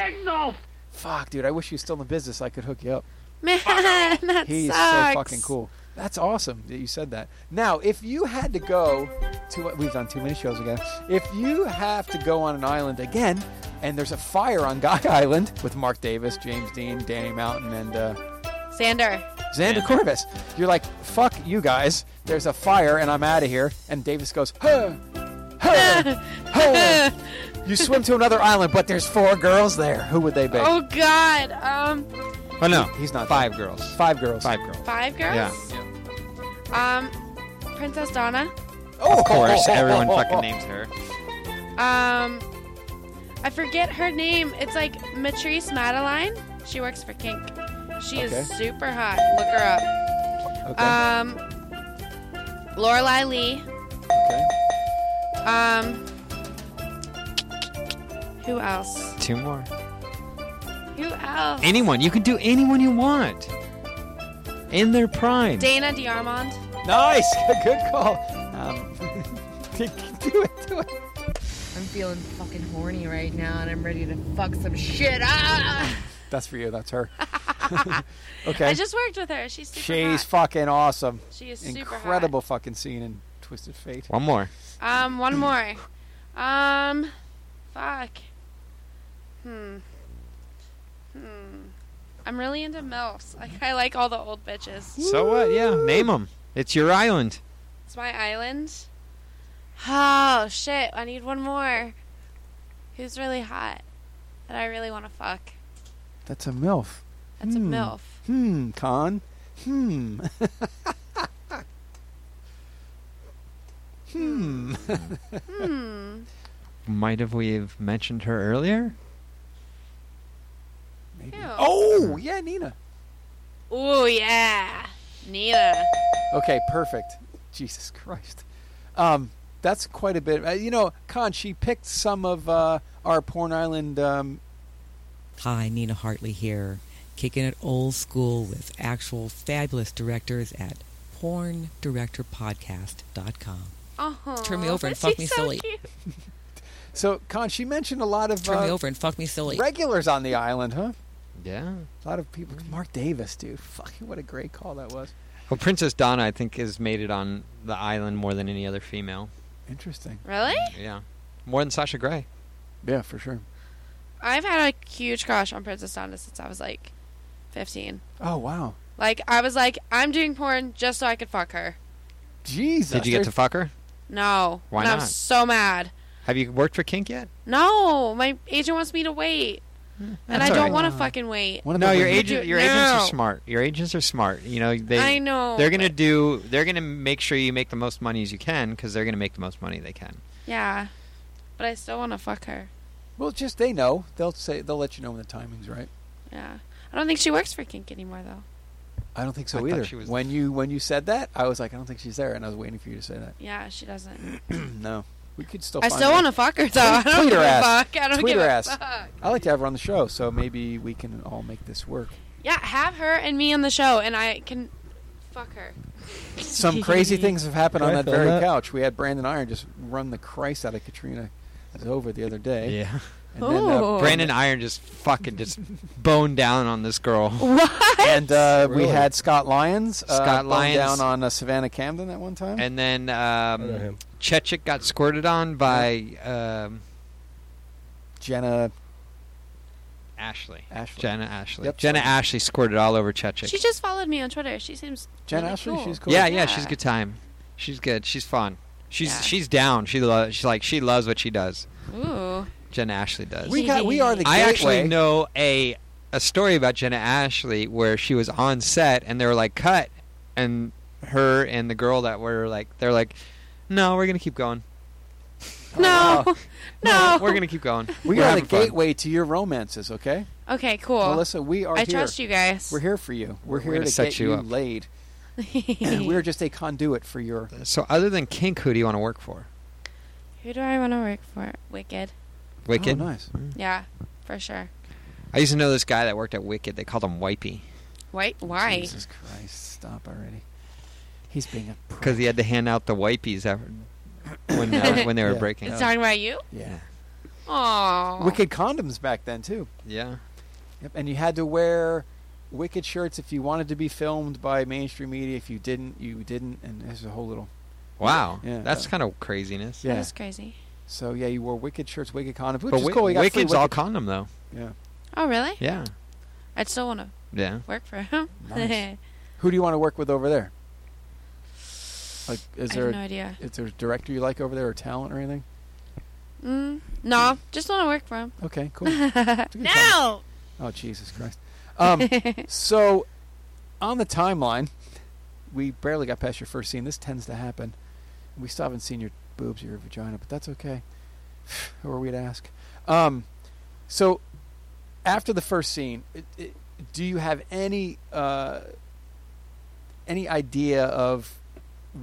Speaker 2: Fuck, dude! I wish he was still in the business. I could hook you up.
Speaker 8: [laughs] Man, that
Speaker 2: He's so
Speaker 8: sucks.
Speaker 2: fucking cool. That's awesome that you said that. Now, if you had to go to we've done too many shows again. If you have to go on an island again, and there's a fire on Guy [laughs] Island with Mark Davis, James Dean, Danny Mountain, and uh,
Speaker 8: Sander.
Speaker 2: Xander Corvus, you're like, fuck you guys. There's
Speaker 8: [laughs]
Speaker 2: a fire, and I'm out of here. And Davis goes, huh, huh, huh. You swim to another island, but there's four girls there. Who would they be?
Speaker 8: Oh God. Um,
Speaker 2: Oh no, he's not.
Speaker 3: Five girls.
Speaker 2: Five girls.
Speaker 3: Five girls.
Speaker 8: five girls. Um, Princess Donna.
Speaker 3: Of course, everyone fucking names her.
Speaker 8: Um, I forget her name. It's like Matrice Madeline. She works for Kink. She
Speaker 2: Okay.
Speaker 8: is super hot. Look her up.
Speaker 2: Okay.
Speaker 8: Um, Lorelai Lee.
Speaker 2: Okay.
Speaker 8: Um, who else?
Speaker 3: Two more.
Speaker 8: Who else?
Speaker 3: Anyone. You can do anyone you want. In their prime.
Speaker 8: Dana Diarmond.
Speaker 2: Nice. [laughs] Good call. Um, do it. Do it.
Speaker 7: I'm feeling fucking horny right now, and I'm ready to fuck some shit up.
Speaker 2: That's for you. That's
Speaker 8: [laughs]
Speaker 2: her. okay.
Speaker 8: I just worked with her. She's super
Speaker 2: She's
Speaker 8: hot.
Speaker 2: fucking awesome.
Speaker 8: She is super hot.
Speaker 2: incredible fucking scene in Twisted Fate.
Speaker 3: One more.
Speaker 8: Um, one more. Um, fuck. Hmm. Hmm. I'm really into milfs. Like I like all the old bitches.
Speaker 3: So what? Yeah, name them. It's your island.
Speaker 8: It's my island. Oh shit! I need one more. Who's really hot that I really want to fuck?
Speaker 2: That's a MILF.
Speaker 8: That's a
Speaker 2: Hmm.
Speaker 1: [laughs]
Speaker 8: milf.
Speaker 2: Hmm, con.
Speaker 8: [laughs]
Speaker 2: Hmm. hmm.
Speaker 8: Hmm.
Speaker 3: Might have we have mentioned her earlier?
Speaker 2: oh, yeah, Nina.
Speaker 8: Ooh yeah, Nina.
Speaker 2: Okay, perfect. Jesus Christ. Um, that's quite a bit. Uh, you know, Con, she picked some of uh, our Porn Island. Um,
Speaker 1: Hi, Nina Hartley here, kicking it old school with actual fabulous directors at porndirectorpodcast.com.
Speaker 8: Oh.
Speaker 1: Turn me over and fuck me silly.
Speaker 2: so, Con, she mentioned a lot of
Speaker 1: Turn me
Speaker 2: uh,
Speaker 1: over and fuck me silly.
Speaker 2: regulars on the island, huh?
Speaker 3: Yeah.
Speaker 2: A lot of people. Mark Davis, dude. Fucking what a great call that was.
Speaker 3: Well, Princess Donna, I think, has made it on the island more than any other female.
Speaker 2: Interesting.
Speaker 8: Really?
Speaker 3: Yeah. More than Sasha Grey.
Speaker 2: Yeah, for sure.
Speaker 8: I've had a huge crush on Princess Donna since I was like 15.
Speaker 2: Oh, wow.
Speaker 8: Like I was like, I'm doing porn just so I could fuck her.
Speaker 2: Jesus.
Speaker 3: Did you get to fuck her?
Speaker 8: No.
Speaker 3: Why
Speaker 8: and I'm
Speaker 3: not?
Speaker 8: so mad.
Speaker 3: Have you worked for Kink yet?
Speaker 8: No, my agent wants me to wait, and I
Speaker 3: all
Speaker 8: don't
Speaker 3: right.
Speaker 8: want to fucking wait.
Speaker 3: no, your
Speaker 8: You
Speaker 3: agent,
Speaker 8: do-
Speaker 3: your agents
Speaker 8: No.
Speaker 3: are smart. Your agents are smart. You know they.
Speaker 8: I know,
Speaker 3: They're gonna do. They're gonna make sure you make the most money as you can because they're gonna make the most money they can.
Speaker 8: Yeah, but I still want to fuck her.
Speaker 2: Well, just they know. They'll say they'll let you know when the timing's right.
Speaker 8: Yeah, I don't think she works for Kink anymore though.
Speaker 2: I don't think
Speaker 3: I
Speaker 2: so
Speaker 3: thought
Speaker 2: either.
Speaker 3: she was-
Speaker 2: when you when you said that, I was like, I don't think she's there, and I was waiting for you to say that. [clears throat]
Speaker 8: Yeah, she doesn't.
Speaker 2: no, we could still.
Speaker 8: I
Speaker 2: find
Speaker 8: still
Speaker 2: her.
Speaker 8: want to fuck her though. [laughs] I
Speaker 2: Tweet-
Speaker 8: don't
Speaker 2: tweet
Speaker 8: give
Speaker 2: her
Speaker 8: a
Speaker 2: ass.
Speaker 8: fuck. I don't
Speaker 2: Tweet
Speaker 8: give
Speaker 2: her
Speaker 8: a
Speaker 2: ass.
Speaker 8: fuck.
Speaker 2: I like to have her on the show, so maybe we can all make this
Speaker 8: [laughs]
Speaker 2: work.
Speaker 8: Yeah, have her and me on the show, and I can fuck her.
Speaker 2: Some crazy things have happened on
Speaker 5: Can I
Speaker 2: that
Speaker 5: feel
Speaker 2: very
Speaker 5: that?
Speaker 2: couch. We had Brandon Iron just run the Christ out of Katrina over the other day.
Speaker 3: Yeah.
Speaker 2: And then, uh,
Speaker 3: Brandon Iron just fucking just boned down on this girl.
Speaker 2: [laughs] And uh, we
Speaker 3: Really?
Speaker 2: had Scott Lyons. Uh,
Speaker 3: Scott
Speaker 2: bone
Speaker 3: Lyons.
Speaker 2: down on uh, Savannah Camden at one time.
Speaker 3: And then um, Chechik got squirted on by um,
Speaker 2: Jenna
Speaker 3: Ashley.
Speaker 2: Ashley.
Speaker 3: Jenna Ashley.
Speaker 2: Yep,
Speaker 3: Jenna
Speaker 2: sorry.
Speaker 3: Ashley squirted all over Chechik.
Speaker 8: She just followed me on Twitter. She seems
Speaker 2: Jen
Speaker 8: really
Speaker 2: Ashley?
Speaker 8: cool.
Speaker 2: She's cool.
Speaker 3: yeah, yeah, she's a good time. She's good. She's fun. She's she's down. She lo- she's like she loves what she does.
Speaker 8: Ooh.
Speaker 3: Jenna Ashley does.
Speaker 2: We got- we are the
Speaker 3: I actually
Speaker 2: gateway.
Speaker 3: know a a story about Jenna Ashley where she was on set and they were like cut, and her and the girl that were like they're like, no, we're gonna keep going.
Speaker 2: [laughs]
Speaker 8: No. No.
Speaker 3: We're gonna keep going.
Speaker 2: We
Speaker 3: We're
Speaker 2: are the
Speaker 3: having fun."
Speaker 2: gateway to your romances, okay?
Speaker 8: Okay, cool.
Speaker 2: Melissa, we are
Speaker 8: I
Speaker 2: here.
Speaker 8: trust you guys.
Speaker 2: We're here for you. We're,
Speaker 3: We're
Speaker 2: here
Speaker 3: gonna
Speaker 2: to
Speaker 3: set
Speaker 2: get
Speaker 3: you
Speaker 2: you,
Speaker 3: up. [laughs]
Speaker 2: laid.
Speaker 8: [laughs]
Speaker 2: [clears throat] We're just a conduit for your.
Speaker 3: So other than Kink, who do you want to work for?
Speaker 8: Who do I want to work for? Wicked.
Speaker 3: Wicked.
Speaker 2: Oh, nice.
Speaker 8: Yeah, for sure.
Speaker 3: I used to know this guy that worked at Wicked. They called him Wipey
Speaker 8: Wait, why?
Speaker 2: Jesus Christ! Stop already. He's being a.
Speaker 3: because he had to hand out the Wipeys after, when uh, when they were
Speaker 2: Yeah.
Speaker 3: breaking
Speaker 8: It's
Speaker 3: up.
Speaker 8: talking about you?
Speaker 2: Yeah.
Speaker 8: Aww.
Speaker 2: Wicked condoms back then too.
Speaker 3: Yeah.
Speaker 2: Yep. And you had to wear wicked shirts if you wanted to be filmed by mainstream media. If you didn't, you didn't. And there's a whole little.
Speaker 3: Wow.
Speaker 2: Yeah.
Speaker 3: That's kind of craziness.
Speaker 2: Yeah.
Speaker 8: That's crazy.
Speaker 2: So yeah, you wore wicked shirts, wicked condoms, which
Speaker 3: But
Speaker 2: is
Speaker 3: Wi-
Speaker 2: cool. You got free
Speaker 3: Wicked's all
Speaker 2: wicked-
Speaker 3: condom though.
Speaker 2: Yeah.
Speaker 8: Oh, really?
Speaker 3: Yeah.
Speaker 8: I'd still want to
Speaker 3: Yeah.
Speaker 8: work for him. [laughs]
Speaker 2: Nice. Who do you want to work with over there? Like, is
Speaker 8: I
Speaker 2: there
Speaker 8: have no idea.
Speaker 2: Is there a director you like over there, or talent, or anything?
Speaker 8: Mm, no, just want to work for him.
Speaker 2: Okay, cool.
Speaker 8: no.
Speaker 2: Oh Jesus Christ! Um, so, on the timeline, we barely got past your first scene. This tends to happen. We still haven't seen your boobs or your vagina, but that's okay. [sighs] Who are we to ask? Um, so, after the first scene, it, it, do you have any uh, any idea of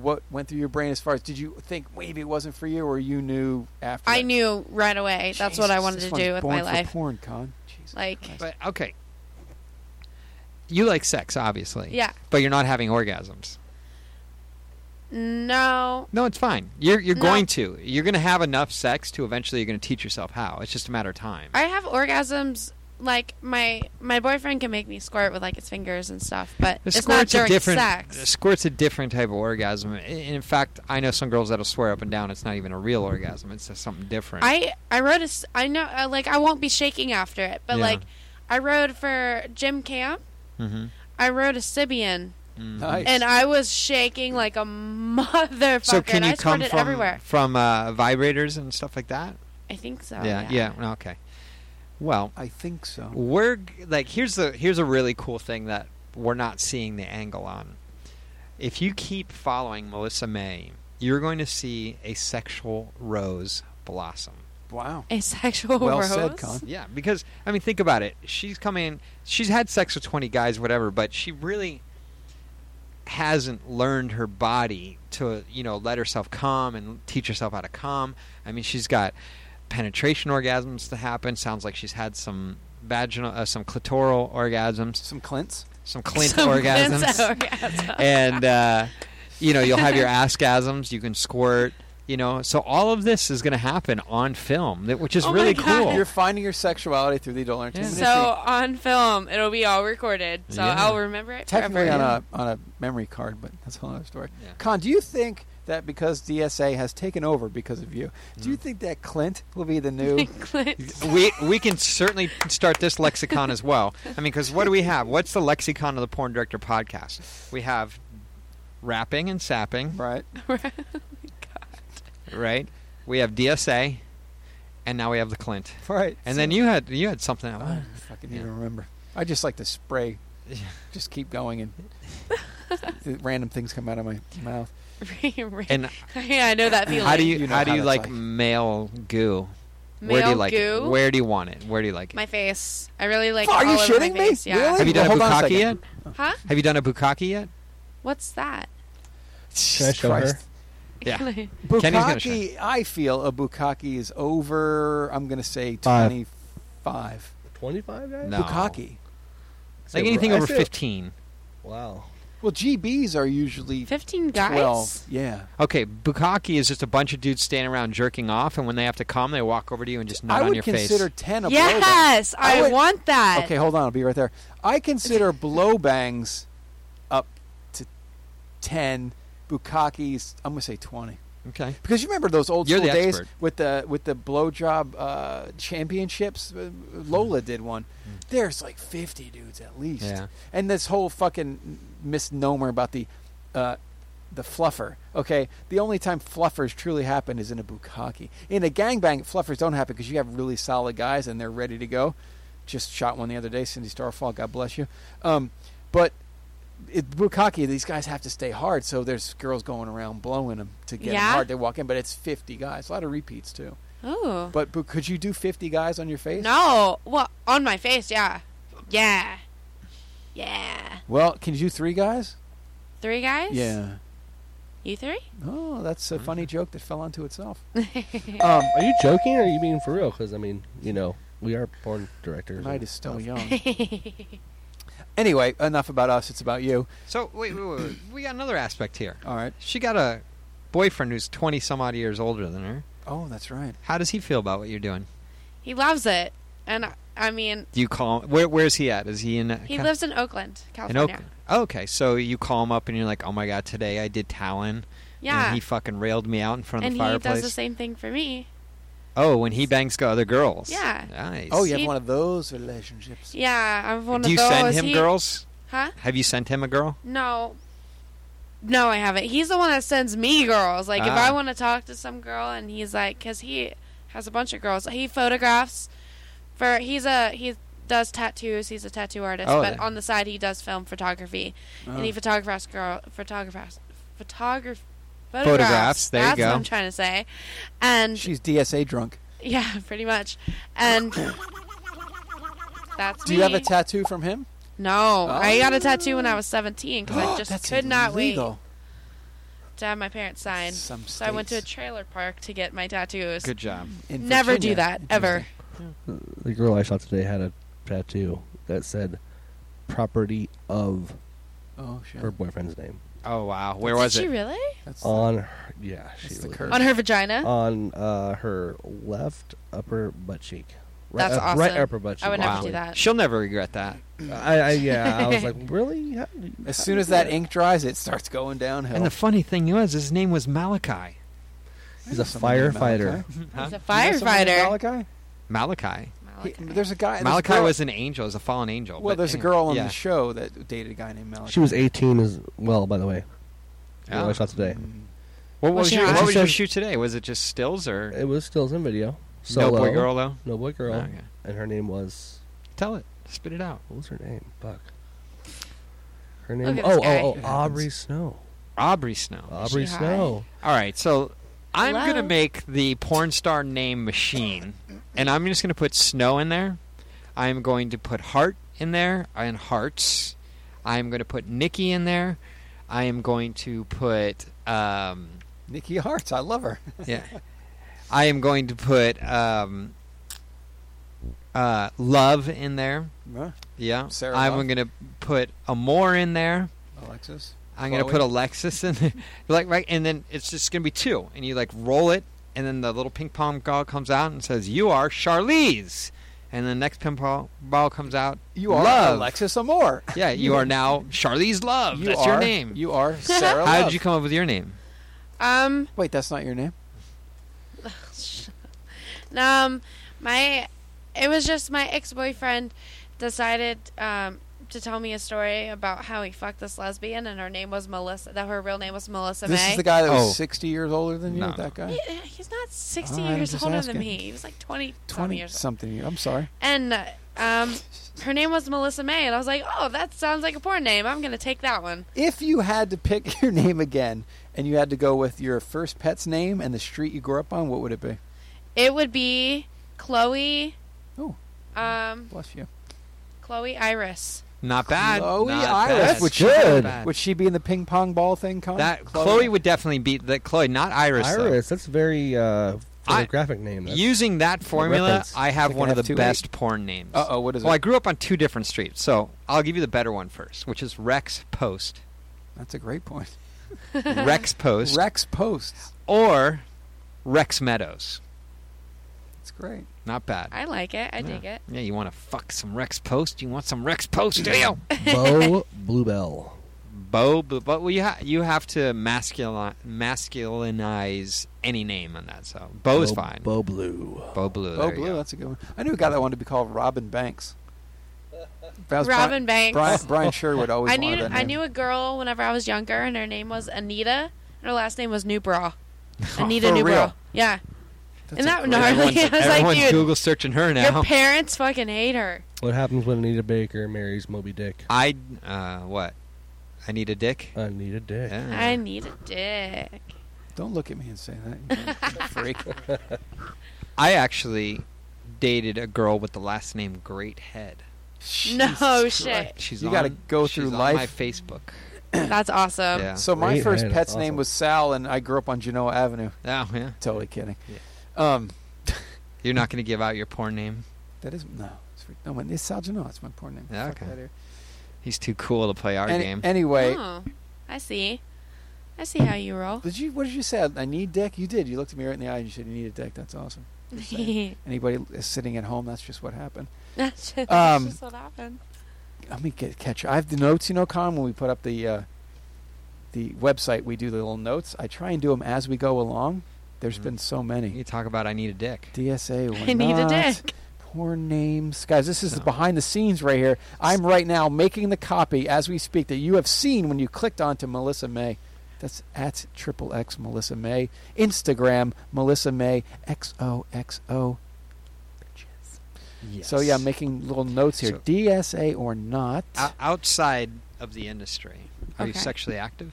Speaker 2: what went through your brain as far as did you think maybe it wasn't for you, or you knew after?
Speaker 8: I
Speaker 2: that?
Speaker 8: knew right away. That's what I
Speaker 2: Jesus,
Speaker 8: wanted
Speaker 2: this
Speaker 8: to
Speaker 2: one's
Speaker 8: do with
Speaker 2: born
Speaker 8: my
Speaker 2: for
Speaker 8: life.
Speaker 2: Porn, con. Jesus
Speaker 8: Like,
Speaker 3: But okay. You like sex, obviously.
Speaker 8: Yeah.
Speaker 3: But you're not having orgasms.
Speaker 8: no.
Speaker 3: No, it's fine. You're you're
Speaker 8: No.
Speaker 3: going to. You're going to have enough sex to eventually you're going to teach yourself how. It's just a matter of time.
Speaker 8: I have orgasms. Like my my boyfriend can make me squirt with like his fingers and stuff, but
Speaker 3: The
Speaker 8: it's not
Speaker 3: a
Speaker 8: during
Speaker 3: different,
Speaker 8: sex.
Speaker 3: the Squirt's a different type of orgasm. I- In fact, I know some girls that'll swear up and down it's not even a real orgasm. It's just something different.
Speaker 8: I I rode a s- I know uh, like I won't be shaking after it, but
Speaker 3: Yeah.
Speaker 8: like I rode for gym camp.
Speaker 3: Mm-hmm.
Speaker 8: I rode a Sibian.
Speaker 3: Nice.
Speaker 8: And I was shaking like a [laughs] motherfucker.
Speaker 3: So can
Speaker 8: and
Speaker 3: you
Speaker 8: I
Speaker 3: come
Speaker 8: squirted
Speaker 3: from
Speaker 8: everywhere.
Speaker 3: from uh, vibrators and stuff like that?
Speaker 8: I think so.
Speaker 3: yeah, yeah, Okay. Well,
Speaker 2: I think so.
Speaker 3: We're g- like here's the here's a really cool thing that we're not seeing the angle on. If you keep following Melissa May, you're going to see a sexual rose blossom.
Speaker 8: [laughs]
Speaker 2: Wow.
Speaker 8: A sexual
Speaker 3: Well
Speaker 8: rose.
Speaker 3: said,
Speaker 8: [laughs]
Speaker 3: Con. Yeah, because I mean, think about it. She's come in. She's had sex with twenty guys, whatever, but she really hasn't learned her body to you know let herself calm and teach herself how to calm. I mean, she's got penetration orgasms to happen. Sounds like she's had some vaginal, uh, some clitoral orgasms,
Speaker 2: some clints,
Speaker 3: some clint
Speaker 8: Some
Speaker 3: orgasms,
Speaker 8: clints [laughs] orgasms.
Speaker 3: and uh, you know you'll have your askasms. You can squirt. You know, so all of this is going to happen on film, that- which is
Speaker 8: Oh my
Speaker 3: really
Speaker 8: God.
Speaker 3: cool.
Speaker 2: You're finding your sexuality through the adult entertainment.
Speaker 8: So on film, it'll be all recorded. So
Speaker 2: Yeah.
Speaker 8: I'll remember it
Speaker 2: Technically
Speaker 8: forever.
Speaker 2: on
Speaker 8: [laughs]
Speaker 2: a on a memory card, but that's a whole other story. Con, do you think that because DSA has taken over because of you, do you
Speaker 3: Mm.
Speaker 2: think that Clint will be the
Speaker 8: [laughs]
Speaker 2: new?
Speaker 3: we we can certainly start this lexicon as well. I mean, because what do we have? What's the lexicon of the Porn Director podcast? We have rapping and sapping,
Speaker 2: right?
Speaker 3: Right. We have DSA, and now we have the Clint.
Speaker 2: Right.
Speaker 3: And then you had you had something. else.
Speaker 2: I don't fucking even remember. I just like to spray. Just keep going and
Speaker 8: [laughs]
Speaker 2: th- random things come out of my mouth.
Speaker 8: [laughs]
Speaker 3: And
Speaker 8: yeah, I know that feeling.
Speaker 3: How do you,
Speaker 2: You know
Speaker 3: how,
Speaker 2: how
Speaker 3: do you
Speaker 2: that's
Speaker 3: like,
Speaker 2: like.
Speaker 3: male goo? Where do you
Speaker 8: Male
Speaker 3: like it?
Speaker 8: goo?
Speaker 3: Where do you want it? Where do you like it?
Speaker 8: My face. I really like.
Speaker 2: Are you
Speaker 8: all over my
Speaker 2: shitting me?
Speaker 8: Face. Yeah.
Speaker 2: Really?
Speaker 3: Have you done
Speaker 2: Well,
Speaker 3: a
Speaker 2: hold on a
Speaker 3: bukkake yet?
Speaker 2: second.
Speaker 8: Huh?
Speaker 3: Have you done a bukkake yet?
Speaker 8: What's that? [laughs]
Speaker 2: Should
Speaker 3: I show
Speaker 2: Christ.
Speaker 3: her?
Speaker 2: [laughs]
Speaker 3: Yeah.
Speaker 8: Kenny's
Speaker 3: gonna show
Speaker 2: Bukkake, I feel a bukkake is over. I'm going to say
Speaker 5: Five.
Speaker 2: 25.
Speaker 5: 25 guys?
Speaker 3: No.
Speaker 2: Bukkake.
Speaker 3: Like
Speaker 2: Say,
Speaker 3: anything
Speaker 2: I
Speaker 3: over
Speaker 2: say-
Speaker 3: 15.
Speaker 5: Wow.
Speaker 2: Well, GBs are usually
Speaker 8: 15 guys?
Speaker 2: 12. Yeah.
Speaker 3: Okay, bukkake is just a bunch of dudes standing around jerking off, and when they have to come, they walk over to you and just nut
Speaker 2: I
Speaker 3: on
Speaker 2: would
Speaker 3: your
Speaker 2: consider
Speaker 3: face.
Speaker 2: 10 a
Speaker 8: Yes,
Speaker 2: blow bang.
Speaker 8: I
Speaker 2: would-
Speaker 8: want that.
Speaker 2: Okay, hold on. I'll be right there. I
Speaker 8: [laughs]
Speaker 2: consider blow bangs up to 10. Bukkakis, I'm going to say 20.
Speaker 3: Okay.
Speaker 2: Because you remember those old
Speaker 3: You're
Speaker 2: school
Speaker 3: the
Speaker 2: days
Speaker 3: expert.
Speaker 2: with the with the blowjob uh, championships. Uh, Lola did one. There's like 50 dudes at least,
Speaker 3: Mm. Yeah.
Speaker 2: and this whole fucking misnomer about the uh, the fluffer. Okay, the only time fluffers truly happen is in a bukkake. In a gangbang, fluffers don't happen because you have really solid guys and they're ready to go. Just shot one the other day, Cindy Starfall. God bless you. Um, but it, bukkake, these guys have to stay hard, so there's girls going around blowing them to get 'em
Speaker 8: Yeah?
Speaker 2: hard. They walk in, but it's 50 guys. A lot of repeats too.
Speaker 8: Oh.
Speaker 2: But, but could you do 50 guys on your face?
Speaker 8: No. Well, on my face, yeah. Yeah. Yeah.
Speaker 2: Well, can you do three guys?
Speaker 8: Three guys?
Speaker 2: Yeah.
Speaker 8: You three? [laughs]
Speaker 2: Oh, that's a funny joke that fell onto itself.
Speaker 5: Um, are you joking or are you being for real? Because, I mean, you know, we are porn directors.
Speaker 2: Night
Speaker 5: and
Speaker 2: is still
Speaker 5: stuff.
Speaker 8: [laughs]
Speaker 2: young. anyway, enough about us. It's about you.
Speaker 3: So wait, wait, wait, wait. we got another aspect here.
Speaker 2: All right.
Speaker 3: She got a boyfriend who's twenty some odd years older than her.
Speaker 2: Oh, that's right.
Speaker 3: How does he feel about what you're doing?
Speaker 8: He loves it. And I- I mean,
Speaker 3: Do you call him? Where, where's he at? Is he in?
Speaker 8: he lives in Oakland,
Speaker 3: in
Speaker 8: California.
Speaker 3: Oakland. Oh, okay, so you call him up and you're like, "Oh my god, today I did Talon."
Speaker 8: Yeah.
Speaker 3: And he fucking railed me out in front
Speaker 8: And
Speaker 3: of
Speaker 8: he
Speaker 3: the fireplace.
Speaker 8: does the same thing for me.
Speaker 3: Oh, when he bangs go other girls.
Speaker 8: Yeah.
Speaker 3: Nice.
Speaker 2: Oh, you have
Speaker 8: He-
Speaker 2: one of those relationships.
Speaker 8: Yeah, I'm one
Speaker 3: Do
Speaker 8: of
Speaker 3: you
Speaker 8: those.
Speaker 3: send him
Speaker 8: He-
Speaker 3: girls?
Speaker 8: Huh?
Speaker 3: Have you sent him a girl?
Speaker 8: No. No, I haven't. He's the one that sends me girls. Like, if
Speaker 3: Ah.
Speaker 8: I want to talk to some girl and he's like, because he has a bunch of girls. He photographs for he's a he does tattoos. He's a tattoo artist,
Speaker 3: Oh,
Speaker 8: but
Speaker 3: there.
Speaker 8: on the side he does film photography,
Speaker 3: Oh.
Speaker 8: and he photographs girl photographs photograph photographs.
Speaker 2: Photographs, there you
Speaker 8: That's
Speaker 2: go.
Speaker 8: what I'm trying to say, and
Speaker 2: She's DSA drunk.
Speaker 8: [laughs] yeah, pretty much,
Speaker 2: [coughs]
Speaker 8: and that's
Speaker 2: Do you have a
Speaker 8: me.
Speaker 2: tattoo from him?
Speaker 8: No, I
Speaker 2: Oh.
Speaker 8: got a tattoo when I was 17 because [gasps]
Speaker 2: [gasps]
Speaker 8: I just
Speaker 2: That's
Speaker 8: could not
Speaker 2: illegal.
Speaker 8: wait to have my parents sign.
Speaker 2: Some
Speaker 8: So I went to a trailer park to get my tattoos.
Speaker 3: Good job.
Speaker 2: In
Speaker 8: Never do
Speaker 5: Virginia.
Speaker 8: that ever.
Speaker 5: The girl I shot today had a tattoo that said "property of"
Speaker 2: Oh, shit.
Speaker 5: her boyfriend's name.
Speaker 3: Oh wow, where was
Speaker 8: Did
Speaker 3: it?
Speaker 8: she really?
Speaker 5: on her, yeah, she
Speaker 8: the
Speaker 5: really
Speaker 8: curve. On her vagina?
Speaker 2: Oh.
Speaker 5: on uh, her left upper butt cheek. Right,
Speaker 8: That's
Speaker 5: up- Right
Speaker 8: awesome.
Speaker 5: upper butt cheek.
Speaker 8: I would never Wow. do that.
Speaker 3: She'll never regret that.
Speaker 5: I, I yeah, I was like,
Speaker 8: [laughs]
Speaker 5: really? How-
Speaker 2: As
Speaker 5: how
Speaker 2: soon
Speaker 5: do
Speaker 2: as
Speaker 5: you
Speaker 2: that
Speaker 5: do
Speaker 2: ink dries, it starts going downhill.
Speaker 3: And the funny thing was, his name was Malachi.
Speaker 5: He's a
Speaker 2: Someone named
Speaker 5: firefighter.
Speaker 2: Malachi?
Speaker 3: Huh?
Speaker 8: He's a
Speaker 2: You know someone named
Speaker 8: firefighter.
Speaker 2: Malachi?
Speaker 3: Malachi.
Speaker 2: He- there's a guy. there's a
Speaker 3: Malachi
Speaker 2: girl-
Speaker 3: was an angel, is a fallen angel.
Speaker 2: Well,
Speaker 3: but
Speaker 2: there's a
Speaker 3: anyway,
Speaker 2: girl on
Speaker 3: yeah.
Speaker 2: the show that dated a guy named Malachi.
Speaker 5: She was 18 as well, by the way. The girl I
Speaker 3: Oh.
Speaker 5: shot today.
Speaker 2: Mm,
Speaker 3: What
Speaker 5: Was
Speaker 3: was,
Speaker 5: she
Speaker 3: your,
Speaker 5: hot?
Speaker 3: what was your
Speaker 5: She said-
Speaker 3: shoot today? Was it just stills or?
Speaker 5: It was stills and video.
Speaker 3: No
Speaker 5: Solo.
Speaker 3: boy girl though.
Speaker 5: No boy girl.
Speaker 3: Okay.
Speaker 5: And her name was.
Speaker 3: Tell it. Spit it out.
Speaker 5: What was her name? Fuck. Her
Speaker 3: Look
Speaker 5: name.
Speaker 3: at this
Speaker 5: Oh,
Speaker 3: guy. It
Speaker 5: oh, oh,
Speaker 3: happens.
Speaker 5: Aubrey Snow.
Speaker 3: Aubrey Snow.
Speaker 5: Aubrey
Speaker 8: she hot?
Speaker 5: Snow.
Speaker 3: All right, so I'm
Speaker 8: Hello?
Speaker 3: gonna make the porn star name machine, and I'm just gonna put Snow in there. I'm going to put Heart in there and Hearts. I'm gonna put Nikki in there. I am going to put um,
Speaker 2: Nikki Hartz. I love her.
Speaker 3: yeah. I am going to put um, uh, love in there.
Speaker 2: Huh?
Speaker 3: Yeah.
Speaker 2: Sarah
Speaker 3: I'm
Speaker 2: Love.
Speaker 3: going to put Amore in there.
Speaker 2: Alexis.
Speaker 3: I'm going
Speaker 2: Chloe.
Speaker 3: to put Alexis in there. [laughs] like right, and then it's just going to be two, and you like roll it, and then the little ping pong ball comes out and says, "You are Charlize," and the next ping pong ball comes out,
Speaker 2: You are
Speaker 3: Love.
Speaker 2: Alexis Amore.
Speaker 3: Yeah,
Speaker 2: [laughs]
Speaker 3: you are now Charlize Love.
Speaker 2: You
Speaker 3: That's
Speaker 2: are,
Speaker 3: your name.
Speaker 2: You
Speaker 3: [laughs]
Speaker 2: are Sarah.
Speaker 3: How
Speaker 2: Love.
Speaker 3: did you come up with your name?
Speaker 8: Um, [laughs]
Speaker 2: Wait, that's not your name.
Speaker 8: um, my it was just my ex boyfriend decided um to tell me a story about how he fucked this lesbian and her name was Melissa. That her real name was Melissa
Speaker 2: This
Speaker 8: May.
Speaker 2: is the guy that was
Speaker 3: Oh.
Speaker 2: 60 years older than you.
Speaker 3: No,
Speaker 2: That guy.
Speaker 8: He- he's not sixty
Speaker 2: All right, I'm
Speaker 8: years
Speaker 2: Oh, just
Speaker 8: older
Speaker 2: asking.
Speaker 8: than me. He was like twenty, 20
Speaker 2: 20
Speaker 8: years old.
Speaker 2: something. I'm sorry.
Speaker 8: And uh, um, her name was Melissa May, and I was like, oh, that sounds like a porn name. I'm gonna take that one.
Speaker 2: If you had to pick [laughs] your name again and you had to go with your first pet's name and the street you grew up on, what would it be?
Speaker 8: It would be Chloe.
Speaker 2: Oh.
Speaker 8: Um,
Speaker 2: Bless you.
Speaker 8: Chloe Iris.
Speaker 3: Not bad.
Speaker 2: Chloe
Speaker 3: Not
Speaker 2: Iris.
Speaker 3: bad.
Speaker 2: Would she,
Speaker 3: Not
Speaker 2: be,
Speaker 3: bad.
Speaker 2: would she be in the ping pong ball thing? Con?
Speaker 3: That Chloe, would definitely beat that Chloe, not Iris. though.
Speaker 5: Iris. That's a very uh,
Speaker 3: I-
Speaker 5: photographic name. That's, [laughs]
Speaker 3: Using that formula,
Speaker 5: reference.
Speaker 3: I have
Speaker 2: Like
Speaker 3: one
Speaker 2: an
Speaker 3: of the
Speaker 2: F28?
Speaker 3: best porn names.
Speaker 2: Uh oh, what is
Speaker 3: Well, I
Speaker 2: it?
Speaker 3: grew up on two different streets, so I'll give you the better one first, which is Rex
Speaker 8: [laughs]
Speaker 3: Post.
Speaker 2: That's a great point.
Speaker 3: Rex Post
Speaker 2: Rex Posts.
Speaker 3: or Rex Meadows.
Speaker 2: That's great.
Speaker 3: Not bad.
Speaker 8: I like it. I
Speaker 3: yeah.
Speaker 8: dig it.
Speaker 3: Yeah, you want to fuck some Rex Post? You want some Rex Post? Do
Speaker 8: [laughs]
Speaker 3: you?
Speaker 5: Bo Bluebell.
Speaker 3: Bo, but, but well, you, ha- you have to masculin- masculinize any name on that. So Bo is
Speaker 5: Bo-
Speaker 3: fine.
Speaker 5: Bo Blue.
Speaker 3: Bo Blue.
Speaker 2: Oh,
Speaker 3: there you
Speaker 2: blue.
Speaker 3: go.
Speaker 2: That's a good one. I knew a guy that wanted to be called Robin Banks. That was
Speaker 8: Robin Banks.
Speaker 2: Brian, Brian Sherwood always
Speaker 8: I knew
Speaker 2: wanted that
Speaker 8: I
Speaker 2: name.
Speaker 8: knew a girl whenever I was younger, and her name was Anita, and her last name
Speaker 2: [laughs]
Speaker 8: was Newbra.
Speaker 3: Oh,
Speaker 8: Anita
Speaker 2: for
Speaker 8: Newbra.
Speaker 2: real?
Speaker 8: Yeah.
Speaker 2: That's
Speaker 8: Isn't
Speaker 2: a
Speaker 8: that
Speaker 2: great-
Speaker 8: gnarly?
Speaker 3: Everyone's,
Speaker 8: I was like,
Speaker 3: everyone's
Speaker 8: dude,
Speaker 3: Google searching her now.
Speaker 8: your parents fucking hate her.
Speaker 5: What happens when Anita Baker marries Moby Dick?
Speaker 3: I uh, what? I need a dick.
Speaker 5: Anita Dick.
Speaker 3: Yeah.
Speaker 8: I need a dick.
Speaker 2: Don't look at me and say that. you
Speaker 8: [laughs]
Speaker 2: Freak.
Speaker 3: I actually dated a girl with the last name Great Head.
Speaker 8: no
Speaker 2: Jesus
Speaker 8: shit.
Speaker 3: She's
Speaker 2: You gotta
Speaker 3: on-
Speaker 2: go
Speaker 3: she's
Speaker 2: through
Speaker 3: on
Speaker 2: life-
Speaker 3: my Facebook.
Speaker 8: That's awesome.
Speaker 3: yeah.
Speaker 2: So my
Speaker 5: Great
Speaker 2: first
Speaker 5: man,
Speaker 2: pet's
Speaker 5: awesome.
Speaker 2: name was Sal, and I grew up on Genoa Avenue. [laughs]
Speaker 3: Oh, yeah.
Speaker 2: Totally kidding.
Speaker 3: Yeah.
Speaker 2: Um,
Speaker 3: You're not going to give out your porn name.
Speaker 2: that is no. It's, fr- no, it's Sal Genoa. It's my porn name.
Speaker 3: Yeah,
Speaker 2: Fuck
Speaker 3: okay.
Speaker 2: that here.
Speaker 3: He's too cool to play our
Speaker 2: Any-
Speaker 3: game.
Speaker 2: Anyway,
Speaker 8: Oh, I see. I see how you roll. [laughs]
Speaker 2: did you? What did you say? I need dick. You did. You looked at me right in the eye and you said, "You need a dick." That's awesome. Anybody is sitting at home? That's just what happened.
Speaker 8: That's just,
Speaker 2: Um,
Speaker 8: that's just what happened.
Speaker 2: Let me get catch. I have the notes, you know, Con. When we put up the uh, the website, we do the little notes. I try and do them as we go along. There's
Speaker 3: Mm-hmm.
Speaker 2: been so many.
Speaker 3: you talk about I need a dick.
Speaker 2: DSA.
Speaker 8: [laughs] I
Speaker 2: why
Speaker 8: need a
Speaker 2: not?
Speaker 8: dick.
Speaker 2: Porn names, guys. This is the
Speaker 3: No.
Speaker 2: behind the scenes right here. I'm right now making the copy as we speak that you have seen when you clicked onto Melissa May. That's at triple X Melissa May. Instagram Melissa May XOXO.
Speaker 3: Yes.
Speaker 2: So yeah, I'm making little notes here.
Speaker 3: So- Uh,
Speaker 2: DSA or not?
Speaker 3: O- outside of the industry, are you
Speaker 8: Okay.
Speaker 3: sexually active?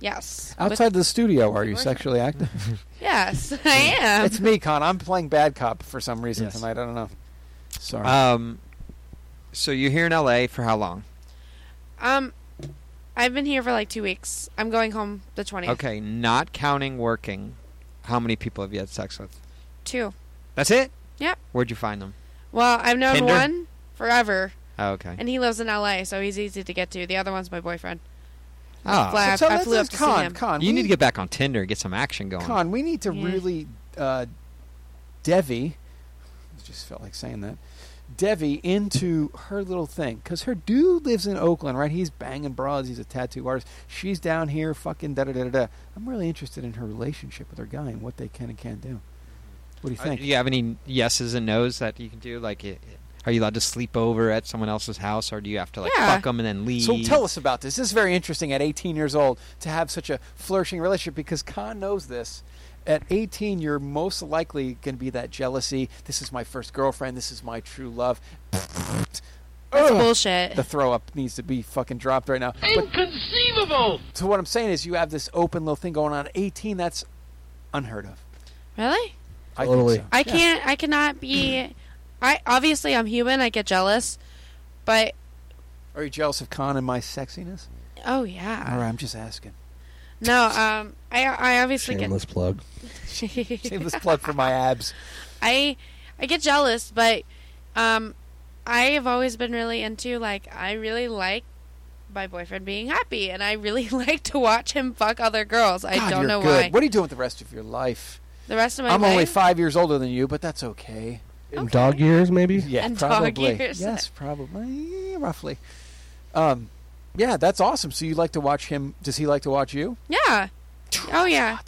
Speaker 8: Yes.
Speaker 2: Outside
Speaker 8: With-
Speaker 2: the studio, are you
Speaker 8: Or-
Speaker 2: sexually
Speaker 3: [laughs]
Speaker 2: active? [laughs]
Speaker 8: Yes, [laughs] I am.
Speaker 2: it's me, Con. I'm playing bad cop for some reason
Speaker 3: Yes.
Speaker 2: tonight. I don't know. Sorry.
Speaker 3: Um, so you're here in LA for how long?
Speaker 8: Um, I've been here for like two weeks. I'm going home the 20th.
Speaker 3: Okay, not counting working. How many people have you had sex with?
Speaker 8: Two.
Speaker 3: That's it.
Speaker 8: Yep.
Speaker 3: Where'd you find them?
Speaker 8: Well, I've known
Speaker 3: Tinder?
Speaker 8: one forever,
Speaker 3: Oh, okay.
Speaker 8: and he lives in LA, so he's easy to get to. The other one's my boyfriend.
Speaker 3: Ah.
Speaker 8: Glad
Speaker 2: So
Speaker 8: I
Speaker 2: let's-
Speaker 8: flew up
Speaker 2: let's-
Speaker 8: to
Speaker 2: Con,
Speaker 8: see him.
Speaker 2: Con,
Speaker 3: you
Speaker 2: we
Speaker 3: need to get back on Tinder and get some action going.
Speaker 2: Con, we need to
Speaker 8: Yeah.
Speaker 2: really. Uh, Devi, I just felt like saying that. Devi into her little thing. Because her dude lives in Oakland, right? He's banging broads. He's a tattoo artist. She's down here fucking da da da da da. I'm really interested in her relationship with her guy and what they can and can't do. What do you
Speaker 3: Uh,
Speaker 2: think?
Speaker 3: do you have any yeses and nos that you can do? Like, it, are you allowed to sleep over at someone else's house, or do you have to like fuck 'em
Speaker 2: Yeah.
Speaker 3: and then leave?
Speaker 2: So tell us about this. This is very interesting at 18 years old to have such a flourishing relationship because Khan knows this. At 18, you're most likely going to be that jealousy. This is my first girlfriend. This is my true love. [laughs] That's
Speaker 8: bullshit.
Speaker 2: The throw up needs to be fucking dropped right now. But
Speaker 11: Inconceivable!
Speaker 2: so what I'm saying is, you have this open little thing going on. At 18, that's unheard of.
Speaker 8: Really?
Speaker 2: I
Speaker 5: Totally.
Speaker 2: Think so.
Speaker 8: I
Speaker 2: Yeah.
Speaker 8: can't. I cannot be. I obviously I'm human. I get jealous, but
Speaker 2: Are you jealous of Khan and my sexiness?
Speaker 8: oh yeah.
Speaker 2: All right, I'm just asking.
Speaker 8: [laughs] No. Um. I. I obviously [laughs]
Speaker 5: Shameless plug.
Speaker 8: get.
Speaker 2: Save this plug for my abs.
Speaker 8: I I get jealous, but um, I have always been really into like I really like my boyfriend being happy, and I really [laughs] like to watch him fuck other girls. I
Speaker 2: God,
Speaker 8: don't
Speaker 2: you're
Speaker 8: know
Speaker 2: good.
Speaker 8: why.
Speaker 2: What are you doing with the rest of your life?
Speaker 8: The rest of my
Speaker 2: I'm
Speaker 8: life,
Speaker 2: only five years older than you, but that's
Speaker 8: [laughs]
Speaker 2: okay.
Speaker 5: In dog years, maybe.
Speaker 2: Yeah,
Speaker 8: And dog
Speaker 2: probably.
Speaker 8: years.
Speaker 2: Yes, probably eh, roughly. Um, yeah, that's awesome. So you like to watch him? Does he like to watch you?
Speaker 8: yeah. Oh yeah.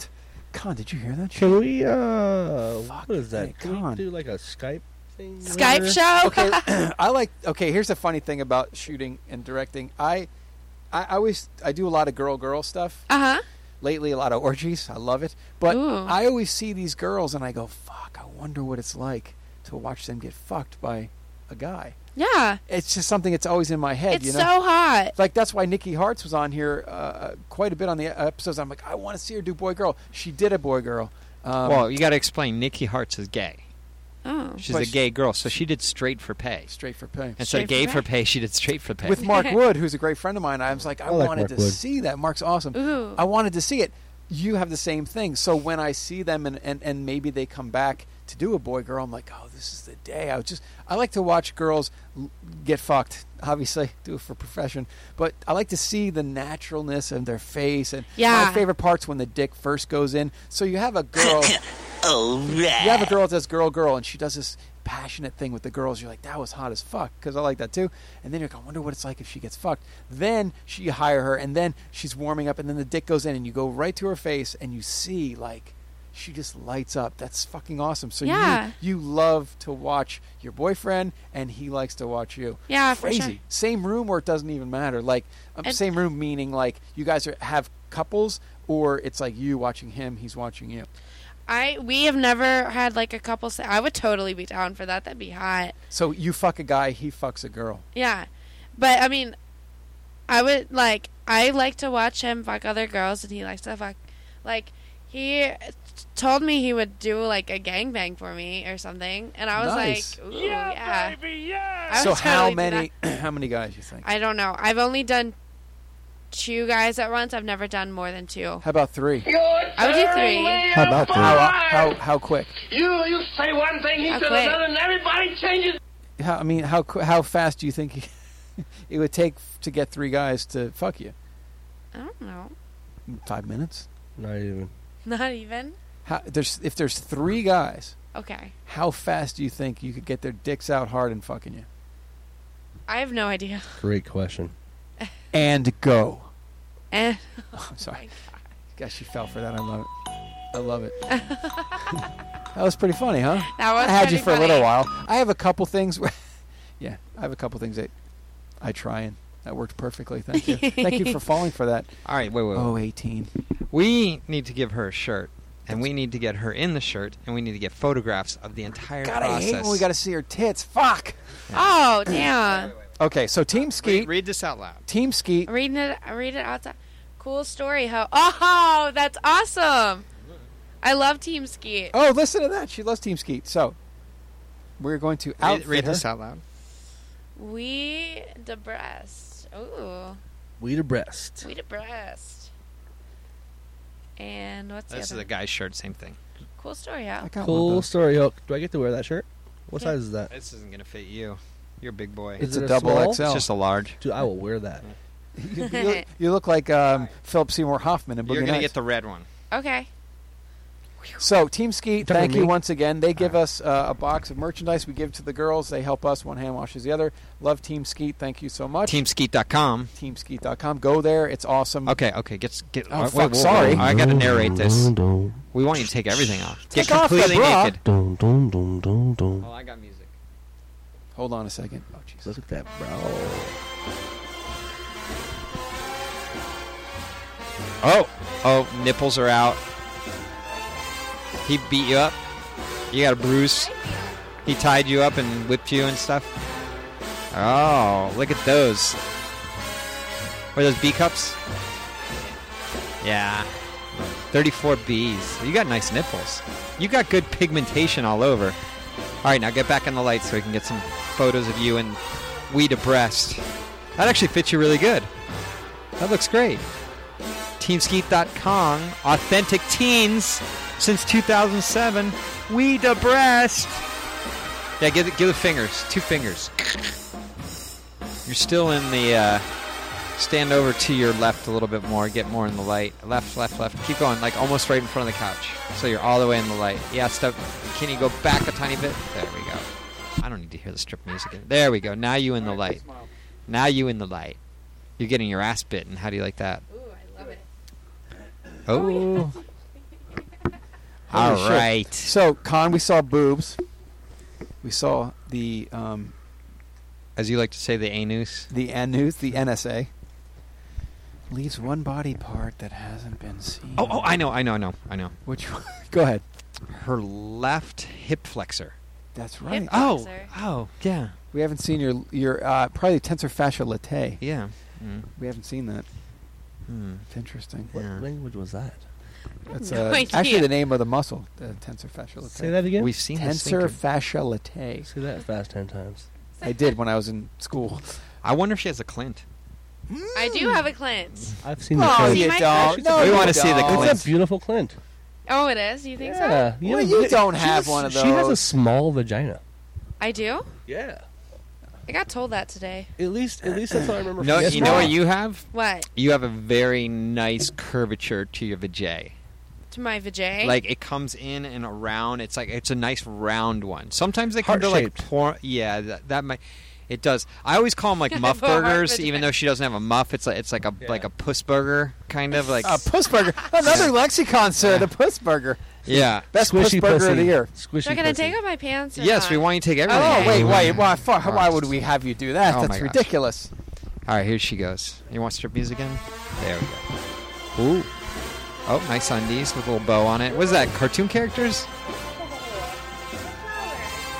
Speaker 2: Con, did you hear that? shit?
Speaker 5: Can we? Uh, what is
Speaker 2: me,
Speaker 5: that? Can
Speaker 2: Con.
Speaker 5: we do like a Skype thing?
Speaker 8: Skype
Speaker 5: later?
Speaker 8: show. [laughs]
Speaker 2: Okay, [coughs] I like. Okay, here's the funny thing about shooting and directing. I, I I always I do a lot of girl girl stuff
Speaker 8: Uh huh.
Speaker 2: lately. A lot of orgies. I love it. But
Speaker 8: Ooh.
Speaker 2: I always see these girls and I go, fuck. I wonder what it's like to watch them get fucked by a guy.
Speaker 8: Yeah.
Speaker 2: It's just something that's always in my head.
Speaker 8: It's
Speaker 2: you know?
Speaker 8: so hot.
Speaker 2: Like that's why Nikki Hartz was on here uh, quite a bit on the episodes. I'm like, I want to see her do boy girl. She did a boy girl. Um,
Speaker 3: well, you got to explain. Nikki Hartz is gay.
Speaker 8: Oh.
Speaker 3: She's
Speaker 2: Well,
Speaker 3: a
Speaker 2: she-
Speaker 3: gay girl, so she did straight for pay.
Speaker 2: straight for pay
Speaker 3: Instead of
Speaker 8: Straight
Speaker 3: gay for
Speaker 8: for
Speaker 3: pay, she did straight for pay.
Speaker 2: with Mark Wood, who's a great friend of mine. I was like, I,
Speaker 5: I like
Speaker 2: wanted
Speaker 5: Mark
Speaker 2: to
Speaker 5: Wood.
Speaker 2: see that. Mark's awesome.
Speaker 8: Ooh.
Speaker 2: I wanted to see it. You have the same thing. So when I see them and, and, and maybe they come back to do a boy girl, I'm like, oh, this is the day. I was just I like to watch girls l- get fucked. Obviously, do it for profession, but I like to see the naturalness of their face. And my
Speaker 8: Yeah.
Speaker 2: favorite part's when the dick first goes in. So you have a girl.
Speaker 14: All right.
Speaker 2: You have a girl that does girl girl, and she does this passionate thing with the girls. You're like, that was hot as fuck because I like that too. And then you're like, I wonder what it's like if she gets fucked. Then she you hire her, and then she's warming up, and then the dick goes in, and you go right to her face, and you see like she just lights up. That's fucking awesome. So
Speaker 8: Yeah.
Speaker 2: you you love to watch your boyfriend, and he likes to watch you.
Speaker 8: Yeah, for
Speaker 2: crazy.
Speaker 8: sure.
Speaker 2: Same room where it doesn't even matter. Like um,
Speaker 8: And-
Speaker 2: same room meaning like you guys are, have couples. Or it's like you watching him, he's watching you.
Speaker 8: I we have never had like a couple. Say, I would totally be down for that. That'd be hot.
Speaker 2: So you fuck a guy, he fucks a girl.
Speaker 8: Yeah. But I mean, I would like I like to watch him fuck other girls and he likes to fuck like he t- told me he would do like a gangbang for me or something and I was
Speaker 2: Nice.
Speaker 8: like, Ooh, yeah. I
Speaker 2: so
Speaker 8: would
Speaker 2: how
Speaker 8: totally do
Speaker 2: many
Speaker 8: that.
Speaker 2: how many [clears throat] guys you think?
Speaker 8: I don't know. I've only done two guys at once. I've never done more than two.
Speaker 2: how about three?
Speaker 8: I would do three.
Speaker 5: How about
Speaker 2: How,
Speaker 5: that?
Speaker 2: how how quick?
Speaker 7: You you say one thing, he
Speaker 8: How
Speaker 7: says
Speaker 8: quick?
Speaker 7: another, and everybody changes.
Speaker 2: How, I mean, how qu- how fast do you think [laughs] it would take to get three guys to fuck you?
Speaker 8: I don't know.
Speaker 2: Five minutes?
Speaker 5: Not even.
Speaker 8: Not even.
Speaker 2: How, there's if there's three guys,
Speaker 8: Okay.
Speaker 2: how fast do you think you could get their dicks out hard and fucking you?
Speaker 8: I have no idea. [laughs]
Speaker 5: Great question.
Speaker 2: And go.
Speaker 8: Eh.
Speaker 2: I'm sorry. Gosh, she fell for that. I love it. I love it. [laughs] that was pretty funny, huh?
Speaker 8: That was
Speaker 2: I had you
Speaker 8: pretty
Speaker 2: for a little [laughs]
Speaker 8: funny.
Speaker 2: while. I have a couple things. Where, yeah, I have a couple things that I try and That worked perfectly. Thank you. Thank
Speaker 8: [laughs]
Speaker 2: you for falling for that.
Speaker 3: All right, wait, wait, wait.
Speaker 2: Oh, 18.
Speaker 3: We need to give her a shirt, and we need to get her in the shirt, and we need to get photographs of the entire
Speaker 2: God, I
Speaker 3: process.
Speaker 2: hate when we got to see her tits. Fuck.
Speaker 8: Oh, damn.
Speaker 2: Okay, so Team Skeet.
Speaker 3: Read this out loud.
Speaker 2: Team Skeet.
Speaker 8: Reading it, I read it outside. Cool story, ho. Oh, that's awesome. I love Team Skeet.
Speaker 2: Oh, listen to that. She loves Team Skeet. So we're going to outfit
Speaker 3: read
Speaker 2: her.
Speaker 3: this out loud.
Speaker 8: We depressed. Ooh,
Speaker 5: We the breast.
Speaker 8: we depressed. And what's
Speaker 3: This
Speaker 8: the
Speaker 3: is
Speaker 8: other?
Speaker 3: a guy's shirt, same thing.
Speaker 8: Cool story, ho.
Speaker 5: Cool story, Hook. Do I get to wear that shirt? What
Speaker 8: Yeah.
Speaker 5: size is that?
Speaker 3: This isn't going to fit you. You're a big boy.
Speaker 5: Is
Speaker 2: It's
Speaker 5: it
Speaker 2: a double
Speaker 5: small?
Speaker 2: XL. It's
Speaker 3: just a large.
Speaker 5: Dude, I will wear that.
Speaker 2: You, you- you look like um, Philip Seymour Hoffman in Boogie
Speaker 3: You're going to
Speaker 2: Nights.
Speaker 3: get the red one.
Speaker 8: Okay.
Speaker 2: So, Team Skeet,
Speaker 5: Talking to
Speaker 2: thank you
Speaker 5: me?
Speaker 2: once again. They give us uh, a box of merchandise we give to the girls. They help us. One hand washes the other. Love Team Skeet. Thank you so much.
Speaker 3: Teamskeet.com.
Speaker 2: TeamSkeet.com. Go there. It's awesome.
Speaker 3: Okay, okay. Get, get,
Speaker 2: Oh,
Speaker 3: wait,
Speaker 2: fuck,
Speaker 3: whoa, whoa,
Speaker 2: sorry.
Speaker 3: whoa. I got to narrate this. We want you to take everything off.
Speaker 2: Take
Speaker 3: get
Speaker 2: off the
Speaker 3: completely
Speaker 2: bra.
Speaker 3: naked. Oh,
Speaker 15: Dum, dum, dum, dum, dum.
Speaker 3: I got music.
Speaker 2: Hold on a second. Oh, jeez.
Speaker 5: Look at that, bro.
Speaker 3: Oh, oh, nipples are out. He beat you up. You got a bruise. He tied you up and whipped you and stuff. Oh, look at those. What are those B cups? Yeah. 34 Bs. You got nice nipples. You got good pigmentation all over. All right, now get back in the light so we can get some photos of you and we breast. That actually fits you really good. That looks great. Teamskeet.com, authentic teens since 2007. We the breast. Yeah, give, the- give the fingers, two fingers. You're still in the. Uh, stand over to your left a little bit more, get more in the light. Left, left, left. Keep going, like almost right in front of the couch. So you're all the way in the light. Yeah, step. Can you go back a tiny bit? There we go. I don't need to hear the strip music. There we go. Now you in the light. Now you in the light. You're getting your ass bitten. How do you like that?
Speaker 8: Ooh, I love it.
Speaker 3: Oh.
Speaker 2: Holy
Speaker 3: All
Speaker 2: shit.
Speaker 3: right.
Speaker 2: So, Con, we saw boobs. We saw the um,
Speaker 3: As you like to say, the anus.
Speaker 2: the news, the NSA. Leaves one body part that hasn't been seen.
Speaker 3: Oh, oh, I know, I know, I know, I know.
Speaker 2: Which? [laughs] one? Go ahead.
Speaker 3: Her left hip flexor.
Speaker 2: That's right.
Speaker 3: Oh, oh, yeah,
Speaker 2: We haven't seen your your uh, probably tensor fascia latae.
Speaker 3: yeah. Mm.
Speaker 2: We haven't seen that.
Speaker 3: Mm.
Speaker 2: It's interesting.
Speaker 5: What
Speaker 3: Yeah.
Speaker 5: language was that?
Speaker 2: That's
Speaker 8: No
Speaker 2: uh,
Speaker 8: idea.
Speaker 2: actually the name of the muscle, the tensor fascia latae.
Speaker 5: Say that again.
Speaker 3: We've seen this
Speaker 2: Tensor
Speaker 3: thinker.
Speaker 2: fascia latae.
Speaker 5: Say that fast ten times.
Speaker 2: I did when I was in
Speaker 8: [laughs]
Speaker 2: school.
Speaker 8: Oh,
Speaker 3: I wonder if she has a Clint.
Speaker 8: I do have a Clint.
Speaker 5: I've seen
Speaker 2: No,
Speaker 5: the Clint.
Speaker 8: you
Speaker 5: It's
Speaker 8: my
Speaker 2: don't.
Speaker 5: Clint.
Speaker 2: No,
Speaker 3: We
Speaker 2: you
Speaker 3: wanna see the
Speaker 2: don't.
Speaker 3: Clint.
Speaker 5: a beautiful Clint.
Speaker 8: Oh, it is. You think so?
Speaker 5: Yeah.
Speaker 2: Well,
Speaker 5: have a
Speaker 2: you
Speaker 5: vi-
Speaker 2: don't
Speaker 5: she
Speaker 2: have
Speaker 5: has-
Speaker 2: one of
Speaker 5: She has a
Speaker 2: those.
Speaker 5: small vagina.
Speaker 8: I do.
Speaker 5: Yeah.
Speaker 8: I got told that today.
Speaker 5: At least, at least that's what I remember.
Speaker 3: No,
Speaker 5: from
Speaker 3: you know what
Speaker 5: yesterday.
Speaker 3: you have?
Speaker 8: What
Speaker 3: You have a very nice curvature to your vajay.
Speaker 8: to my vajay?
Speaker 3: Like it comes in and around. It's like it's a nice round one. Sometimes they come to like
Speaker 5: Heart-shaped.
Speaker 3: por- yeah, that, that might it does. I always call them like muff
Speaker 8: But heart
Speaker 3: burgers,
Speaker 8: vagina.
Speaker 3: even though she doesn't have a muff. It's like it's like a
Speaker 5: Yeah.
Speaker 3: like a puss burger kind of like
Speaker 2: A puss burger. [laughs] Another lexicon, sir. The puss burger.
Speaker 3: yeah.
Speaker 2: Best puss
Speaker 5: Squishy
Speaker 2: burger
Speaker 5: pussy.
Speaker 2: of the year.
Speaker 5: Squishy.
Speaker 8: so I gotta
Speaker 5: pussy.
Speaker 8: take off my pants? Or
Speaker 3: Yes,
Speaker 8: not?
Speaker 3: we want you to take everything.
Speaker 2: Oh wait,
Speaker 3: away.
Speaker 2: wait. Why? Why, why
Speaker 3: Alright.
Speaker 2: would we have you do that?
Speaker 3: Oh my
Speaker 2: That's
Speaker 3: gosh.
Speaker 2: ridiculous.
Speaker 3: All right, here she goes. You want strip music again? There we go. Ooh. Oh, nice undies with a little bow on it. What is that? Cartoon characters?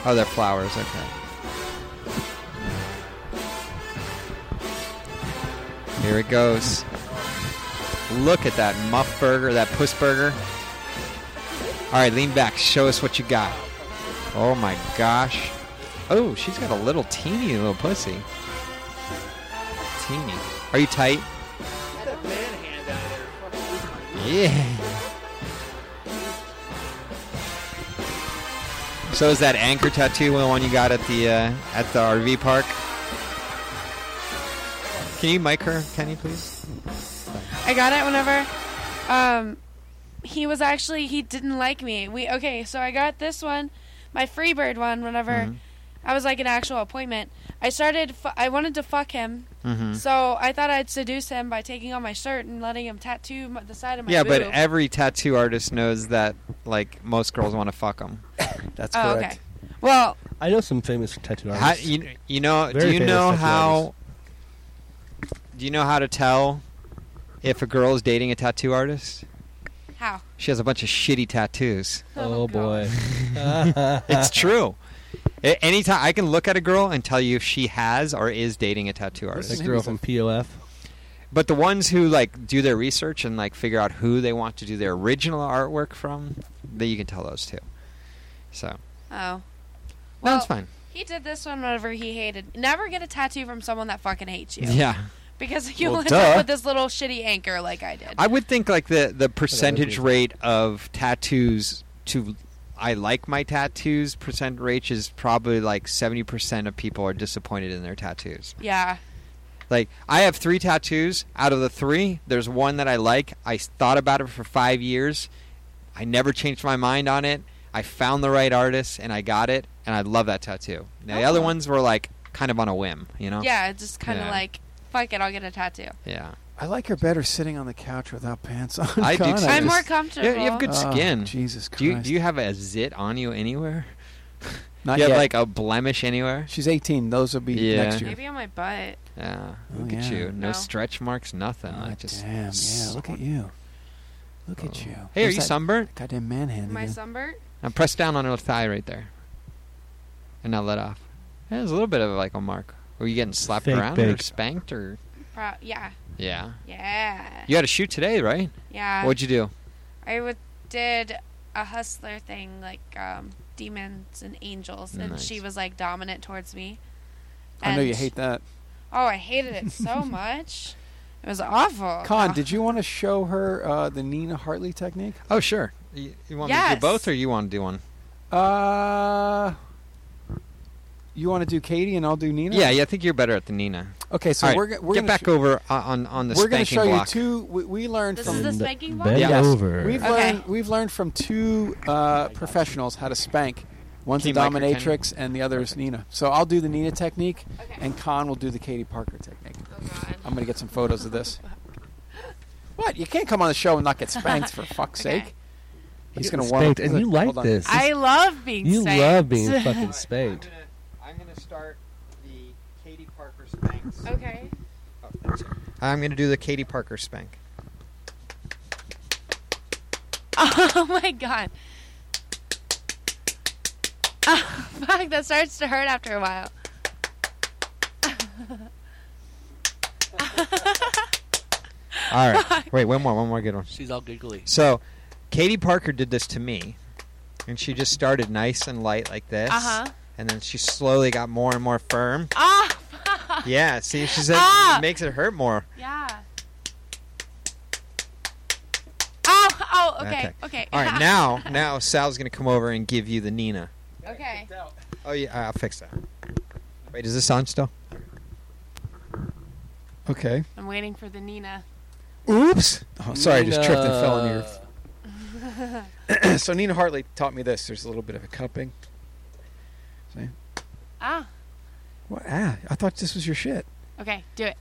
Speaker 3: Oh, they're flowers. Okay. Here it goes. Look at that muff burger, that puss burger. All right, lean back. Show us what you got. Oh my gosh. Oh, she's got a little teeny little pussy. Teeny. Are you tight? Yeah. So is that anchor tattoo the one you got at the uh, at the RV park? Can you mic her, Kenny, please?
Speaker 8: I got it whenever um he was actually he didn't like me. We okay, so I got this one, my Freebird one whenever
Speaker 3: Mm-hmm.
Speaker 8: I was like an actual appointment. I started fu- I wanted to fuck him.
Speaker 3: Mm-hmm.
Speaker 8: So I thought I'd seduce him by taking on my shirt and letting him tattoo m- the side of my
Speaker 3: Yeah, but
Speaker 8: boob.
Speaker 3: every tattoo artist knows that like most girls want to fuck them.
Speaker 2: That's
Speaker 8: oh,
Speaker 2: correct.
Speaker 8: okay. Well,
Speaker 5: I know some famous tattoo
Speaker 3: How,
Speaker 5: artists.
Speaker 3: you, you know?
Speaker 5: Very
Speaker 3: do you
Speaker 5: famous
Speaker 3: know
Speaker 5: tattoo
Speaker 3: how Do you know how to tell if a girl is dating a tattoo artist?
Speaker 8: How?
Speaker 3: She has a bunch of shitty tattoos.
Speaker 16: Oh, boy.
Speaker 5: [laughs]
Speaker 3: it's true. A- anytime I can look at a girl and tell you if she has or is dating a tattoo artist.
Speaker 16: That girl from POF.
Speaker 3: But the ones who like do their research and like figure out who they want to do their original artwork from, that you can tell those too. So
Speaker 8: Oh.
Speaker 3: no, it's fine.
Speaker 8: He did this one whenever he hated. Never get a tattoo from someone that fucking hates you.
Speaker 3: Yeah.
Speaker 8: Because [laughs] you'll
Speaker 3: Well,
Speaker 8: end up
Speaker 3: duh.
Speaker 8: with this little shitty anchor like I did.
Speaker 3: I would think like the the percentage rate of tattoos to I like my tattoos percent rate is probably like seventy percent of people are disappointed in their tattoos.
Speaker 8: yeah.
Speaker 3: Like I have three tattoos. Out of the three, there's one that I like. I s- thought about it for five years. I never changed my mind on it. I found the right artist and I got it, and I love that tattoo. Now the other
Speaker 8: Oh.
Speaker 3: ones were like kind of on a whim, you know?
Speaker 8: Yeah, it's just kind of
Speaker 3: Yeah.
Speaker 8: like, fuck it, I'll get a tattoo.
Speaker 3: Yeah.
Speaker 2: I like her better sitting on the couch without pants on.
Speaker 3: I do.
Speaker 2: God,
Speaker 3: too.
Speaker 8: I'm more
Speaker 2: just-
Speaker 8: comfortable.
Speaker 3: Yeah, you have good
Speaker 2: Oh,
Speaker 3: skin.
Speaker 2: Jesus
Speaker 3: Do you,
Speaker 2: Christ.
Speaker 3: do you have a zit on you anywhere?
Speaker 2: Not
Speaker 3: do you
Speaker 2: yet.
Speaker 3: have like a blemish anywhere?
Speaker 2: She's 18. Those will be
Speaker 3: Yeah.
Speaker 2: next year.
Speaker 8: Maybe on my butt.
Speaker 3: Yeah.
Speaker 2: Oh,
Speaker 3: Look at
Speaker 2: yeah. Oh,
Speaker 3: you. No,
Speaker 8: No.
Speaker 3: stretch marks, nothing. I just
Speaker 2: Ah,
Speaker 3: Oh.
Speaker 2: Damn, yeah. Look at you. Look at you.
Speaker 3: Hey, are
Speaker 2: Where's
Speaker 3: you
Speaker 2: that
Speaker 3: sunburnt?
Speaker 2: Goddamn manhand.
Speaker 8: My
Speaker 2: again?
Speaker 8: sunburn?
Speaker 3: And press down on her thigh right there. And now let off. Yeah, There's a little bit of like a mark. Were you getting slapped
Speaker 16: Fake
Speaker 3: around or
Speaker 16: bake.
Speaker 3: spanked or?
Speaker 8: Pro- yeah.
Speaker 3: Yeah.
Speaker 8: Yeah.
Speaker 3: You had a shoot today, right?
Speaker 8: Yeah.
Speaker 3: What'd you do?
Speaker 8: I would, did a hustler thing like um, demons and angels, and
Speaker 2: Nice.
Speaker 8: she was like dominant towards me.
Speaker 2: I know
Speaker 8: And-
Speaker 2: you hate that.
Speaker 8: Oh, I hated
Speaker 3: [laughs]
Speaker 8: it so much. It was awful.
Speaker 2: Con, did you want to show her uh, the Nina Hartley technique?
Speaker 3: Oh, sure. You, you want me to
Speaker 8: Yes.
Speaker 3: do both or you want to do one?
Speaker 2: Uh, you want to do Katie and I'll do Nina?
Speaker 3: Yeah, yeah. I think you're better at the Nina.
Speaker 2: Okay, so
Speaker 3: All right,
Speaker 2: we're go- we're
Speaker 3: get
Speaker 2: gonna
Speaker 3: back
Speaker 2: sh-
Speaker 3: over o- on on the
Speaker 2: We're
Speaker 3: spanking
Speaker 2: gonna show
Speaker 3: block.
Speaker 2: you two. We, we learned
Speaker 8: This
Speaker 2: from
Speaker 8: is the spanking block?
Speaker 16: bend
Speaker 2: Yes.
Speaker 16: over.
Speaker 2: We've
Speaker 8: Okay.
Speaker 2: learned we've learned from two uh, professionals how to spank. One's
Speaker 3: Key
Speaker 2: a
Speaker 3: Mike or Kenny?
Speaker 2: dominatrix and the other is Nina. So I'll do the Nina technique, and Con will do the Katie Parker technique. I'm gonna get some photos of this. What? You can't come on the show and not get spanked for fuck's sake. He's
Speaker 16: Getting
Speaker 2: gonna warm up.
Speaker 16: spanked, and you like
Speaker 2: Hold on.
Speaker 16: this.
Speaker 8: I love being
Speaker 16: You
Speaker 8: spanked.
Speaker 16: love
Speaker 8: [laughs]
Speaker 16: being fucking spanked.
Speaker 3: I'm gonna start the Katie Parker spanks. Oh,
Speaker 8: okay.
Speaker 3: I'm gonna do the Katie Parker spank.
Speaker 8: [laughs] Oh my god. [laughs] Oh, fuck, that starts to hurt after a while. [laughs]
Speaker 3: All
Speaker 8: [laughs]
Speaker 3: right. Wait, one more, one more good one.
Speaker 5: She's all giggly.
Speaker 3: So, Katie Parker did this to me, and she just started nice and light like this,
Speaker 8: Uh-huh.
Speaker 3: and then she slowly got more and more firm.
Speaker 8: Ah,
Speaker 3: Yeah, see, she said
Speaker 8: Ah!
Speaker 3: it makes it hurt
Speaker 8: [laughs]
Speaker 3: more.
Speaker 8: yeah. Oh, oh, okay, okay.
Speaker 3: All
Speaker 8: [laughs]
Speaker 3: right, now, now Sal's gonna come over and give you the Nina.
Speaker 8: Okay.
Speaker 3: Oh yeah, I'll fix that. Wait, is this on still?
Speaker 2: Okay.
Speaker 8: I'm waiting for the Nina.
Speaker 3: Oops.
Speaker 2: Oh, sorry, I just tripped and fell on your.
Speaker 16: Nina.
Speaker 2: [clears throat] so Nina Hartley taught me this. There's a little bit of a cupping. See?
Speaker 8: ah,
Speaker 2: What? Ah, I thought this was your shit.
Speaker 8: okay, do it.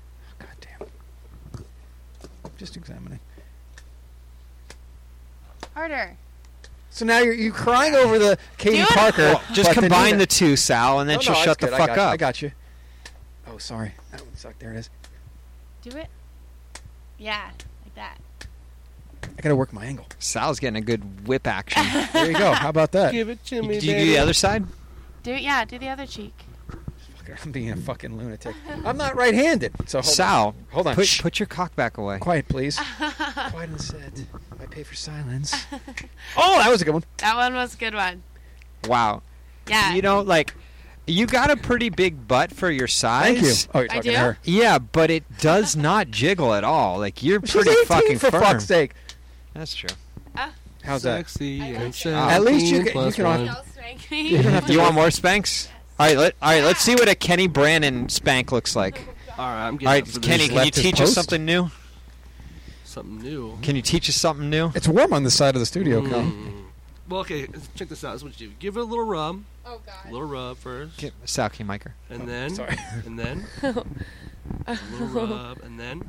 Speaker 2: Just examining.
Speaker 8: Harder.
Speaker 2: So now you're you crying over the Katie
Speaker 8: Dude.
Speaker 2: Parker.
Speaker 3: Well, just
Speaker 2: but the
Speaker 3: combine
Speaker 2: Nina-
Speaker 3: the two, Sal, and then
Speaker 2: No,
Speaker 3: she'll
Speaker 2: no,
Speaker 3: shut
Speaker 2: that's
Speaker 3: the
Speaker 2: good. I
Speaker 3: fuck
Speaker 2: got you.
Speaker 3: up.
Speaker 2: I got you. Oh, sorry. That one sucked. There it is.
Speaker 8: Do it. Yeah, like that.
Speaker 2: I gotta work my angle.
Speaker 3: Sal's getting a good whip action.
Speaker 8: [laughs]
Speaker 2: There you go. How about that?
Speaker 16: Give it to
Speaker 3: Do
Speaker 16: me,
Speaker 3: you do
Speaker 16: baby.
Speaker 3: the other side?
Speaker 8: Do it, yeah, do the other cheek.
Speaker 2: Fucker, I'm being a fucking lunatic. I'm not right-handed. So hold
Speaker 3: Sal,
Speaker 2: on. hold on.
Speaker 3: Put,
Speaker 2: Shh.
Speaker 3: put your cock back away.
Speaker 2: Quiet,
Speaker 8: [laughs]
Speaker 2: please. Quiet and said. I pay for silence. oh, that was a good one.
Speaker 8: That one was a good one.
Speaker 3: Wow.
Speaker 8: Yeah.
Speaker 3: You know, like, you got a pretty big butt for your
Speaker 2: Thank you.
Speaker 3: size.
Speaker 2: Oh, you're
Speaker 8: I
Speaker 2: talking
Speaker 8: do?
Speaker 2: to her.
Speaker 3: Yeah, but it does not jiggle at all. Like, you're
Speaker 2: She's
Speaker 3: pretty
Speaker 2: 18,
Speaker 3: fucking
Speaker 2: for
Speaker 3: firm.
Speaker 2: fuck's sake.
Speaker 3: That's true.
Speaker 2: How's that?
Speaker 5: Sexy and
Speaker 3: At
Speaker 2: least you
Speaker 5: seventeen
Speaker 2: can- you
Speaker 5: plus
Speaker 2: can
Speaker 5: one.
Speaker 2: have-
Speaker 8: Spank
Speaker 3: You,
Speaker 8: me.
Speaker 3: want more spanks? All right, let, all right. Let's see what a Kenny Brannon spank looks like.
Speaker 5: All right, I'm getting
Speaker 3: All right,
Speaker 5: up for
Speaker 3: Kenny,
Speaker 5: this.
Speaker 3: can you
Speaker 2: Left his
Speaker 3: teach us
Speaker 2: post?
Speaker 3: something new?
Speaker 5: Something new.
Speaker 3: Can you teach us something new?
Speaker 2: It's warm on the side of the studio,
Speaker 3: Mm-hmm.
Speaker 2: Con.
Speaker 17: Hmm.
Speaker 5: Mm. Well, okay, check this out. This is what you do. Give it a little rub. Oh, God. A little rub first.
Speaker 3: Get Sal, can you mic her?
Speaker 5: And then.
Speaker 2: sorry.
Speaker 5: [laughs] And then. a
Speaker 7: [laughs]
Speaker 5: little rub. And then.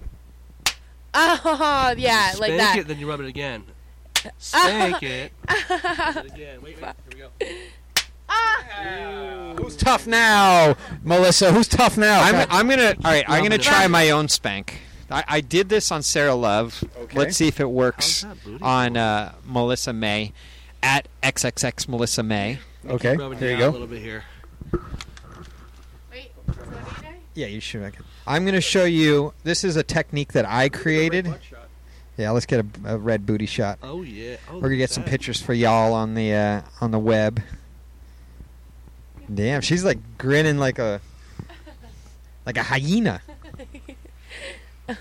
Speaker 8: Oh, yeah,
Speaker 5: spank
Speaker 8: like that.
Speaker 5: it, then you rub it
Speaker 7: [laughs]
Speaker 5: again. Spank it. Rub it again. Wait, wait. Here we go.
Speaker 8: Ah,
Speaker 2: Who's tough now, Melissa? Who's tough now?
Speaker 3: I'm,
Speaker 2: God.
Speaker 3: I'm gonna. All right, I'm gonna
Speaker 2: Nominate.
Speaker 3: try my own spank. I, I did this on Sarah Love.
Speaker 2: Okay.
Speaker 3: Let's see if it works on uh, Melissa May at XXX Melissa May.
Speaker 2: Okay,
Speaker 17: Keep rubbing down A little bit here.
Speaker 3: Yeah, you should. I'm going to show you. This is a technique that I created. Yeah, let's get a, a red booty shot.
Speaker 17: Oh, yeah. Oh,
Speaker 3: We're gonna get
Speaker 17: look
Speaker 3: some
Speaker 17: at that.
Speaker 3: pictures for y'all on the uh, on the web. Damn, she's like grinning
Speaker 17: [laughs]
Speaker 3: like a like a hyena.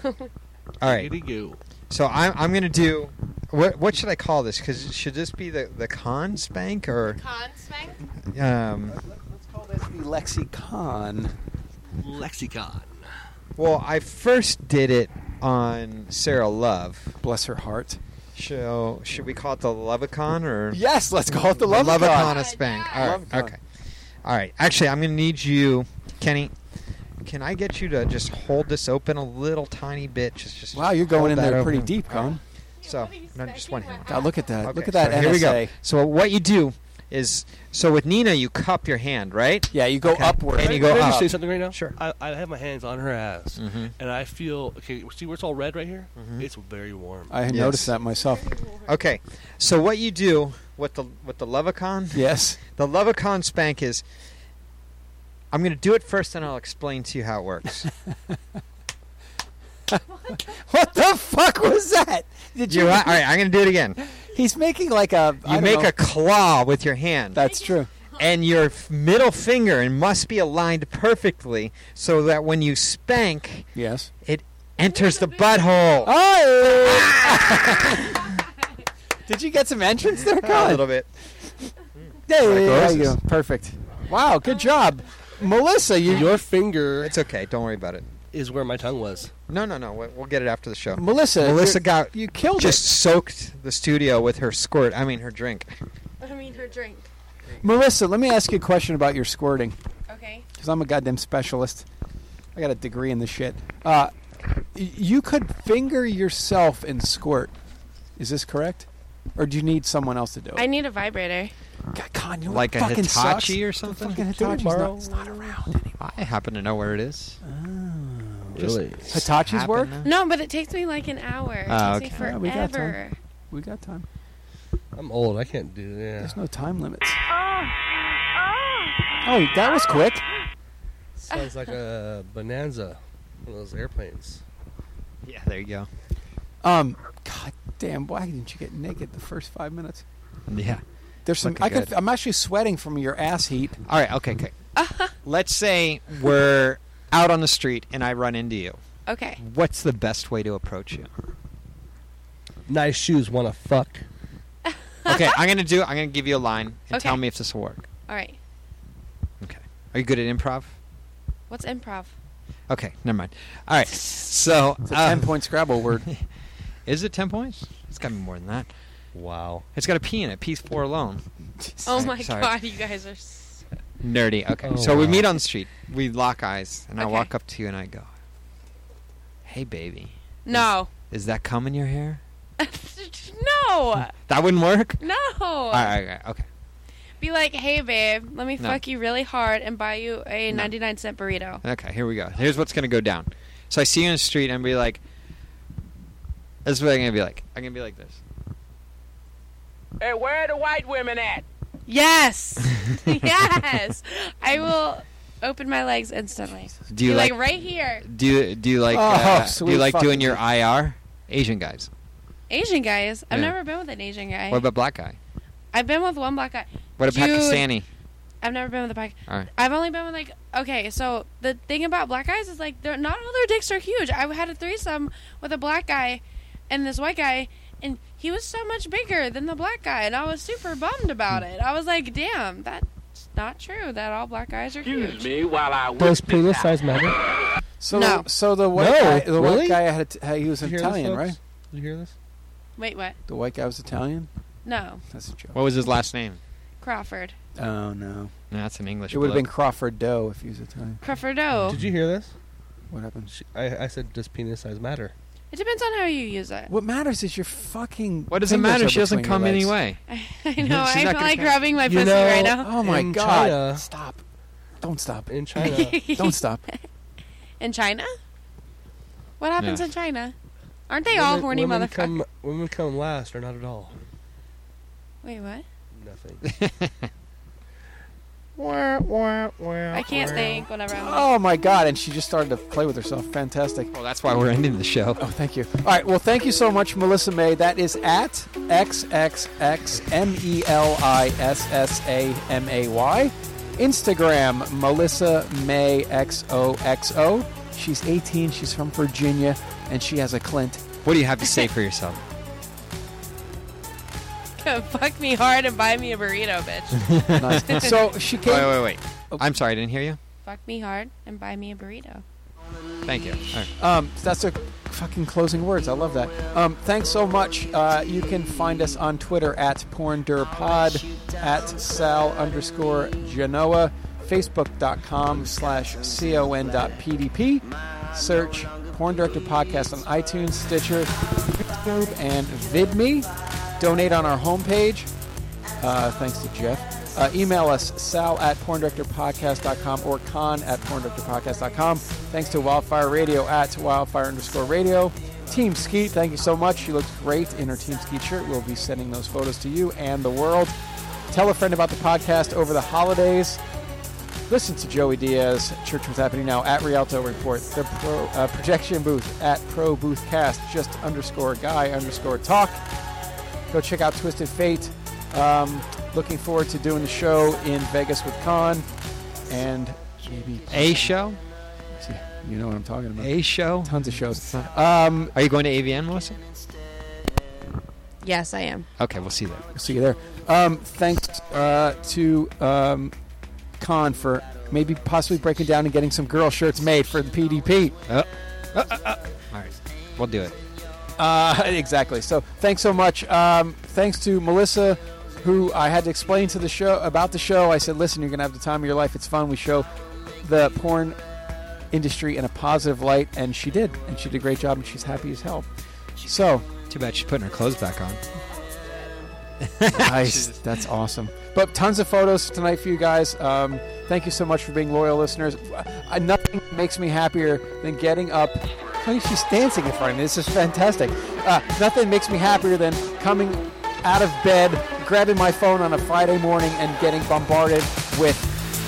Speaker 3: All right.
Speaker 17: Giggity-goo.
Speaker 3: So I'm I'm gonna do. What what should I call this? Because should this be the the con spank or
Speaker 8: Con spank?
Speaker 3: um?
Speaker 2: Lexicon.
Speaker 17: Lexicon.
Speaker 3: Well, I first did it on Sarah Love. Bless her heart. So, should we call it the Lovicon or?
Speaker 2: Yes, let's call it the Lovicon.
Speaker 3: Lovicon a spank. All right.
Speaker 2: Lovicon.
Speaker 3: Okay. All right. Actually, I'm going to need you, Kenny. Can I get you to just hold this open a little tiny bit? Just, just
Speaker 2: Wow, you're going
Speaker 3: hold
Speaker 2: in
Speaker 3: that
Speaker 2: there pretty
Speaker 3: open.
Speaker 2: deep, Con.
Speaker 3: So, no, just one hand.
Speaker 2: God, look at that.
Speaker 3: Okay,
Speaker 2: look at that.
Speaker 3: so Here we go.
Speaker 2: NSA.
Speaker 3: So what you do is, so with Nina, you cup your hand, right? Yeah, you go upward. And you go
Speaker 17: Can I
Speaker 3: up. Mm-hmm.
Speaker 17: just say something right now? Sure. I, I have my hands on her ass,
Speaker 2: Mm-hmm.
Speaker 17: and I feel okay. See where it's all red right here? It's very warm.
Speaker 2: I had
Speaker 3: Yes.
Speaker 2: noticed that myself.
Speaker 3: Okay, so what you do with the with the Lovicon?
Speaker 2: Yes. [laughs]
Speaker 3: The Lovicon spank is. I'm going to do it first, and I'll explain to you how
Speaker 2: [laughs]
Speaker 3: it works.
Speaker 2: What the fuck was that? Did
Speaker 3: you,
Speaker 2: you?
Speaker 3: all right, I'm going to do it again.
Speaker 2: [laughs] He's making like a. I don't
Speaker 3: You make
Speaker 2: know.
Speaker 3: a claw with your hand.
Speaker 2: That's true.
Speaker 3: And your f- middle finger and must be aligned perfectly so that when you spank, [laughs]
Speaker 2: yes, [laughs]
Speaker 3: it enters the butthole.
Speaker 2: Oh, Did you get some entrance there,
Speaker 3: a
Speaker 2: Con?
Speaker 3: little bit.
Speaker 2: There,
Speaker 3: Roses.
Speaker 2: you go. Perfect. Wow, good job, Melissa. You,
Speaker 17: your finger.
Speaker 3: It's okay. Don't worry about it.
Speaker 17: Is where my tongue was.
Speaker 3: No, no, no. we- We'll get it after the show.
Speaker 2: Melissa,
Speaker 3: Melissa
Speaker 2: you're-
Speaker 3: got
Speaker 2: you killed
Speaker 3: just soaked the studio with her squirt. I mean her drink.
Speaker 8: I mean, her drink.
Speaker 2: Melissa. Let me ask you a question about your squirting.
Speaker 8: Okay.
Speaker 2: because I'm a goddamn specialist. I got a degree in this shit. Uh, y- you could finger yourself and squirt. Is this correct? Or do you need someone else to do it?
Speaker 8: I need a vibrator.
Speaker 2: God, you know
Speaker 3: Like
Speaker 2: what
Speaker 3: a
Speaker 2: fucking
Speaker 3: Hitachi
Speaker 2: sucks?
Speaker 3: or
Speaker 2: The
Speaker 3: something?
Speaker 2: fucking
Speaker 3: Do it
Speaker 2: Hitachi's
Speaker 3: tomorrow.
Speaker 2: not, it's not around.
Speaker 3: I happen to know where it is. Just
Speaker 2: Really? Hitachi's
Speaker 3: happen
Speaker 2: work?
Speaker 3: to-
Speaker 8: No, but it takes me like an hour. It
Speaker 3: Oh,
Speaker 8: takes me
Speaker 3: okay.
Speaker 8: forever.
Speaker 3: Yeah,
Speaker 2: we got time. We got time.
Speaker 17: I'm old. I can't do that. There's
Speaker 2: no time limits.
Speaker 6: Ah,
Speaker 2: Oh, that was quick.
Speaker 17: Sounds like a bonanza. One of those airplanes.
Speaker 3: Yeah, there you go.
Speaker 2: Um, God damn, why didn't you get naked the first five minutes?
Speaker 3: Yeah.
Speaker 2: There's some.
Speaker 3: Looking
Speaker 2: I could,
Speaker 3: good.
Speaker 2: I'm actually sweating from your ass heat.
Speaker 3: All right. Okay. Okay. Let's say we're out on the street and I run into you.
Speaker 8: Okay.
Speaker 3: What's the best way to approach you?
Speaker 17: Nice shoes. Wanna fuck?
Speaker 3: Okay, I'm gonna do. I'm gonna give you a line and tell
Speaker 8: Okay.
Speaker 3: me if this will work.
Speaker 8: All right.
Speaker 3: Are you good at improv?
Speaker 8: What's improv?
Speaker 3: Okay, never mind. All right. So
Speaker 2: It's a
Speaker 3: uh,
Speaker 2: 10 point Scrabble
Speaker 3: [laughs]
Speaker 2: word.
Speaker 3: Is it ten points? It's got to be more than that.
Speaker 17: Wow.
Speaker 3: It's got a P in it. P's four alone.
Speaker 8: Oh my
Speaker 3: Sorry.
Speaker 8: god, you guys are. s-
Speaker 3: Nerdy. Okay.
Speaker 17: Oh,
Speaker 3: so we
Speaker 17: wow.
Speaker 3: meet on the street. We lock eyes, and I
Speaker 8: Okay.
Speaker 3: walk up to you and I go, "Hey, baby,
Speaker 8: No.
Speaker 3: is that cum in your hair?"
Speaker 8: [laughs] No.
Speaker 3: That wouldn't work.
Speaker 8: No.
Speaker 3: Mm. All right. all right, Okay.
Speaker 8: Be like, hey babe, let me
Speaker 3: No.
Speaker 8: fuck you really hard and buy you a
Speaker 3: No.
Speaker 8: 99 cent burrito.
Speaker 3: Okay, here we go. Here's what's gonna go down. So I see you in the street and I'm be like, "This is what I'm gonna be like. I'm gonna be like this."
Speaker 18: Hey, where are the white women at?
Speaker 3: [laughs]
Speaker 8: Yes. yes. I will open my legs instantly.
Speaker 3: Do you
Speaker 8: Be
Speaker 3: like,
Speaker 8: like, right here?
Speaker 3: Do you do you like
Speaker 2: Oh, [laughs]
Speaker 3: uh, do
Speaker 2: sweet
Speaker 3: you like doing
Speaker 2: fucking
Speaker 3: your IR Asian guys?
Speaker 8: Asian guys. I've
Speaker 3: Yeah.
Speaker 8: never been with an Asian guy.
Speaker 3: What about black guy?
Speaker 8: I've been with one black guy.
Speaker 3: What a
Speaker 8: Dude,
Speaker 3: Pakistani?
Speaker 8: I've never been with a black.
Speaker 3: All right.
Speaker 8: I've only been with like okay. So the thing about black guys is like they're not all their dicks are huge. I had a threesome with a black guy and this white guy, and he was so much bigger than the black guy, and I was super bummed about it. I was like, damn, that's not true. That all black guys are huge.
Speaker 18: Me while I
Speaker 17: Does penis size matter?
Speaker 2: So,
Speaker 8: No.
Speaker 2: so the white
Speaker 17: No,
Speaker 2: guy, the
Speaker 17: really?
Speaker 2: white guy had, a t- he was
Speaker 17: You hear this,
Speaker 2: Italian,
Speaker 17: folks?
Speaker 2: right?
Speaker 17: Did you hear this?
Speaker 8: Wait, what?
Speaker 2: The white guy was Italian.
Speaker 8: No,
Speaker 2: That's a joke.
Speaker 3: What was his last name?
Speaker 8: Crawford.
Speaker 2: Oh no,
Speaker 3: No, that's an English.
Speaker 2: it would have
Speaker 3: bloke.
Speaker 2: been Crawford Doe if he was Italian.
Speaker 8: Crawford. Oh,
Speaker 17: Did you hear this?
Speaker 2: What happened?
Speaker 17: She, I, I said, does penis size matter?
Speaker 8: It depends on how you use it. [laughs]
Speaker 2: What matters is your fucking.
Speaker 3: What does it
Speaker 2: fingers
Speaker 3: matter?
Speaker 2: are
Speaker 3: She doesn't
Speaker 2: between your
Speaker 3: come
Speaker 2: legs.
Speaker 3: anyway.
Speaker 8: I know. I
Speaker 2: She's not
Speaker 8: feel
Speaker 2: gonna
Speaker 8: like
Speaker 2: count.
Speaker 8: rubbing my
Speaker 2: You
Speaker 8: pussy
Speaker 2: know-
Speaker 8: right now.
Speaker 2: Oh my
Speaker 5: in
Speaker 2: god!
Speaker 5: China-
Speaker 2: Stop! Don't stop!
Speaker 5: In China.
Speaker 2: Don't stop!
Speaker 8: In China? What happens
Speaker 5: Yeah.
Speaker 8: in China? Aren't they all
Speaker 5: Women-
Speaker 8: horny
Speaker 5: women
Speaker 8: motherfuckers?
Speaker 5: Come, women come last or not at all.
Speaker 8: Wait, what?
Speaker 5: Nothing.
Speaker 8: I can't think whenever I'm.
Speaker 2: Oh my god! And she just started to play with herself. Fantastic. Well,
Speaker 3: That's why we're ending the show.
Speaker 2: Oh, thank you. All right. Well, thank you so much, Melissa May. That is at E XXXMELISSAMAY. Instagram, Melissa May XOXO. She's 18. She's from Virginia. And she has a Clint.
Speaker 3: What do you have to say
Speaker 2: [laughs]
Speaker 3: for yourself?
Speaker 8: [laughs] Fuck me hard and buy me a burrito, bitch.
Speaker 2: Nice. So she came.
Speaker 3: Wait, wait, wait.
Speaker 2: Oh.
Speaker 3: I'm sorry, I didn't hear you.
Speaker 8: Fuck me hard and buy me a burrito.
Speaker 3: Thank you. All right.
Speaker 2: Um, that's a fucking closing words. I love that. Um, thanks so much. Uh, you can find us on Twitter at PornDurPod, at Sal underscore Genoa, Facebook.com slash con.pdp. Search Porn Director Podcast on iTunes, Stitcher, YouTube, and VidMe. Donate on our homepage. Uh, thanks to Jeff. Uh, email us, sal at porndirectorpodcast.com or con at porndirectorpodcast.com. Thanks to Wildfire Radio at wildfire underscore radio. Team Skeet, thank you so much. She looks great in her Team Skeet shirt. We'll be sending those photos to you and the world. Tell a friend about the podcast over the holidays. Listen to Joey Diaz, Church What's Happening Now, at Rialto Report, the pro, uh, projection booth at Pro Booth Cast, just underscore guy underscore talk go check out Twisted Fate. Um, looking forward to doing the show in Vegas with Khan and maybe
Speaker 3: A show?
Speaker 2: See, you know what I'm talking about.
Speaker 3: A show?
Speaker 2: Tons of shows. Um,
Speaker 3: Are you going to AVN, Melissa?
Speaker 8: Yes, I am.
Speaker 3: Okay, we'll see that.
Speaker 2: We'll see you there. Um, thanks uh, to um, Khan for maybe possibly breaking down and getting some girl shirts made for the PDP.
Speaker 3: Uh, uh, uh, uh. All right, we'll do it.
Speaker 2: Uh, [laughs] exactly. So thanks so much. Um, thanks to Melissa, who I had to explain to the show about the show. I said, "Listen, you're gonna have the time of your life. It's fun. We show the porn industry in a positive light," and she did, and she did a great job, and she's happy as hell. So
Speaker 3: too bad she's putting her clothes back on.
Speaker 2: [laughs] nice. That's awesome. But tons of photos tonight for you guys. Um, thank you so much for being loyal listeners. Uh, nothing makes me happier than getting up. Look, She's dancing in front of me. This is fantastic. Uh, nothing makes me happier than coming out of bed, grabbing my phone on a Friday morning, and getting bombarded with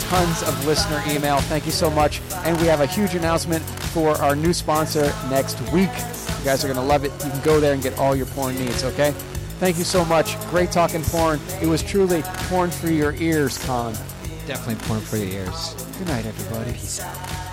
Speaker 2: tons of listener email. Thank you so much. And we have a huge announcement for our new sponsor next week. You guys are going to love it. You can go there and get all your porn needs, okay? Thank you so much. Great talking porn. It was truly porn for your ears, Con.
Speaker 3: Definitely porn for your ears.
Speaker 2: Good night, everybody. Peace out.